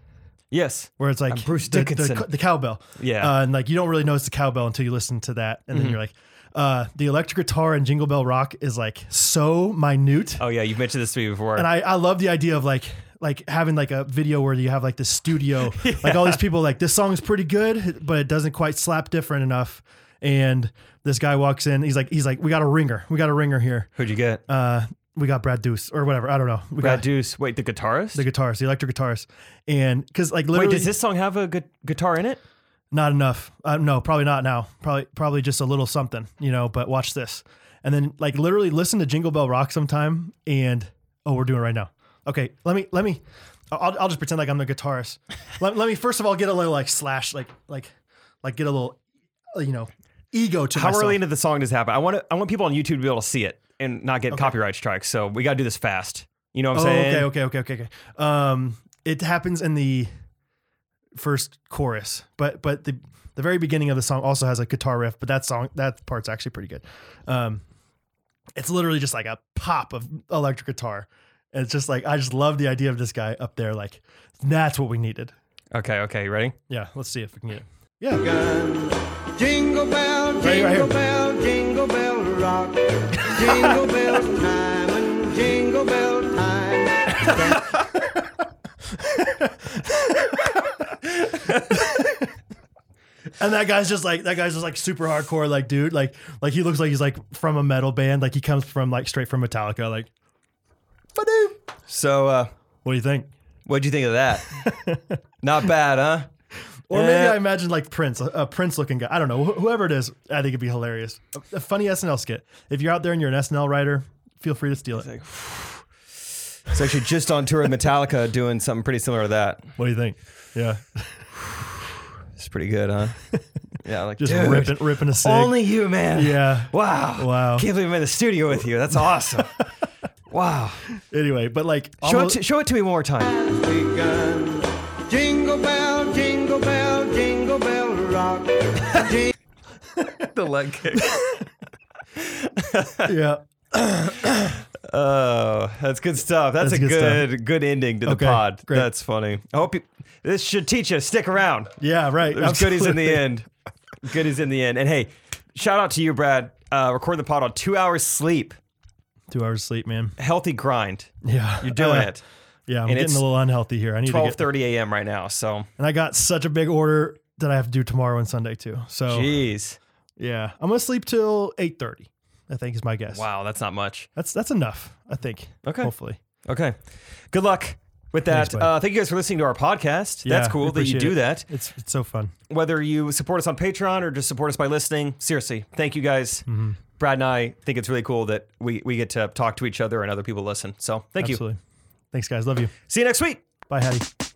B: Yes.
D: where it's like
B: I'm Bruce
D: the- the-
B: Dickinson.
D: the cowbell.
B: Yeah. Mm-hmm.
D: Uh, and like you don't really know it's the cowbell until you listen to that, and then you're like, uh, the electric guitar and Jingle Bell Rock is like so minute,
B: oh, yeah. You've mentioned this to me before.
D: and I I love the idea of like like having like a video where you have like this studio, like all these people like this song is pretty good, but it doesn't quite slap different enough, and this guy walks in, he's like he's like we got a ringer, we got a ringer here,
B: Who'd you get?
D: uh, we got Brad Deuce or whatever. I don't know. We
B: Brad
D: got
B: Deuce. Wait, the guitarist?
D: the guitarist, the electric guitarist, and because like
B: Wait,
D: literally
B: does this song have a gu- guitar in it?
D: not enough. Uh, no, probably not now. Probably probably just a little something, you know. But watch this, and then like literally listen to Jingle Bell Rock sometime. And oh, we're doing it right now. Okay, let me let me. I'll, I'll just pretend like I'm the guitarist. let, let me first of all get a little like slash like like like get a little uh, you know ego to
B: How
D: myself.
B: early into the song does this happen? I want to, I want people on YouTube to be able to see it and not get copyright strikes. So we got to do this fast. You know what I'm
D: oh,
B: saying?
D: okay, okay, okay, okay, okay. Um, it happens in the first chorus, but but the the very beginning of the song also has a guitar riff, but that song that part's actually pretty good. Um, it's literally just like a pop of electric guitar. And it's just like I just love the idea of this guy up there. Like that's what we needed.
B: Okay, okay, you ready?
D: Yeah, let's see if we can get it. Yeah. Jingle bell, jingle bell, jingle bell rock, jingle bell time, and jingle bell time. and that guy's just like that guy's just like super hardcore, like dude, like like he looks like he's like from a metal band, like he comes from like straight from Metallica. Like,
B: So, uh,
D: what do you think?
B: what'd you think of that? not bad, huh?
D: Or maybe
B: Yeah.
D: I imagine like Prince, a, a Prince looking guy. I don't know. Wh- whoever it is, I think it'd be hilarious. A, a funny SNL skit. If you're out there and you're an SNL writer, feel free to steal it.
B: It's actually just on tour with Metallica doing something pretty similar to that.
D: What do you think? Yeah.
B: It's pretty good, huh? Yeah, like
D: Just
B: dude,
D: ripping, ripping a sig.
B: Only you, man.
D: yeah.
B: Wow.
D: Wow.
B: Can't believe I'm in the studio with you. That's awesome. wow.
D: Anyway, but like,
B: Show it,
D: almost-
B: to, show it to me one more time. Jingle bell, jingle bell, jingle bell rock. the leg kick.
D: yeah.
B: Oh, that's good stuff. That's,
D: That's
B: a
D: good
B: good
D: stuff.
B: good, ending to the
D: Okay,
B: pod.
D: great.
B: That's funny. I hope you, this should teach you. Stick around.
D: Yeah. Right.
B: There's goodies in the
D: Absolutely.
B: end. Goodies in the end. And hey, shout out to you, Brad. Uh, record the pod on two hours sleep.
D: Two hours of sleep, man.
B: Healthy grind.
D: Yeah.
B: You're doing
D: Uh,
B: it.
D: Yeah. I'm
B: And
D: getting
B: it's
D: a little unhealthy here. I need to
B: Twelve
D: get,
B: thirty a.m. right now. So,
D: and I got such a big order that I have to do tomorrow and Sunday too. So
B: jeez,
D: yeah, I'm going to sleep till 830, I think is my guess.
B: wow, that's not much.
D: That's, that's enough. I think.
B: Okay.
D: Hopefully.
B: Okay, good luck with that.
D: Thanks, bud.
B: uh, thank you guys for listening to our podcast.
D: Yeah,
B: that's
D: we
B: cool that you
D: appreciate
B: do
D: it.
B: that.
D: It's, it's so fun.
B: Whether you support us on Patreon or just support us by listening, seriously, thank you guys.
D: Mm-hmm.
B: Brad and I think it's really cool that we we get to talk to each other and other people listen. So, thank
D: Absolutely. Thanks, guys. Love you.
B: you. See you next week.
D: Bye, Hattie.